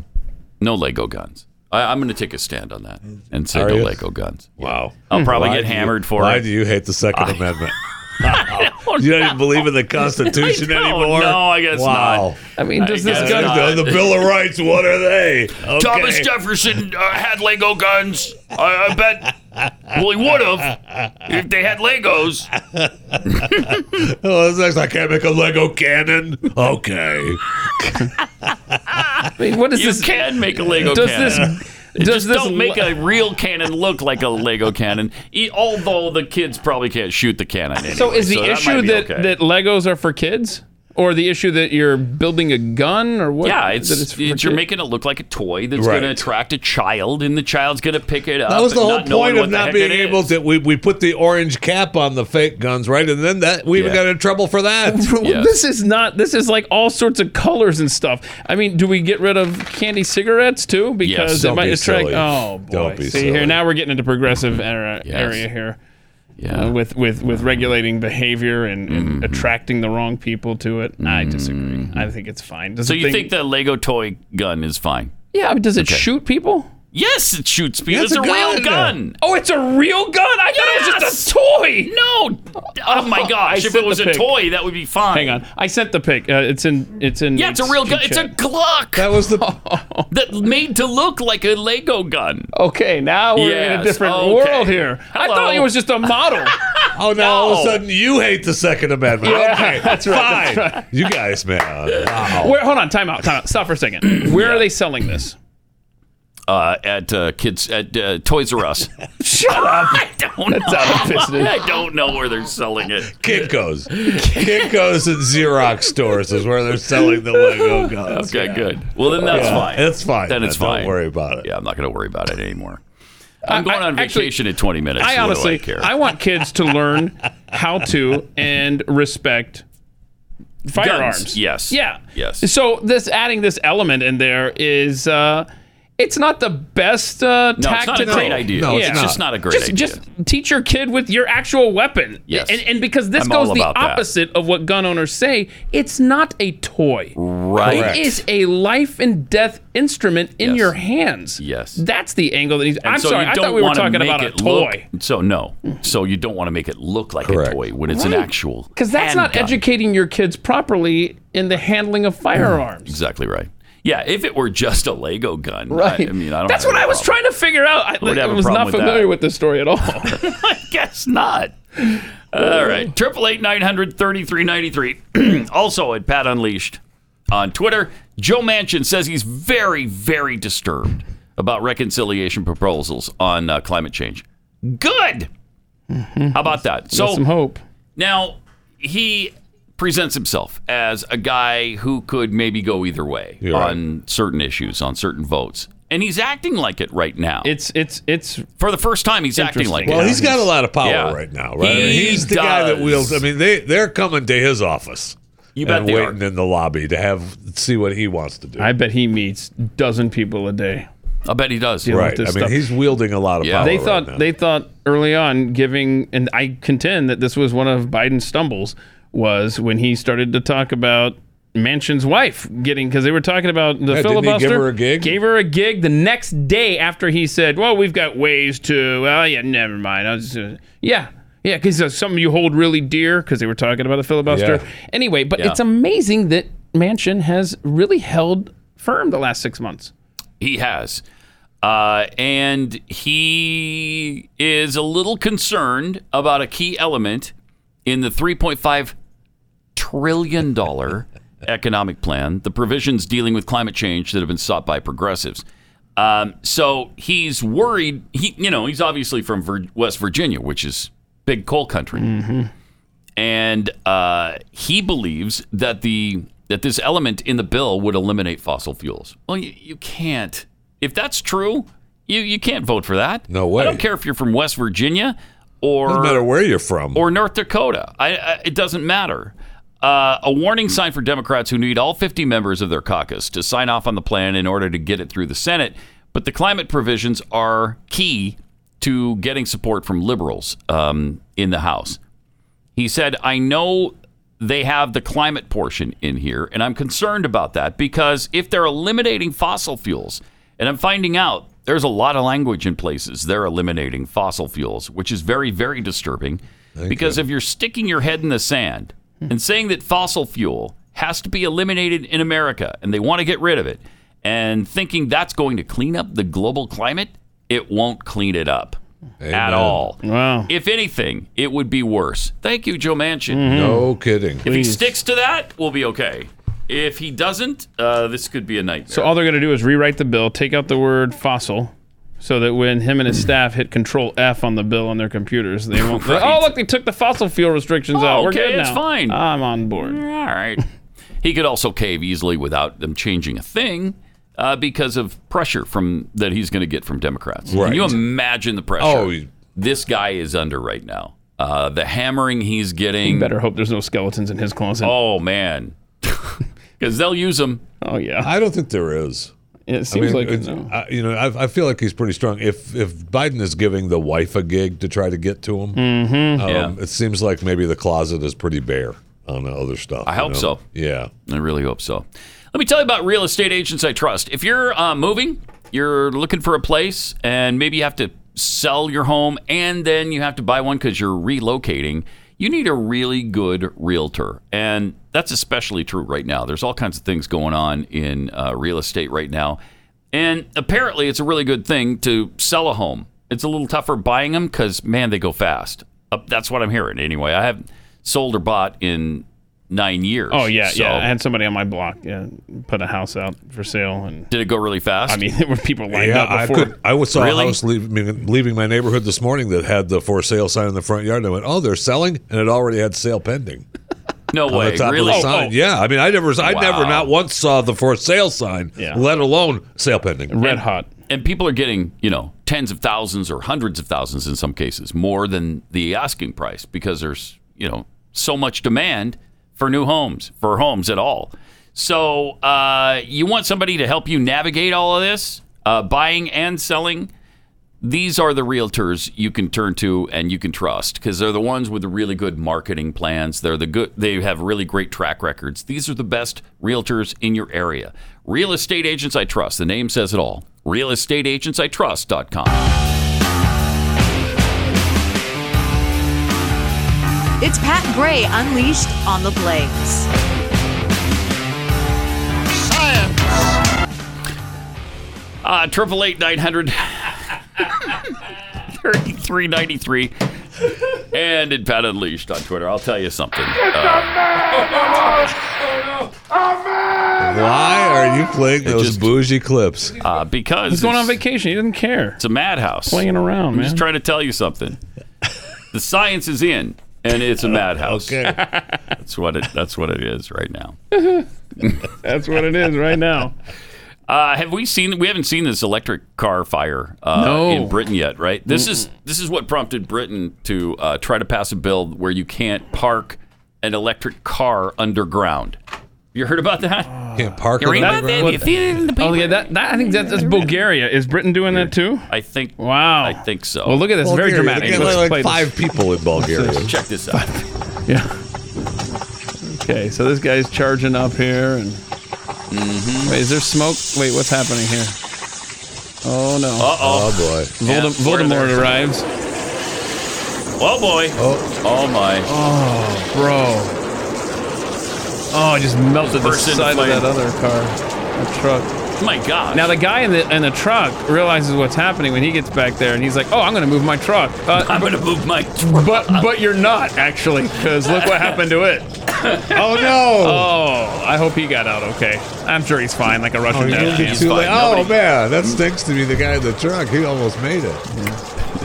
[SPEAKER 3] no Lego guns. I, I'm gonna take a stand on that and say
[SPEAKER 4] Are
[SPEAKER 3] no
[SPEAKER 4] you?
[SPEAKER 3] Lego guns.
[SPEAKER 4] Wow.
[SPEAKER 3] I'll probably
[SPEAKER 4] Hmm. Why
[SPEAKER 3] get
[SPEAKER 4] do you-
[SPEAKER 3] hammered for
[SPEAKER 4] why
[SPEAKER 3] it.
[SPEAKER 4] do you hate the Second Amendment? you don't even believe in the Constitution
[SPEAKER 3] I don't
[SPEAKER 4] anymore?
[SPEAKER 3] know. I guess
[SPEAKER 4] wow.
[SPEAKER 3] not. I mean, does I this guess gun- not.
[SPEAKER 4] the, the Bill of Rights? What are they? Okay.
[SPEAKER 3] Thomas Jefferson uh, had Lego guns. I, I bet. Well, he would have if they had Legos.
[SPEAKER 4] oh, this next, I can't make a Lego cannon. Okay.
[SPEAKER 5] I mean, what is
[SPEAKER 3] you
[SPEAKER 5] this?
[SPEAKER 3] can make a Lego
[SPEAKER 5] does
[SPEAKER 3] cannon.
[SPEAKER 5] This,
[SPEAKER 3] It
[SPEAKER 5] does
[SPEAKER 3] Just
[SPEAKER 5] this
[SPEAKER 3] don't make
[SPEAKER 5] le-
[SPEAKER 3] a real cannon look like a Lego cannon. E- Although the kids probably can't shoot the cannon. Anyway,
[SPEAKER 5] so is the
[SPEAKER 3] that might
[SPEAKER 5] issue
[SPEAKER 3] be
[SPEAKER 5] that
[SPEAKER 3] okay.
[SPEAKER 5] that Legos are for kids, or the issue that you're building a gun, or what?
[SPEAKER 3] yeah, it's,
[SPEAKER 5] that
[SPEAKER 3] it's
[SPEAKER 5] for
[SPEAKER 3] you're
[SPEAKER 5] kids?
[SPEAKER 3] making it look like a toy that's going
[SPEAKER 4] Right.
[SPEAKER 3] to attract a child, and the child's going to pick it up.
[SPEAKER 4] That was the
[SPEAKER 3] and
[SPEAKER 4] whole
[SPEAKER 3] not knowing
[SPEAKER 4] point
[SPEAKER 3] what
[SPEAKER 4] of
[SPEAKER 3] the
[SPEAKER 4] not
[SPEAKER 3] heck
[SPEAKER 4] being
[SPEAKER 3] it is.
[SPEAKER 4] able to. We, we put the orange cap on the fake guns, right? And then that we even
[SPEAKER 3] Yeah.
[SPEAKER 4] got in trouble for that.
[SPEAKER 5] This is not. This is like all sorts of colors and stuff. I mean, do we get rid of candy cigarettes too? Because it
[SPEAKER 4] Don't
[SPEAKER 5] might
[SPEAKER 4] be
[SPEAKER 5] attract.
[SPEAKER 4] silly.
[SPEAKER 5] Oh boy!
[SPEAKER 4] Don't be
[SPEAKER 5] See
[SPEAKER 4] silly.
[SPEAKER 5] here now we're getting into progressive era, area here.
[SPEAKER 3] Yeah. Mm-hmm.
[SPEAKER 5] Uh, with with with regulating behavior and, and attracting the wrong people to it. I
[SPEAKER 3] Mm.
[SPEAKER 5] disagree. I think it's fine. Does
[SPEAKER 3] So
[SPEAKER 5] the
[SPEAKER 3] you
[SPEAKER 5] thing-
[SPEAKER 3] think the Lego toy gun is fine?
[SPEAKER 5] Yeah, but does it
[SPEAKER 3] Okay.
[SPEAKER 5] shoot people?
[SPEAKER 3] Yes, it shoots people.
[SPEAKER 5] Yes,
[SPEAKER 3] It's a,
[SPEAKER 5] a gun.
[SPEAKER 3] real gun.
[SPEAKER 5] Oh, it's a real gun. I thought it was just a toy.
[SPEAKER 3] No. Oh my gosh! if it was a toy, that would be fine.
[SPEAKER 5] Hang on, I sent the pic. Uh, it's in. It's in.
[SPEAKER 3] Yeah, it's a real gun. It's a Glock.
[SPEAKER 5] That was the.
[SPEAKER 3] that made to look like a Lego gun.
[SPEAKER 5] Okay, now we're in a
[SPEAKER 3] Yes,
[SPEAKER 5] different
[SPEAKER 3] okay.
[SPEAKER 5] world here. I
[SPEAKER 3] Hello.
[SPEAKER 5] thought it was just a model.
[SPEAKER 4] Oh, now all of
[SPEAKER 5] No.
[SPEAKER 4] a sudden you hate the Second Amendment.
[SPEAKER 5] Yeah,
[SPEAKER 4] okay,
[SPEAKER 5] that's right,
[SPEAKER 4] Fine.
[SPEAKER 5] that's right.
[SPEAKER 4] You guys, man. uh, Wow.
[SPEAKER 5] Where, hold on, time out, time out. Stop for a second. Where are they selling this?
[SPEAKER 3] Uh, at uh, kids at uh, Toys R Us.
[SPEAKER 5] Shut up.
[SPEAKER 3] I don't
[SPEAKER 5] That's
[SPEAKER 3] know.
[SPEAKER 5] out of business.
[SPEAKER 3] I don't know where they're selling it.
[SPEAKER 4] Kinkos. Kinkos and Xerox stores is where they're selling the Lego guns.
[SPEAKER 3] Okay, good. Well, then that's
[SPEAKER 4] Yeah,
[SPEAKER 3] fine.
[SPEAKER 4] It's fine.
[SPEAKER 3] Then it's
[SPEAKER 4] man.
[SPEAKER 3] fine.
[SPEAKER 4] Don't worry about it.
[SPEAKER 3] Yeah, I'm not going to worry about it anymore. I'm
[SPEAKER 5] I-
[SPEAKER 3] going on
[SPEAKER 5] I- actually,
[SPEAKER 3] vacation in 20 minutes.
[SPEAKER 5] I
[SPEAKER 3] What do
[SPEAKER 5] honestly,
[SPEAKER 3] care.
[SPEAKER 5] I want kids to learn how to and respect firearms.
[SPEAKER 3] Guns, yes.
[SPEAKER 5] Yeah.
[SPEAKER 3] Yes.
[SPEAKER 5] So this adding this element in there is uh it's not the best uh,
[SPEAKER 3] No, it's
[SPEAKER 5] tact
[SPEAKER 3] not
[SPEAKER 5] to
[SPEAKER 3] a great
[SPEAKER 5] take.
[SPEAKER 3] idea. No, it's It's just not. not a great
[SPEAKER 5] Just-
[SPEAKER 3] idea.
[SPEAKER 5] Just teach your kid with your actual weapon.
[SPEAKER 3] Yes.
[SPEAKER 5] And, and because this
[SPEAKER 3] I'm
[SPEAKER 5] goes
[SPEAKER 3] all
[SPEAKER 5] the
[SPEAKER 3] about that.
[SPEAKER 5] opposite of what gun owners say, it's not a toy.
[SPEAKER 3] Right.
[SPEAKER 5] It is a life and death instrument in
[SPEAKER 3] Yes.
[SPEAKER 5] your hands.
[SPEAKER 3] Yes.
[SPEAKER 5] That's the angle that needs.
[SPEAKER 3] And
[SPEAKER 5] I'm
[SPEAKER 3] so
[SPEAKER 5] sorry.
[SPEAKER 3] you
[SPEAKER 5] I thought
[SPEAKER 3] don't
[SPEAKER 5] we were
[SPEAKER 3] wanna
[SPEAKER 5] talking
[SPEAKER 3] make
[SPEAKER 5] about a
[SPEAKER 3] it look-
[SPEAKER 5] toy.
[SPEAKER 3] so no. So you don't want to make it look like a toy when it's an
[SPEAKER 5] Right.
[SPEAKER 3] actual.
[SPEAKER 5] Because that's not
[SPEAKER 3] handgun.
[SPEAKER 5] educating your kids properly in the handling of firearms.
[SPEAKER 3] Exactly right. Yeah, if it were just a Lego gun,
[SPEAKER 5] Right.
[SPEAKER 3] I, I mean, I don't.
[SPEAKER 5] That's
[SPEAKER 3] have
[SPEAKER 5] what
[SPEAKER 3] a
[SPEAKER 5] I was
[SPEAKER 3] problem.
[SPEAKER 5] trying to figure out. I,
[SPEAKER 3] Would have
[SPEAKER 5] I
[SPEAKER 3] a
[SPEAKER 5] was
[SPEAKER 3] problem
[SPEAKER 5] not
[SPEAKER 3] with that.
[SPEAKER 5] familiar with this story at all.
[SPEAKER 3] I guess not. All right. Triple eight nine hundred thirty three ninety three. Also at Pat Unleashed on Twitter, Joe Manchin says he's very, very disturbed about reconciliation proposals on uh, climate change. Good. How about that?
[SPEAKER 5] Got some hope.
[SPEAKER 3] Now, he presents himself as a guy who could maybe go either way on certain issues, on certain votes. And he's acting like it right now.
[SPEAKER 5] It's it's it's
[SPEAKER 3] for the first time he's acting like it.
[SPEAKER 4] Well, he's got a lot of power
[SPEAKER 3] Yeah.
[SPEAKER 4] right now, right? I
[SPEAKER 3] He
[SPEAKER 4] mean, he's the guy that
[SPEAKER 3] does.
[SPEAKER 4] wields. I mean, they they're coming to his office.
[SPEAKER 3] You bet
[SPEAKER 4] and
[SPEAKER 3] they
[SPEAKER 4] waiting in the lobby to have see what he wants to do.
[SPEAKER 5] I bet he meets dozen people a day.
[SPEAKER 3] I bet he does.
[SPEAKER 5] dealing with
[SPEAKER 4] right. I
[SPEAKER 5] this
[SPEAKER 4] mean,
[SPEAKER 5] stuff.
[SPEAKER 4] he's wielding a lot of power.
[SPEAKER 5] they
[SPEAKER 4] right
[SPEAKER 5] thought
[SPEAKER 4] now.
[SPEAKER 5] they thought early on giving, and I contend that this was one of Biden's stumbles was when he started to talk about Manchin's wife getting because they were talking about the
[SPEAKER 4] Yeah, didn't he give
[SPEAKER 5] filibuster.
[SPEAKER 4] her a gig?
[SPEAKER 5] Gave her a gig the next day after he said, "Well, we've got ways to." Well, yeah, never mind. I was just, uh, yeah. Yeah, because uh, something you hold really dear, because they were talking about the filibuster.
[SPEAKER 4] Yeah.
[SPEAKER 5] Anyway, but
[SPEAKER 3] Yeah.
[SPEAKER 5] it's amazing that Manchin has really held firm the last six months.
[SPEAKER 3] He has. Uh, and he is a little concerned about a key element in the $3.5 trillion economic plan, the provisions dealing with climate change that have been sought by progressives. Um, so he's worried. He, you know, he's obviously from Vir- West Virginia, which is big coal country and uh, he believes that the that this element in the bill would eliminate fossil fuels. Well, you, you can't. If that's true, you you can't vote for that.
[SPEAKER 4] No way.
[SPEAKER 3] I don't care if you're from West Virginia or
[SPEAKER 4] Doesn't matter where you're from.
[SPEAKER 3] or North Dakota. I, I, it doesn't matter. Uh, a warning sign for Democrats who need all 50 members of their caucus to sign off on the plan in order to get it through the Senate. But the climate provisions are key to getting support from liberals um, in the House. He said, I know they have the climate portion in here, and I'm concerned about that because if they're eliminating fossil fuels, and I'm finding out there's a lot of language in places they're eliminating fossil fuels, which is very, very disturbing because if you're sticking your head in the sand and saying that fossil fuel has to be eliminated in America and they want to get rid of it and thinking that's going to clean up the global climate, it won't clean it up at
[SPEAKER 4] Amen.
[SPEAKER 3] all.
[SPEAKER 5] Wow.
[SPEAKER 3] If anything, it would be worse. Thank you, Joe Manchin.
[SPEAKER 5] Mm-hmm.
[SPEAKER 4] no kidding.
[SPEAKER 3] If he sticks to that, we'll be okay. If he doesn't, uh, this could be a nightmare.
[SPEAKER 5] So all they're going to do is rewrite the bill, take out the word fossil, so that when him and his staff hit Control F on the bill on their computers, they won't.
[SPEAKER 3] Right.
[SPEAKER 5] Oh, look, they took the fossil fuel restrictions out.
[SPEAKER 3] Oh,
[SPEAKER 5] We're
[SPEAKER 3] okay,
[SPEAKER 5] good now.
[SPEAKER 3] it's fine.
[SPEAKER 5] I'm on board.
[SPEAKER 3] All right. he could also cave easily without them changing a thing uh, because of pressure from that he's going to get from Democrats. Can
[SPEAKER 4] Right.
[SPEAKER 3] you imagine the pressure
[SPEAKER 4] Oh, you-
[SPEAKER 3] this guy is under right now? Uh, the hammering he's
[SPEAKER 5] You
[SPEAKER 3] getting.
[SPEAKER 5] better hope there's no skeletons in his closet.
[SPEAKER 3] Oh man, because they'll use him.
[SPEAKER 5] Oh yeah.
[SPEAKER 4] I don't think there is.
[SPEAKER 5] It seems like it,
[SPEAKER 4] it's-
[SPEAKER 5] no.
[SPEAKER 4] I, you know, I, I feel like he's pretty strong. If if Biden is giving the wife a gig to try to get to him, um,
[SPEAKER 3] Yeah.
[SPEAKER 4] it seems like maybe the closet is pretty bare on the other stuff.
[SPEAKER 3] I
[SPEAKER 4] you
[SPEAKER 3] hope
[SPEAKER 4] know?
[SPEAKER 3] so.
[SPEAKER 4] Yeah.
[SPEAKER 3] I really hope so. Let me tell you about real estate agents I trust. If you're uh, moving you're looking for a place and maybe you have to sell your home and then you have to buy one because you're relocating, you need a really good realtor. And that's especially true right now. There's all kinds of things going on in uh, real estate right now. And apparently, it's a really good thing to sell a home. It's a little tougher buying them because, man, they go fast. Uh, that's what I'm hearing anyway. I haven't sold or bought in nine years.
[SPEAKER 5] Oh yeah,
[SPEAKER 3] So-
[SPEAKER 5] yeah. I had somebody on my block yeah, put a house out for sale, and
[SPEAKER 3] Did it go really fast?
[SPEAKER 5] I mean, there were people lined
[SPEAKER 4] Yeah, I
[SPEAKER 5] up before.
[SPEAKER 4] could. I was saw
[SPEAKER 5] Really?
[SPEAKER 4] a house leaving, leaving my neighborhood this morning that had the for sale sign in the front yard. And I went, "Oh, they're selling," and it already had sale pending.
[SPEAKER 3] No
[SPEAKER 4] on
[SPEAKER 3] way.
[SPEAKER 4] the top
[SPEAKER 3] really? Oh,
[SPEAKER 4] of the sign. Yeah, I mean, I never, I never,
[SPEAKER 3] Wow.
[SPEAKER 4] not once saw the for sale sign, let alone sale pending.
[SPEAKER 3] And- And people are getting, you know, tens of thousands or hundreds of thousands in some cases, more than the asking price because there's, you know, so much demand for new homes, for homes at all. So uh, you want somebody to help you navigate all of this, uh, buying and selling. These are the realtors you can turn to and you can trust because they're the ones with the really good marketing plans. They're the good. They have really great track records. These are the best realtors in your area. Real estate agents I trust. The name says it all. RealestateAgentsITrust.com.
[SPEAKER 6] It's Pat Gray unleashed on the Blaze.
[SPEAKER 3] Uh, Triple eight nine hundred thirty three ninety three, and at Pat Unleashed on Twitter. I'll tell you something. Uh,
[SPEAKER 4] Why are you playing those bougie clips?
[SPEAKER 3] Uh, because
[SPEAKER 5] He's going on vacation. He doesn't care.
[SPEAKER 3] It's a madhouse.
[SPEAKER 5] Playing around,
[SPEAKER 3] I'm
[SPEAKER 5] man.
[SPEAKER 3] just trying to tell you something. the science is in, and it's a madhouse. okay. That's what it. That's what it is right now.
[SPEAKER 5] That's what it is right now.
[SPEAKER 3] Uh, have we seen? We haven't seen this electric car fire uh,
[SPEAKER 5] No.
[SPEAKER 3] in Britain yet, right? This is
[SPEAKER 5] Mm-mm.
[SPEAKER 3] this is what prompted Britain to uh, try to pass a bill where you can't park an electric car underground. You heard about that?
[SPEAKER 4] Can't park
[SPEAKER 3] You read about that? You see it in the
[SPEAKER 5] Oh
[SPEAKER 3] paper?
[SPEAKER 5] yeah, that, that I think that, that's Bulgaria. Is Britain doing that too?
[SPEAKER 3] I think.
[SPEAKER 5] Wow. I
[SPEAKER 3] think so.
[SPEAKER 5] Well, look at this. Very
[SPEAKER 4] Bulgaria.
[SPEAKER 5] dramatic.
[SPEAKER 4] They got
[SPEAKER 5] Let's
[SPEAKER 4] like
[SPEAKER 5] play this.
[SPEAKER 4] five people in Bulgaria.
[SPEAKER 3] Check this out.
[SPEAKER 5] Yeah. Okay, so this guy's charging up here, and
[SPEAKER 3] Mm-hmm.
[SPEAKER 5] wait, is there smoke? Wait, what's happening here? Oh no!
[SPEAKER 3] Uh-oh. Oh, boy.
[SPEAKER 5] Voldem-
[SPEAKER 3] Yeah, we're
[SPEAKER 5] Voldemort
[SPEAKER 3] there.
[SPEAKER 5] arrives.
[SPEAKER 3] Oh boy! Oh, my!
[SPEAKER 5] Oh, bro! Oh, I just melted the
[SPEAKER 3] Burst into
[SPEAKER 5] side of
[SPEAKER 3] flame.
[SPEAKER 5] that other car, that truck.
[SPEAKER 3] My God!
[SPEAKER 5] Now the guy in the in the truck realizes what's happening when he gets back there, and he's like, "Oh, I'm going to move my truck." Uh,
[SPEAKER 3] I'm going to move my truck.
[SPEAKER 5] But but you're not actually, because look what happened to it.
[SPEAKER 4] oh no!
[SPEAKER 5] Oh, I hope he got out okay. I'm sure he's fine, like a
[SPEAKER 4] Oh,
[SPEAKER 5] Russian
[SPEAKER 4] you
[SPEAKER 5] dad.
[SPEAKER 4] didn't get too late. oh man, that stinks to be the guy in the truck. He almost made it.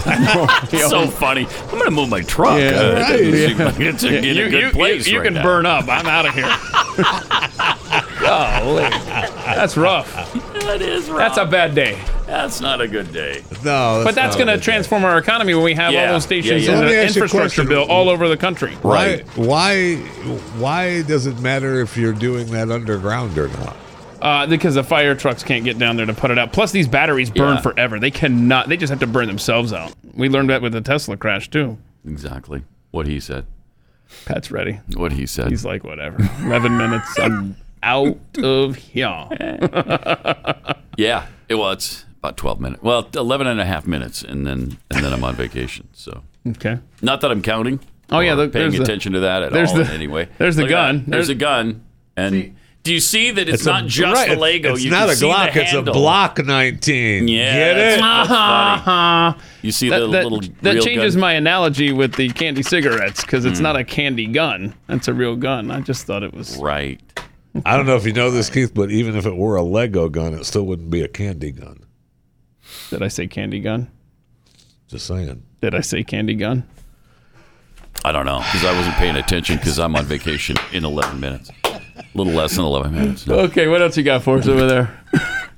[SPEAKER 3] so funny. I'm going to move my truck.
[SPEAKER 4] Yeah,
[SPEAKER 3] Uh,
[SPEAKER 4] right.
[SPEAKER 3] it doesn't seem
[SPEAKER 4] Yeah.
[SPEAKER 3] like it's in- in
[SPEAKER 5] You-
[SPEAKER 3] a good
[SPEAKER 5] you-
[SPEAKER 3] place.
[SPEAKER 5] you
[SPEAKER 3] right
[SPEAKER 5] can
[SPEAKER 3] now.
[SPEAKER 5] burn up. I'm out of here. Golly. That's rough.
[SPEAKER 3] That is rough.
[SPEAKER 5] That's a bad day.
[SPEAKER 3] That's not a good day.
[SPEAKER 4] No,
[SPEAKER 5] but that's going to transform our economy when we have
[SPEAKER 3] Yeah,
[SPEAKER 5] all those stations
[SPEAKER 3] yeah, yeah.
[SPEAKER 5] in
[SPEAKER 3] Let
[SPEAKER 4] me
[SPEAKER 5] the
[SPEAKER 4] ask you a
[SPEAKER 5] infrastructure
[SPEAKER 4] question.
[SPEAKER 5] bill all over the country.
[SPEAKER 4] Why? Why? Why does it matter if you're doing that underground or not?
[SPEAKER 5] Uh, because the fire trucks can't get down there to put it out. Plus, these batteries burn
[SPEAKER 4] Yeah.
[SPEAKER 5] forever. They cannot. They just have to burn themselves out. We learned that with the Tesla crash too.
[SPEAKER 3] Exactly what he said.
[SPEAKER 5] Pat's ready.
[SPEAKER 3] What he said.
[SPEAKER 5] He's like, whatever. Eleven minutes. I'm out of here.
[SPEAKER 3] Yeah, it was about 12 minutes. Well, 11 and a half minutes, and then and then I'm on vacation. So
[SPEAKER 5] okay.
[SPEAKER 3] not that I'm counting.
[SPEAKER 5] Oh, yeah,
[SPEAKER 3] or
[SPEAKER 5] look,
[SPEAKER 3] paying
[SPEAKER 5] there's the-
[SPEAKER 3] attention to that at
[SPEAKER 5] there's
[SPEAKER 3] all.
[SPEAKER 5] the-
[SPEAKER 3] in any way.
[SPEAKER 5] there's the
[SPEAKER 3] Look at that.
[SPEAKER 5] gun.
[SPEAKER 3] There's
[SPEAKER 5] There-
[SPEAKER 3] a gun. And do you see that it's,
[SPEAKER 4] It's a-
[SPEAKER 3] not just
[SPEAKER 4] right,
[SPEAKER 3] the Lego?
[SPEAKER 4] It's
[SPEAKER 3] you can
[SPEAKER 4] not a
[SPEAKER 3] see the
[SPEAKER 4] Glock. It's a
[SPEAKER 3] handle.
[SPEAKER 4] Glock 19.
[SPEAKER 3] Yeah,
[SPEAKER 4] Get
[SPEAKER 3] that's-
[SPEAKER 4] it?
[SPEAKER 3] that's funny. You see
[SPEAKER 5] that,
[SPEAKER 3] the
[SPEAKER 5] that-
[SPEAKER 3] little
[SPEAKER 5] that
[SPEAKER 3] real
[SPEAKER 5] changes
[SPEAKER 3] gun?
[SPEAKER 5] my analogy with the candy cigarettes because it's
[SPEAKER 3] Mm.
[SPEAKER 5] not a candy gun. That's a real gun. I just thought it was
[SPEAKER 3] right.
[SPEAKER 4] I don't know if you know this, Keith, but even if it were a Lego gun, it still wouldn't be a candy gun.
[SPEAKER 5] Did I say candy gun?
[SPEAKER 4] Just saying.
[SPEAKER 5] Did I say candy gun?
[SPEAKER 3] I don't know because I wasn't paying attention because I'm on vacation in 11 minutes, a little less than 11 minutes.
[SPEAKER 5] Okay, what else you got for us over there?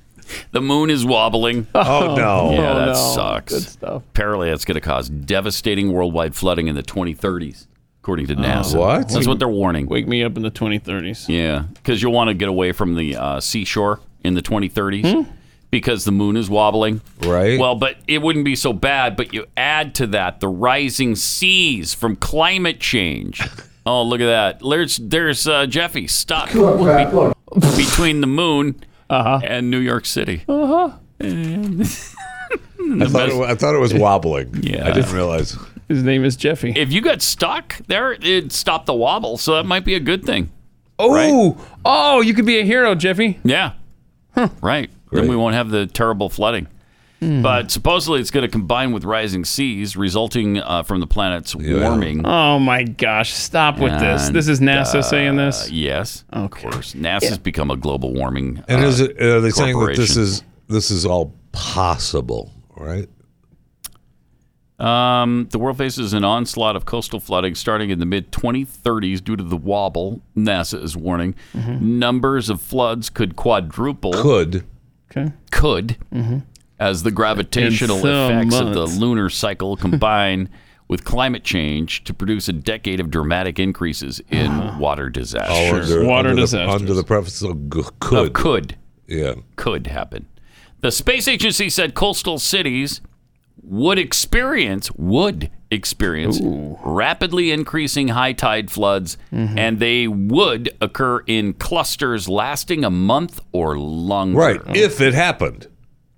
[SPEAKER 3] The moon is wobbling.
[SPEAKER 5] Oh, no.
[SPEAKER 3] Yeah,
[SPEAKER 5] Oh,
[SPEAKER 3] that
[SPEAKER 5] no.
[SPEAKER 3] sucks.
[SPEAKER 5] Good stuff.
[SPEAKER 3] Apparently, that's going to cause devastating worldwide flooding in the 2030s, according to NASA. That's what they're warning.
[SPEAKER 5] Wake me up in the 2030s.
[SPEAKER 3] Yeah, because you'll want to get away from the uh, seashore in the 2030s
[SPEAKER 5] Hmm?
[SPEAKER 3] because the moon is wobbling.
[SPEAKER 4] Right.
[SPEAKER 3] Well, but it wouldn't be so bad. But you add to that the rising seas from climate change. oh, look at that. There's there's uh, Jeffy
[SPEAKER 5] Uh-huh.
[SPEAKER 3] stuck be- between the moon and New York City.
[SPEAKER 5] Uh huh.
[SPEAKER 4] I thought, it, wa- I thought it was wobbling.
[SPEAKER 3] Yeah.
[SPEAKER 4] I didn't realize.
[SPEAKER 5] His name is Jeffy.
[SPEAKER 3] If you got stuck there, it stopped the wobble, so that might be a good thing.
[SPEAKER 5] Oh, oh, you could be a hero, Jeffy.
[SPEAKER 3] Yeah. Right. Then we won't have the terrible flooding.
[SPEAKER 5] Hmm.
[SPEAKER 3] But supposedly it's going to combine with rising seas resulting uh, from the planet's warming.
[SPEAKER 5] Oh my gosh! Stop with this.
[SPEAKER 3] And,
[SPEAKER 5] This is NASA
[SPEAKER 3] uh,
[SPEAKER 5] saying this.
[SPEAKER 3] Yes, of course. NASA's become a global warming.
[SPEAKER 4] And
[SPEAKER 3] uh,
[SPEAKER 4] is it? Are they saying that this
[SPEAKER 3] corporation.
[SPEAKER 4] is this is all possible? Right?
[SPEAKER 3] Um, the world faces an onslaught of coastal flooding starting in the mid 2030s due to the wobble. NASA is warning
[SPEAKER 5] Mm-hmm.
[SPEAKER 3] numbers of floods could quadruple.
[SPEAKER 4] Could.
[SPEAKER 5] Okay.
[SPEAKER 3] Could.
[SPEAKER 5] Mm-hmm.
[SPEAKER 3] As the gravitational
[SPEAKER 5] In some
[SPEAKER 3] effects of the
[SPEAKER 5] months.
[SPEAKER 3] lunar cycle combine with climate change to produce a decade of dramatic increases in water disasters.
[SPEAKER 4] under The, under the preface of g- could.
[SPEAKER 3] Of Oh, could.
[SPEAKER 4] Yeah.
[SPEAKER 3] Could happen. The space agency said coastal cities would experience would experience rapidly increasing high tide floods
[SPEAKER 4] Mm-hmm.
[SPEAKER 3] and they would occur in clusters lasting a month or longer.
[SPEAKER 4] Right. If it happened.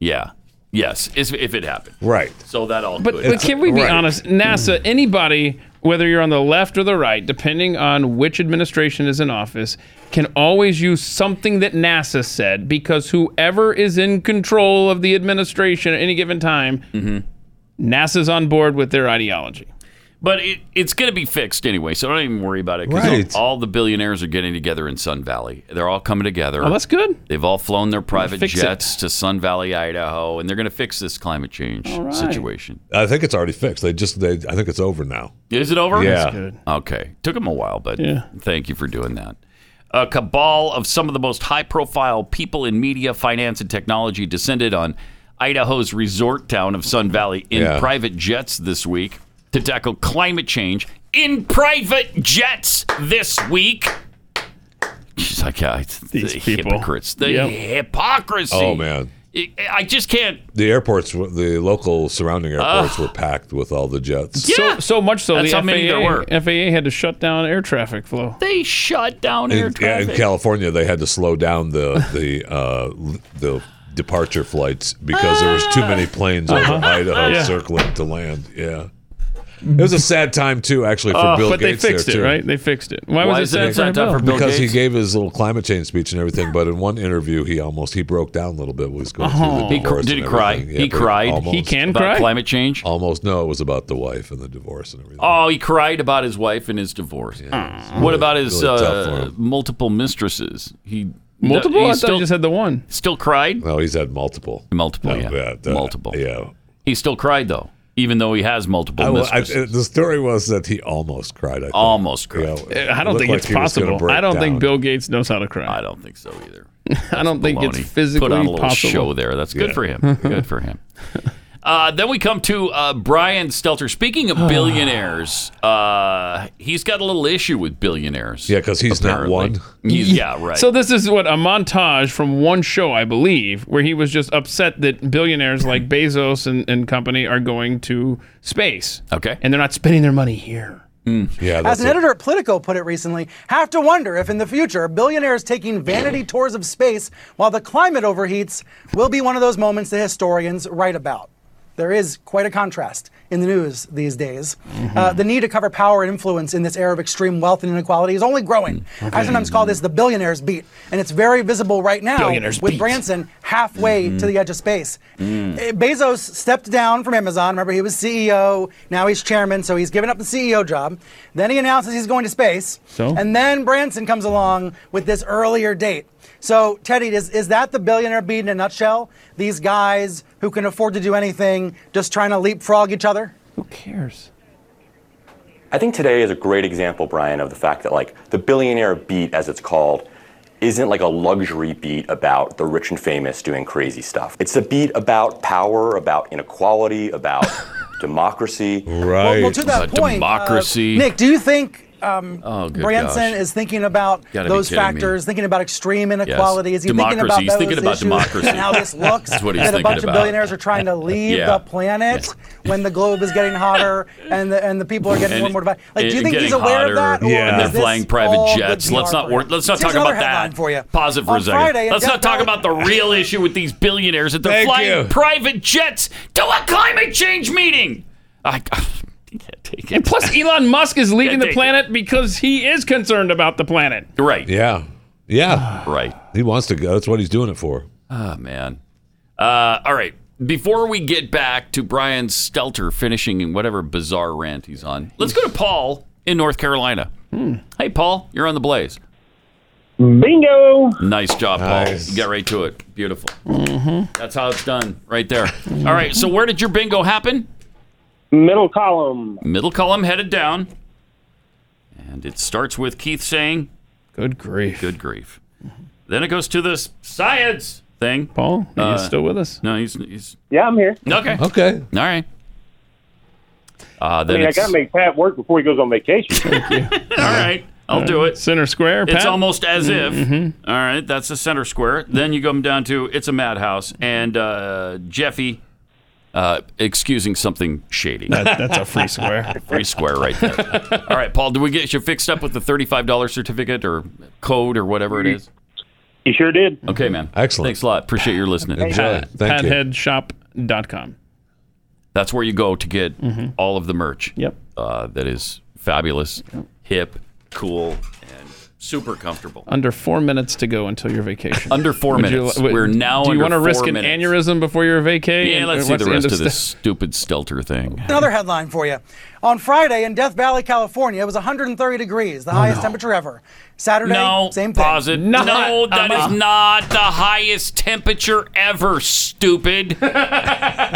[SPEAKER 3] Yeah. Yes, if if it happened.
[SPEAKER 4] Right.
[SPEAKER 3] So that all
[SPEAKER 5] But,
[SPEAKER 3] could
[SPEAKER 5] but
[SPEAKER 3] happen.
[SPEAKER 5] can we be honest?
[SPEAKER 4] Mm.
[SPEAKER 5] NASA, anybody, whether you're on the left or the right, depending on which administration is in office, can always use something that NASA said because whoever is in control of the administration at any given time,
[SPEAKER 4] Mm-hmm.
[SPEAKER 5] NASA's on board with their ideology.
[SPEAKER 3] But it, it's going to be fixed anyway, so don't even worry about it. 'cause
[SPEAKER 5] Right.
[SPEAKER 3] All, all the billionaires are getting together in Sun Valley. They're all coming together.
[SPEAKER 5] Oh, that's good.
[SPEAKER 3] They've all flown their private
[SPEAKER 5] Fix it.
[SPEAKER 3] jets to Sun Valley, Idaho, and they're going to fix this climate change
[SPEAKER 5] All right.
[SPEAKER 3] situation.
[SPEAKER 4] I think it's already fixed. They just. They. I think it's over now.
[SPEAKER 3] Is it over?
[SPEAKER 4] Yeah. That's good.
[SPEAKER 3] Okay. Took them a while, but
[SPEAKER 4] Yeah.
[SPEAKER 3] thank you for doing that. A cabal of some of the most high profile people in media, finance, and technology descended on Idaho's resort town of Sun Valley in
[SPEAKER 4] Yeah.
[SPEAKER 3] private jets this week to tackle climate change in private jets this week. She's like, yeah, it's
[SPEAKER 4] These
[SPEAKER 3] the
[SPEAKER 4] people.
[SPEAKER 3] hypocrites. The
[SPEAKER 4] Yep.
[SPEAKER 3] hypocrisy.
[SPEAKER 4] Oh man.
[SPEAKER 3] I- I just can't.
[SPEAKER 4] The airports, were- the local surrounding airports,
[SPEAKER 3] Ah.
[SPEAKER 4] were packed with all the jets.
[SPEAKER 5] So, so much so
[SPEAKER 3] That's
[SPEAKER 5] the
[SPEAKER 3] how many there
[SPEAKER 5] FAA,
[SPEAKER 3] were.
[SPEAKER 5] FAA had to shut down air traffic flow.
[SPEAKER 3] They shut down air
[SPEAKER 4] In, yeah, in
[SPEAKER 3] traffic.
[SPEAKER 4] California, they had to slow down the the uh, l- the departure flights because there was too many
[SPEAKER 3] Ah.
[SPEAKER 4] planes over
[SPEAKER 5] Uh-huh.
[SPEAKER 4] Idaho
[SPEAKER 5] Yeah.
[SPEAKER 4] circling to land. Yeah, it was a sad time too, actually, for
[SPEAKER 5] Oh,
[SPEAKER 4] Bill
[SPEAKER 5] but
[SPEAKER 4] Gates.
[SPEAKER 5] they fixed
[SPEAKER 4] there,
[SPEAKER 5] it,
[SPEAKER 4] too.
[SPEAKER 5] right? They fixed it. Why, was it sad for Bill?
[SPEAKER 4] because he gave his little climate change speech and everything, but in one interview he almost he broke down a little bit. when he Was going through
[SPEAKER 3] Uh-huh.
[SPEAKER 5] Oh.
[SPEAKER 4] the
[SPEAKER 5] He cr-
[SPEAKER 4] divorce
[SPEAKER 5] did
[SPEAKER 4] and
[SPEAKER 5] he cry?
[SPEAKER 4] everything.
[SPEAKER 5] He
[SPEAKER 4] but
[SPEAKER 5] cried? He can About cry?
[SPEAKER 3] climate change.
[SPEAKER 4] Almost no, it was about the wife and the divorce and everything.
[SPEAKER 3] Oh, he cried about his wife and his divorce. what
[SPEAKER 4] really-
[SPEAKER 3] about his
[SPEAKER 4] really tough for
[SPEAKER 3] uh, multiple mistresses? He
[SPEAKER 5] Multiple?
[SPEAKER 3] He
[SPEAKER 5] I thought you just had the one.
[SPEAKER 3] still cried.
[SPEAKER 4] No, he's had multiple.
[SPEAKER 3] Multiple,
[SPEAKER 4] No,
[SPEAKER 3] yeah.
[SPEAKER 4] that- that-
[SPEAKER 3] multiple.
[SPEAKER 4] Yeah.
[SPEAKER 3] He still cried though, even though he has multiple
[SPEAKER 4] I, I,
[SPEAKER 3] mistresses.
[SPEAKER 4] the story was that he almost cried. I think.
[SPEAKER 3] Almost cried.
[SPEAKER 4] Yeah,
[SPEAKER 5] I don't
[SPEAKER 4] looked
[SPEAKER 5] think
[SPEAKER 4] like
[SPEAKER 5] it's
[SPEAKER 4] he was gonna
[SPEAKER 5] possible.
[SPEAKER 4] break
[SPEAKER 5] I don't think
[SPEAKER 4] down.
[SPEAKER 5] Bill Gates knows how to cry. I
[SPEAKER 3] don't think so either.
[SPEAKER 5] I don't think it's
[SPEAKER 3] Baloney.
[SPEAKER 5] physically
[SPEAKER 3] Put on a little
[SPEAKER 5] possible.
[SPEAKER 3] show there. That's good
[SPEAKER 5] Yeah.
[SPEAKER 3] for him. Good for him. Uh, then we come to uh, Brian Stelter. Speaking of billionaires, uh, he's got a little issue with billionaires.
[SPEAKER 4] Yeah, because he's
[SPEAKER 3] apparently. Mm,
[SPEAKER 4] not one.
[SPEAKER 3] He's- yeah, right.
[SPEAKER 5] So this is what a montage from one show, I believe, where he was just upset that billionaires like Bezos and, and company are going to space.
[SPEAKER 3] Okay. Hmm.
[SPEAKER 5] And they're not spending their money here.
[SPEAKER 4] Yeah.
[SPEAKER 7] As an editor at Politico put it recently, have to wonder if in the future billionaires taking vanity tours of space while the climate overheats will be one of those moments that historians write about. There is quite a contrast in the news these days. Uh,
[SPEAKER 20] Mm-hmm.
[SPEAKER 7] the need to cover power and influence in this era of extreme wealth and inequality is only growing. I sometimes call this the billionaires beat, and it's very visible right now
[SPEAKER 20] Billionaires
[SPEAKER 7] with
[SPEAKER 20] beat. Mm-hmm. Mm.
[SPEAKER 7] Branson halfway to the edge of space. Eh, Bezos stepped down from Amazon. Remember, he was CEO. Now he's chairman, so he's given up the CEO job. Then he announces he's going to space.
[SPEAKER 5] So?
[SPEAKER 7] And then Branson comes along with this earlier date. So, Teddy, is, is that the billionaire beat in a nutshell? These guys who can afford to do anything just trying to leapfrog each other?
[SPEAKER 5] cares?
[SPEAKER 23] I think today is a great example, Brian, of the fact that like the billionaire beat, as it's called, isn't like a luxury beat about the rich and famous doing crazy stuff. It's a beat about power, about inequality, about democracy. Right.
[SPEAKER 7] Well, well, to that point, uh, Nick, do you think um,
[SPEAKER 3] Oh, good
[SPEAKER 7] Branson
[SPEAKER 3] gosh.
[SPEAKER 7] is thinking about
[SPEAKER 3] Gotta be
[SPEAKER 7] those
[SPEAKER 3] kidding me.
[SPEAKER 7] factors, thinking about extreme
[SPEAKER 3] Yes.
[SPEAKER 7] inequalities. He's thinking
[SPEAKER 3] Democracy.
[SPEAKER 7] about
[SPEAKER 3] He's
[SPEAKER 7] those
[SPEAKER 3] thinking about
[SPEAKER 7] issues
[SPEAKER 3] democracy.
[SPEAKER 7] and how this looks.
[SPEAKER 3] That's what he's
[SPEAKER 7] that a
[SPEAKER 3] thinking
[SPEAKER 7] bunch
[SPEAKER 3] about.
[SPEAKER 7] of billionaires are trying to leave
[SPEAKER 3] Yeah.
[SPEAKER 7] the planet when the globe is getting hotter and the and the people are
[SPEAKER 3] And
[SPEAKER 7] getting more and more divided. Like,
[SPEAKER 3] it-
[SPEAKER 7] do you think
[SPEAKER 3] getting
[SPEAKER 7] he's aware
[SPEAKER 3] hotter,
[SPEAKER 7] of that?
[SPEAKER 3] And
[SPEAKER 7] Or is
[SPEAKER 3] they're
[SPEAKER 7] this
[SPEAKER 3] flying
[SPEAKER 7] all
[SPEAKER 3] private
[SPEAKER 7] good
[SPEAKER 3] jets.
[SPEAKER 7] PR
[SPEAKER 3] Let's not
[SPEAKER 7] for him?
[SPEAKER 3] work. Let's not
[SPEAKER 7] Here's
[SPEAKER 3] talk about
[SPEAKER 7] another headline
[SPEAKER 3] that.
[SPEAKER 7] For you.
[SPEAKER 3] Pause it for
[SPEAKER 7] On
[SPEAKER 3] a second.
[SPEAKER 7] Friday in
[SPEAKER 3] let's not
[SPEAKER 7] Death
[SPEAKER 3] talk about the real issue with these billionaires that they're
[SPEAKER 7] Thank
[SPEAKER 3] flying
[SPEAKER 7] you.
[SPEAKER 3] private jets to a climate change meeting. I oh, can't take it.
[SPEAKER 5] And plus, Elon Musk is leaving the
[SPEAKER 3] take
[SPEAKER 5] planet because he is concerned about the planet.
[SPEAKER 3] Right.
[SPEAKER 4] Yeah. Yeah.
[SPEAKER 3] right.
[SPEAKER 4] He wants to go. That's what he's doing it for.
[SPEAKER 3] Oh, man. Uh, all right. Before we get back to Brian Stelter finishing in whatever bizarre rant he's on, let's go to Paul in North Carolina. Hey, Paul, you're on the blaze.
[SPEAKER 8] Bingo.
[SPEAKER 3] Nice job, Paul.
[SPEAKER 8] Nice.
[SPEAKER 3] Get right to it. Beautiful.
[SPEAKER 8] Mm-hmm.
[SPEAKER 3] That's how it's done, right there. All right. So where did your bingo happen?
[SPEAKER 8] Middle column.
[SPEAKER 3] Middle column headed down, and it starts with Keith saying, "Good grief, good grief." Then it goes to this science thing. Paul,
[SPEAKER 5] are you still with
[SPEAKER 3] us? Uh, No, he's, he's
[SPEAKER 8] Yeah, I'm here.
[SPEAKER 3] okay. Okay. All right. Uh,
[SPEAKER 8] I
[SPEAKER 3] then
[SPEAKER 8] mean, I
[SPEAKER 3] it's,
[SPEAKER 8] gotta make Pat work before he goes on vacation.
[SPEAKER 3] all right. I'll do it.
[SPEAKER 5] Center square.
[SPEAKER 3] It's
[SPEAKER 5] Pat?
[SPEAKER 3] almost as if.
[SPEAKER 5] Mhm.
[SPEAKER 3] All right, that's the center square. Then you come down to it's a madhouse and uh, Jeffy uh, excusing something shady.
[SPEAKER 5] That- that's a free square.
[SPEAKER 3] free square right there. All right, Paul, did we get you fixed up with the thirty-five dollar certificate or code or whatever it is?
[SPEAKER 8] You sure did.
[SPEAKER 3] Okay, man. Excellent. Thanks a lot. Appreciate your listening.
[SPEAKER 5] Pat- Patheadshop.com.
[SPEAKER 3] That's where you go to get
[SPEAKER 5] Mm-hmm.
[SPEAKER 3] all of the merch. Yep. Uh, that is fabulous, hip, cool, and super comfortable.
[SPEAKER 5] Under four minutes to go until your vacation.
[SPEAKER 3] Under four
[SPEAKER 5] Would you
[SPEAKER 3] minutes.
[SPEAKER 5] li- would-
[SPEAKER 3] We're now
[SPEAKER 5] Do you wanna
[SPEAKER 3] under four
[SPEAKER 5] risk an
[SPEAKER 3] minutes.
[SPEAKER 5] aneurysm before your vacation?
[SPEAKER 3] Yeah, let's see the rest of this stupid Stelter thing.
[SPEAKER 7] Another headline for you. On Friday in Death Valley, California, it was 130 degrees, the highest temperature ever. Saturday,
[SPEAKER 3] No,
[SPEAKER 7] same thing.
[SPEAKER 3] pause it. no, uh-uh. that is not the highest temperature ever, stupid.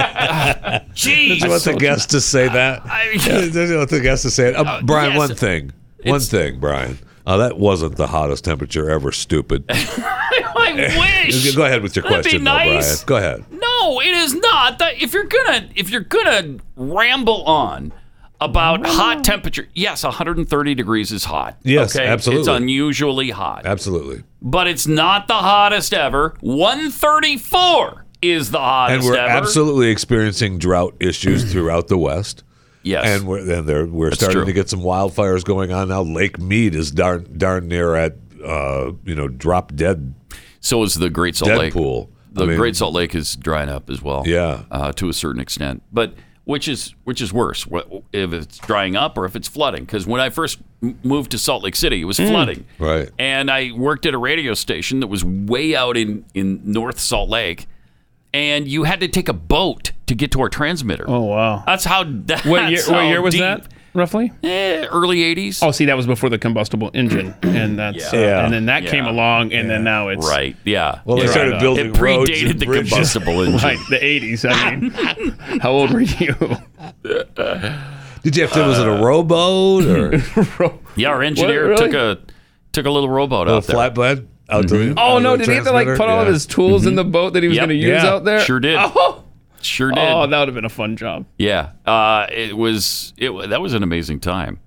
[SPEAKER 4] Did
[SPEAKER 3] Jeez.
[SPEAKER 4] you want the guests to say that?
[SPEAKER 3] I-
[SPEAKER 4] Did you want the guests to say it? Uh,
[SPEAKER 3] Uh,
[SPEAKER 4] Brian,
[SPEAKER 3] yes.
[SPEAKER 4] one thing. One thing, Brian. Uh, that wasn't the hottest temperature ever, stupid.
[SPEAKER 3] I wish.
[SPEAKER 4] Go ahead with your
[SPEAKER 3] That'd be
[SPEAKER 4] question,
[SPEAKER 3] nice.
[SPEAKER 4] though, Brian. Go ahead.
[SPEAKER 3] No, it is not. That if you're gonna if you're gonna ramble on about hot temperature, yes, 130 degrees is hot.
[SPEAKER 4] Yes, absolutely.
[SPEAKER 3] It's unusually hot,
[SPEAKER 4] Absolutely.
[SPEAKER 3] but it's not the hottest ever. 134 is the hottest
[SPEAKER 4] and we're
[SPEAKER 3] ever.
[SPEAKER 4] absolutely experiencing drought issues throughout the West.
[SPEAKER 3] Yes,
[SPEAKER 4] and we're and they're, we're starting
[SPEAKER 3] true.
[SPEAKER 4] to get some wildfires going on now. Lake Mead is darn darn near at uh, you know drop dead.
[SPEAKER 3] So is the Great Salt Lake.
[SPEAKER 4] Deadpool.
[SPEAKER 3] The
[SPEAKER 4] I mean-
[SPEAKER 3] Great Salt Lake is drying up as well.
[SPEAKER 4] Yeah.
[SPEAKER 3] uh, to a certain extent, but which is which is worse, wh- if it's drying up or if it's flooding? Because when I first m- moved to Salt Lake City, it was
[SPEAKER 4] Mm.
[SPEAKER 3] flooding.
[SPEAKER 4] Right.
[SPEAKER 3] And I worked at a radio station that was way out in in North Salt Lake, and you had to take a boat to get to our transmitter.
[SPEAKER 5] Oh wow.
[SPEAKER 3] That's how. That's
[SPEAKER 5] What year, what
[SPEAKER 3] how
[SPEAKER 5] year was
[SPEAKER 3] deep- Eh,
[SPEAKER 5] that? Roughly?
[SPEAKER 3] early '80s.
[SPEAKER 5] Oh, see, that was before the combustible engine, and that's
[SPEAKER 3] Yeah.
[SPEAKER 5] and then that
[SPEAKER 3] Yeah.
[SPEAKER 5] came along, and then now it's
[SPEAKER 3] Right. Yeah.
[SPEAKER 5] Well, they
[SPEAKER 3] Yeah.
[SPEAKER 5] started
[SPEAKER 3] Right.
[SPEAKER 5] building
[SPEAKER 3] It
[SPEAKER 5] roads
[SPEAKER 3] predated
[SPEAKER 5] and
[SPEAKER 3] the
[SPEAKER 5] bridges.
[SPEAKER 3] combustible engine.
[SPEAKER 5] Right, the '80s. I mean, how old were you?
[SPEAKER 4] Did you have to? was it a rowboat or
[SPEAKER 3] Yeah, our engineer
[SPEAKER 5] What, really?
[SPEAKER 3] took a took a little rowboat
[SPEAKER 4] a
[SPEAKER 3] out there. Mm-hmm.
[SPEAKER 4] flatbed? Out to,
[SPEAKER 5] Oh
[SPEAKER 3] Uh,
[SPEAKER 4] out
[SPEAKER 5] no!
[SPEAKER 4] to the
[SPEAKER 5] Did he have to like
[SPEAKER 4] transmitter?
[SPEAKER 5] put all of
[SPEAKER 4] Yeah.
[SPEAKER 5] his tools in the boat that he was
[SPEAKER 3] Yep.
[SPEAKER 5] going to use
[SPEAKER 3] Yeah.
[SPEAKER 5] out there?
[SPEAKER 3] Sure did.
[SPEAKER 5] Oh,
[SPEAKER 3] Sure did.
[SPEAKER 5] oh that would have been a fun job.
[SPEAKER 3] Yeah, uh, it was. It wa- that was an amazing time.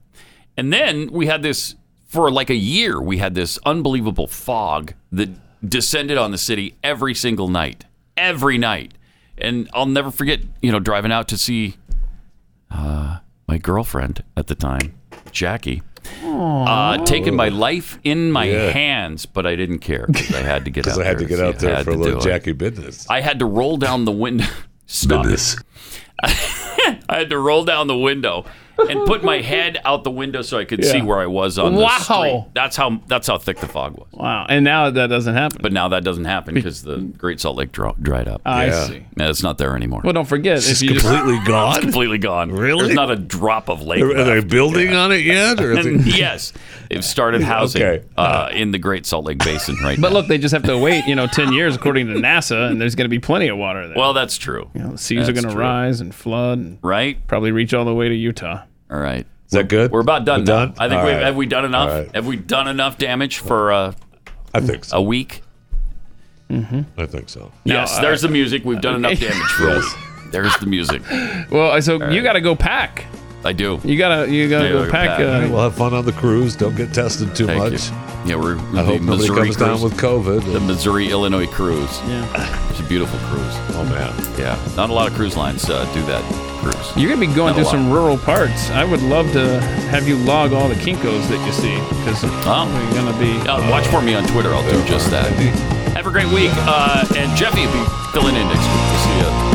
[SPEAKER 3] And then we had this for like a year. We had this unbelievable fog that descended on the city every single night, every night. And I'll never forget, you know, driving out to see uh, my girlfriend at the time, Jackie, uh,
[SPEAKER 5] Aw.
[SPEAKER 3] taking my life in my
[SPEAKER 4] Yeah.
[SPEAKER 3] hands, but I didn't care because I had to get out
[SPEAKER 4] I had to
[SPEAKER 3] there.
[SPEAKER 4] get
[SPEAKER 3] See,
[SPEAKER 4] out there
[SPEAKER 3] had
[SPEAKER 4] for a
[SPEAKER 3] to
[SPEAKER 4] little
[SPEAKER 3] do it.
[SPEAKER 4] Jackie business.
[SPEAKER 3] I had to roll down the window. Stop it. I had to roll down the window and put my head out the window so I could
[SPEAKER 5] Yeah.
[SPEAKER 3] see where I was on the
[SPEAKER 5] Wow.
[SPEAKER 3] street. That's how that's how thick the fog was.
[SPEAKER 5] Wow! Uh, And now that doesn't happen.
[SPEAKER 3] But now that doesn't happen because the Great Salt Lake dro- dried up.
[SPEAKER 5] I Yeah. see.
[SPEAKER 3] Yeah, it's not there anymore.
[SPEAKER 5] Well, don't forget if you just-
[SPEAKER 4] gone.
[SPEAKER 3] It's completely gone.
[SPEAKER 4] Really?
[SPEAKER 3] There's not a drop of lake.
[SPEAKER 4] Are- are they
[SPEAKER 3] left.
[SPEAKER 4] building on it yet, or is it-
[SPEAKER 3] yes, they've started housing uh, in the Great Salt Lake Basin right now.
[SPEAKER 5] But look, they just have to wait, you know, 10 years according to NASA, and there's going to be plenty of water there.
[SPEAKER 3] Well, that's true.
[SPEAKER 5] You know, the seas are
[SPEAKER 3] That's
[SPEAKER 5] going to
[SPEAKER 3] true.
[SPEAKER 5] rise and flood and
[SPEAKER 3] right?
[SPEAKER 5] probably reach all the way to Utah.
[SPEAKER 3] All right.
[SPEAKER 4] Is that good?
[SPEAKER 3] We're about done.
[SPEAKER 4] We're
[SPEAKER 3] now.
[SPEAKER 4] done?
[SPEAKER 3] I think
[SPEAKER 4] All
[SPEAKER 3] we've,
[SPEAKER 4] right.
[SPEAKER 3] have we done enough?
[SPEAKER 4] All right.
[SPEAKER 3] Have we done enough damage for uh,
[SPEAKER 4] I think so.
[SPEAKER 3] a week?
[SPEAKER 5] Mm-hmm.
[SPEAKER 4] I think so.
[SPEAKER 3] yes, there's the music. We've done
[SPEAKER 5] okay.
[SPEAKER 3] enough damage for us. There's the music.
[SPEAKER 5] Well, I- so you got to go pack.
[SPEAKER 3] I do.
[SPEAKER 5] You gotta, you gotta go pack. Uh,
[SPEAKER 4] we'll have fun on the cruise. Don't get tested too
[SPEAKER 3] Thank
[SPEAKER 4] much.
[SPEAKER 3] you. Yeah, we're.
[SPEAKER 4] I hope nobody comes down with COVID.
[SPEAKER 3] The Missouri Illinois cruise. Yeah, it's a beautiful cruise.
[SPEAKER 4] Oh man,
[SPEAKER 3] yeah. Not a lot of cruise lines uh, do that cruise.
[SPEAKER 5] You're gonna be going
[SPEAKER 3] Not a
[SPEAKER 5] through
[SPEAKER 3] lot.
[SPEAKER 5] some rural parts. I would love to have you log all the kinkos that you see because we're gonna be.
[SPEAKER 3] Uh, watch for me on Twitter. I'll do just that. Have a great week. Uh, and Jeffy will be filling in next week. We'll see you.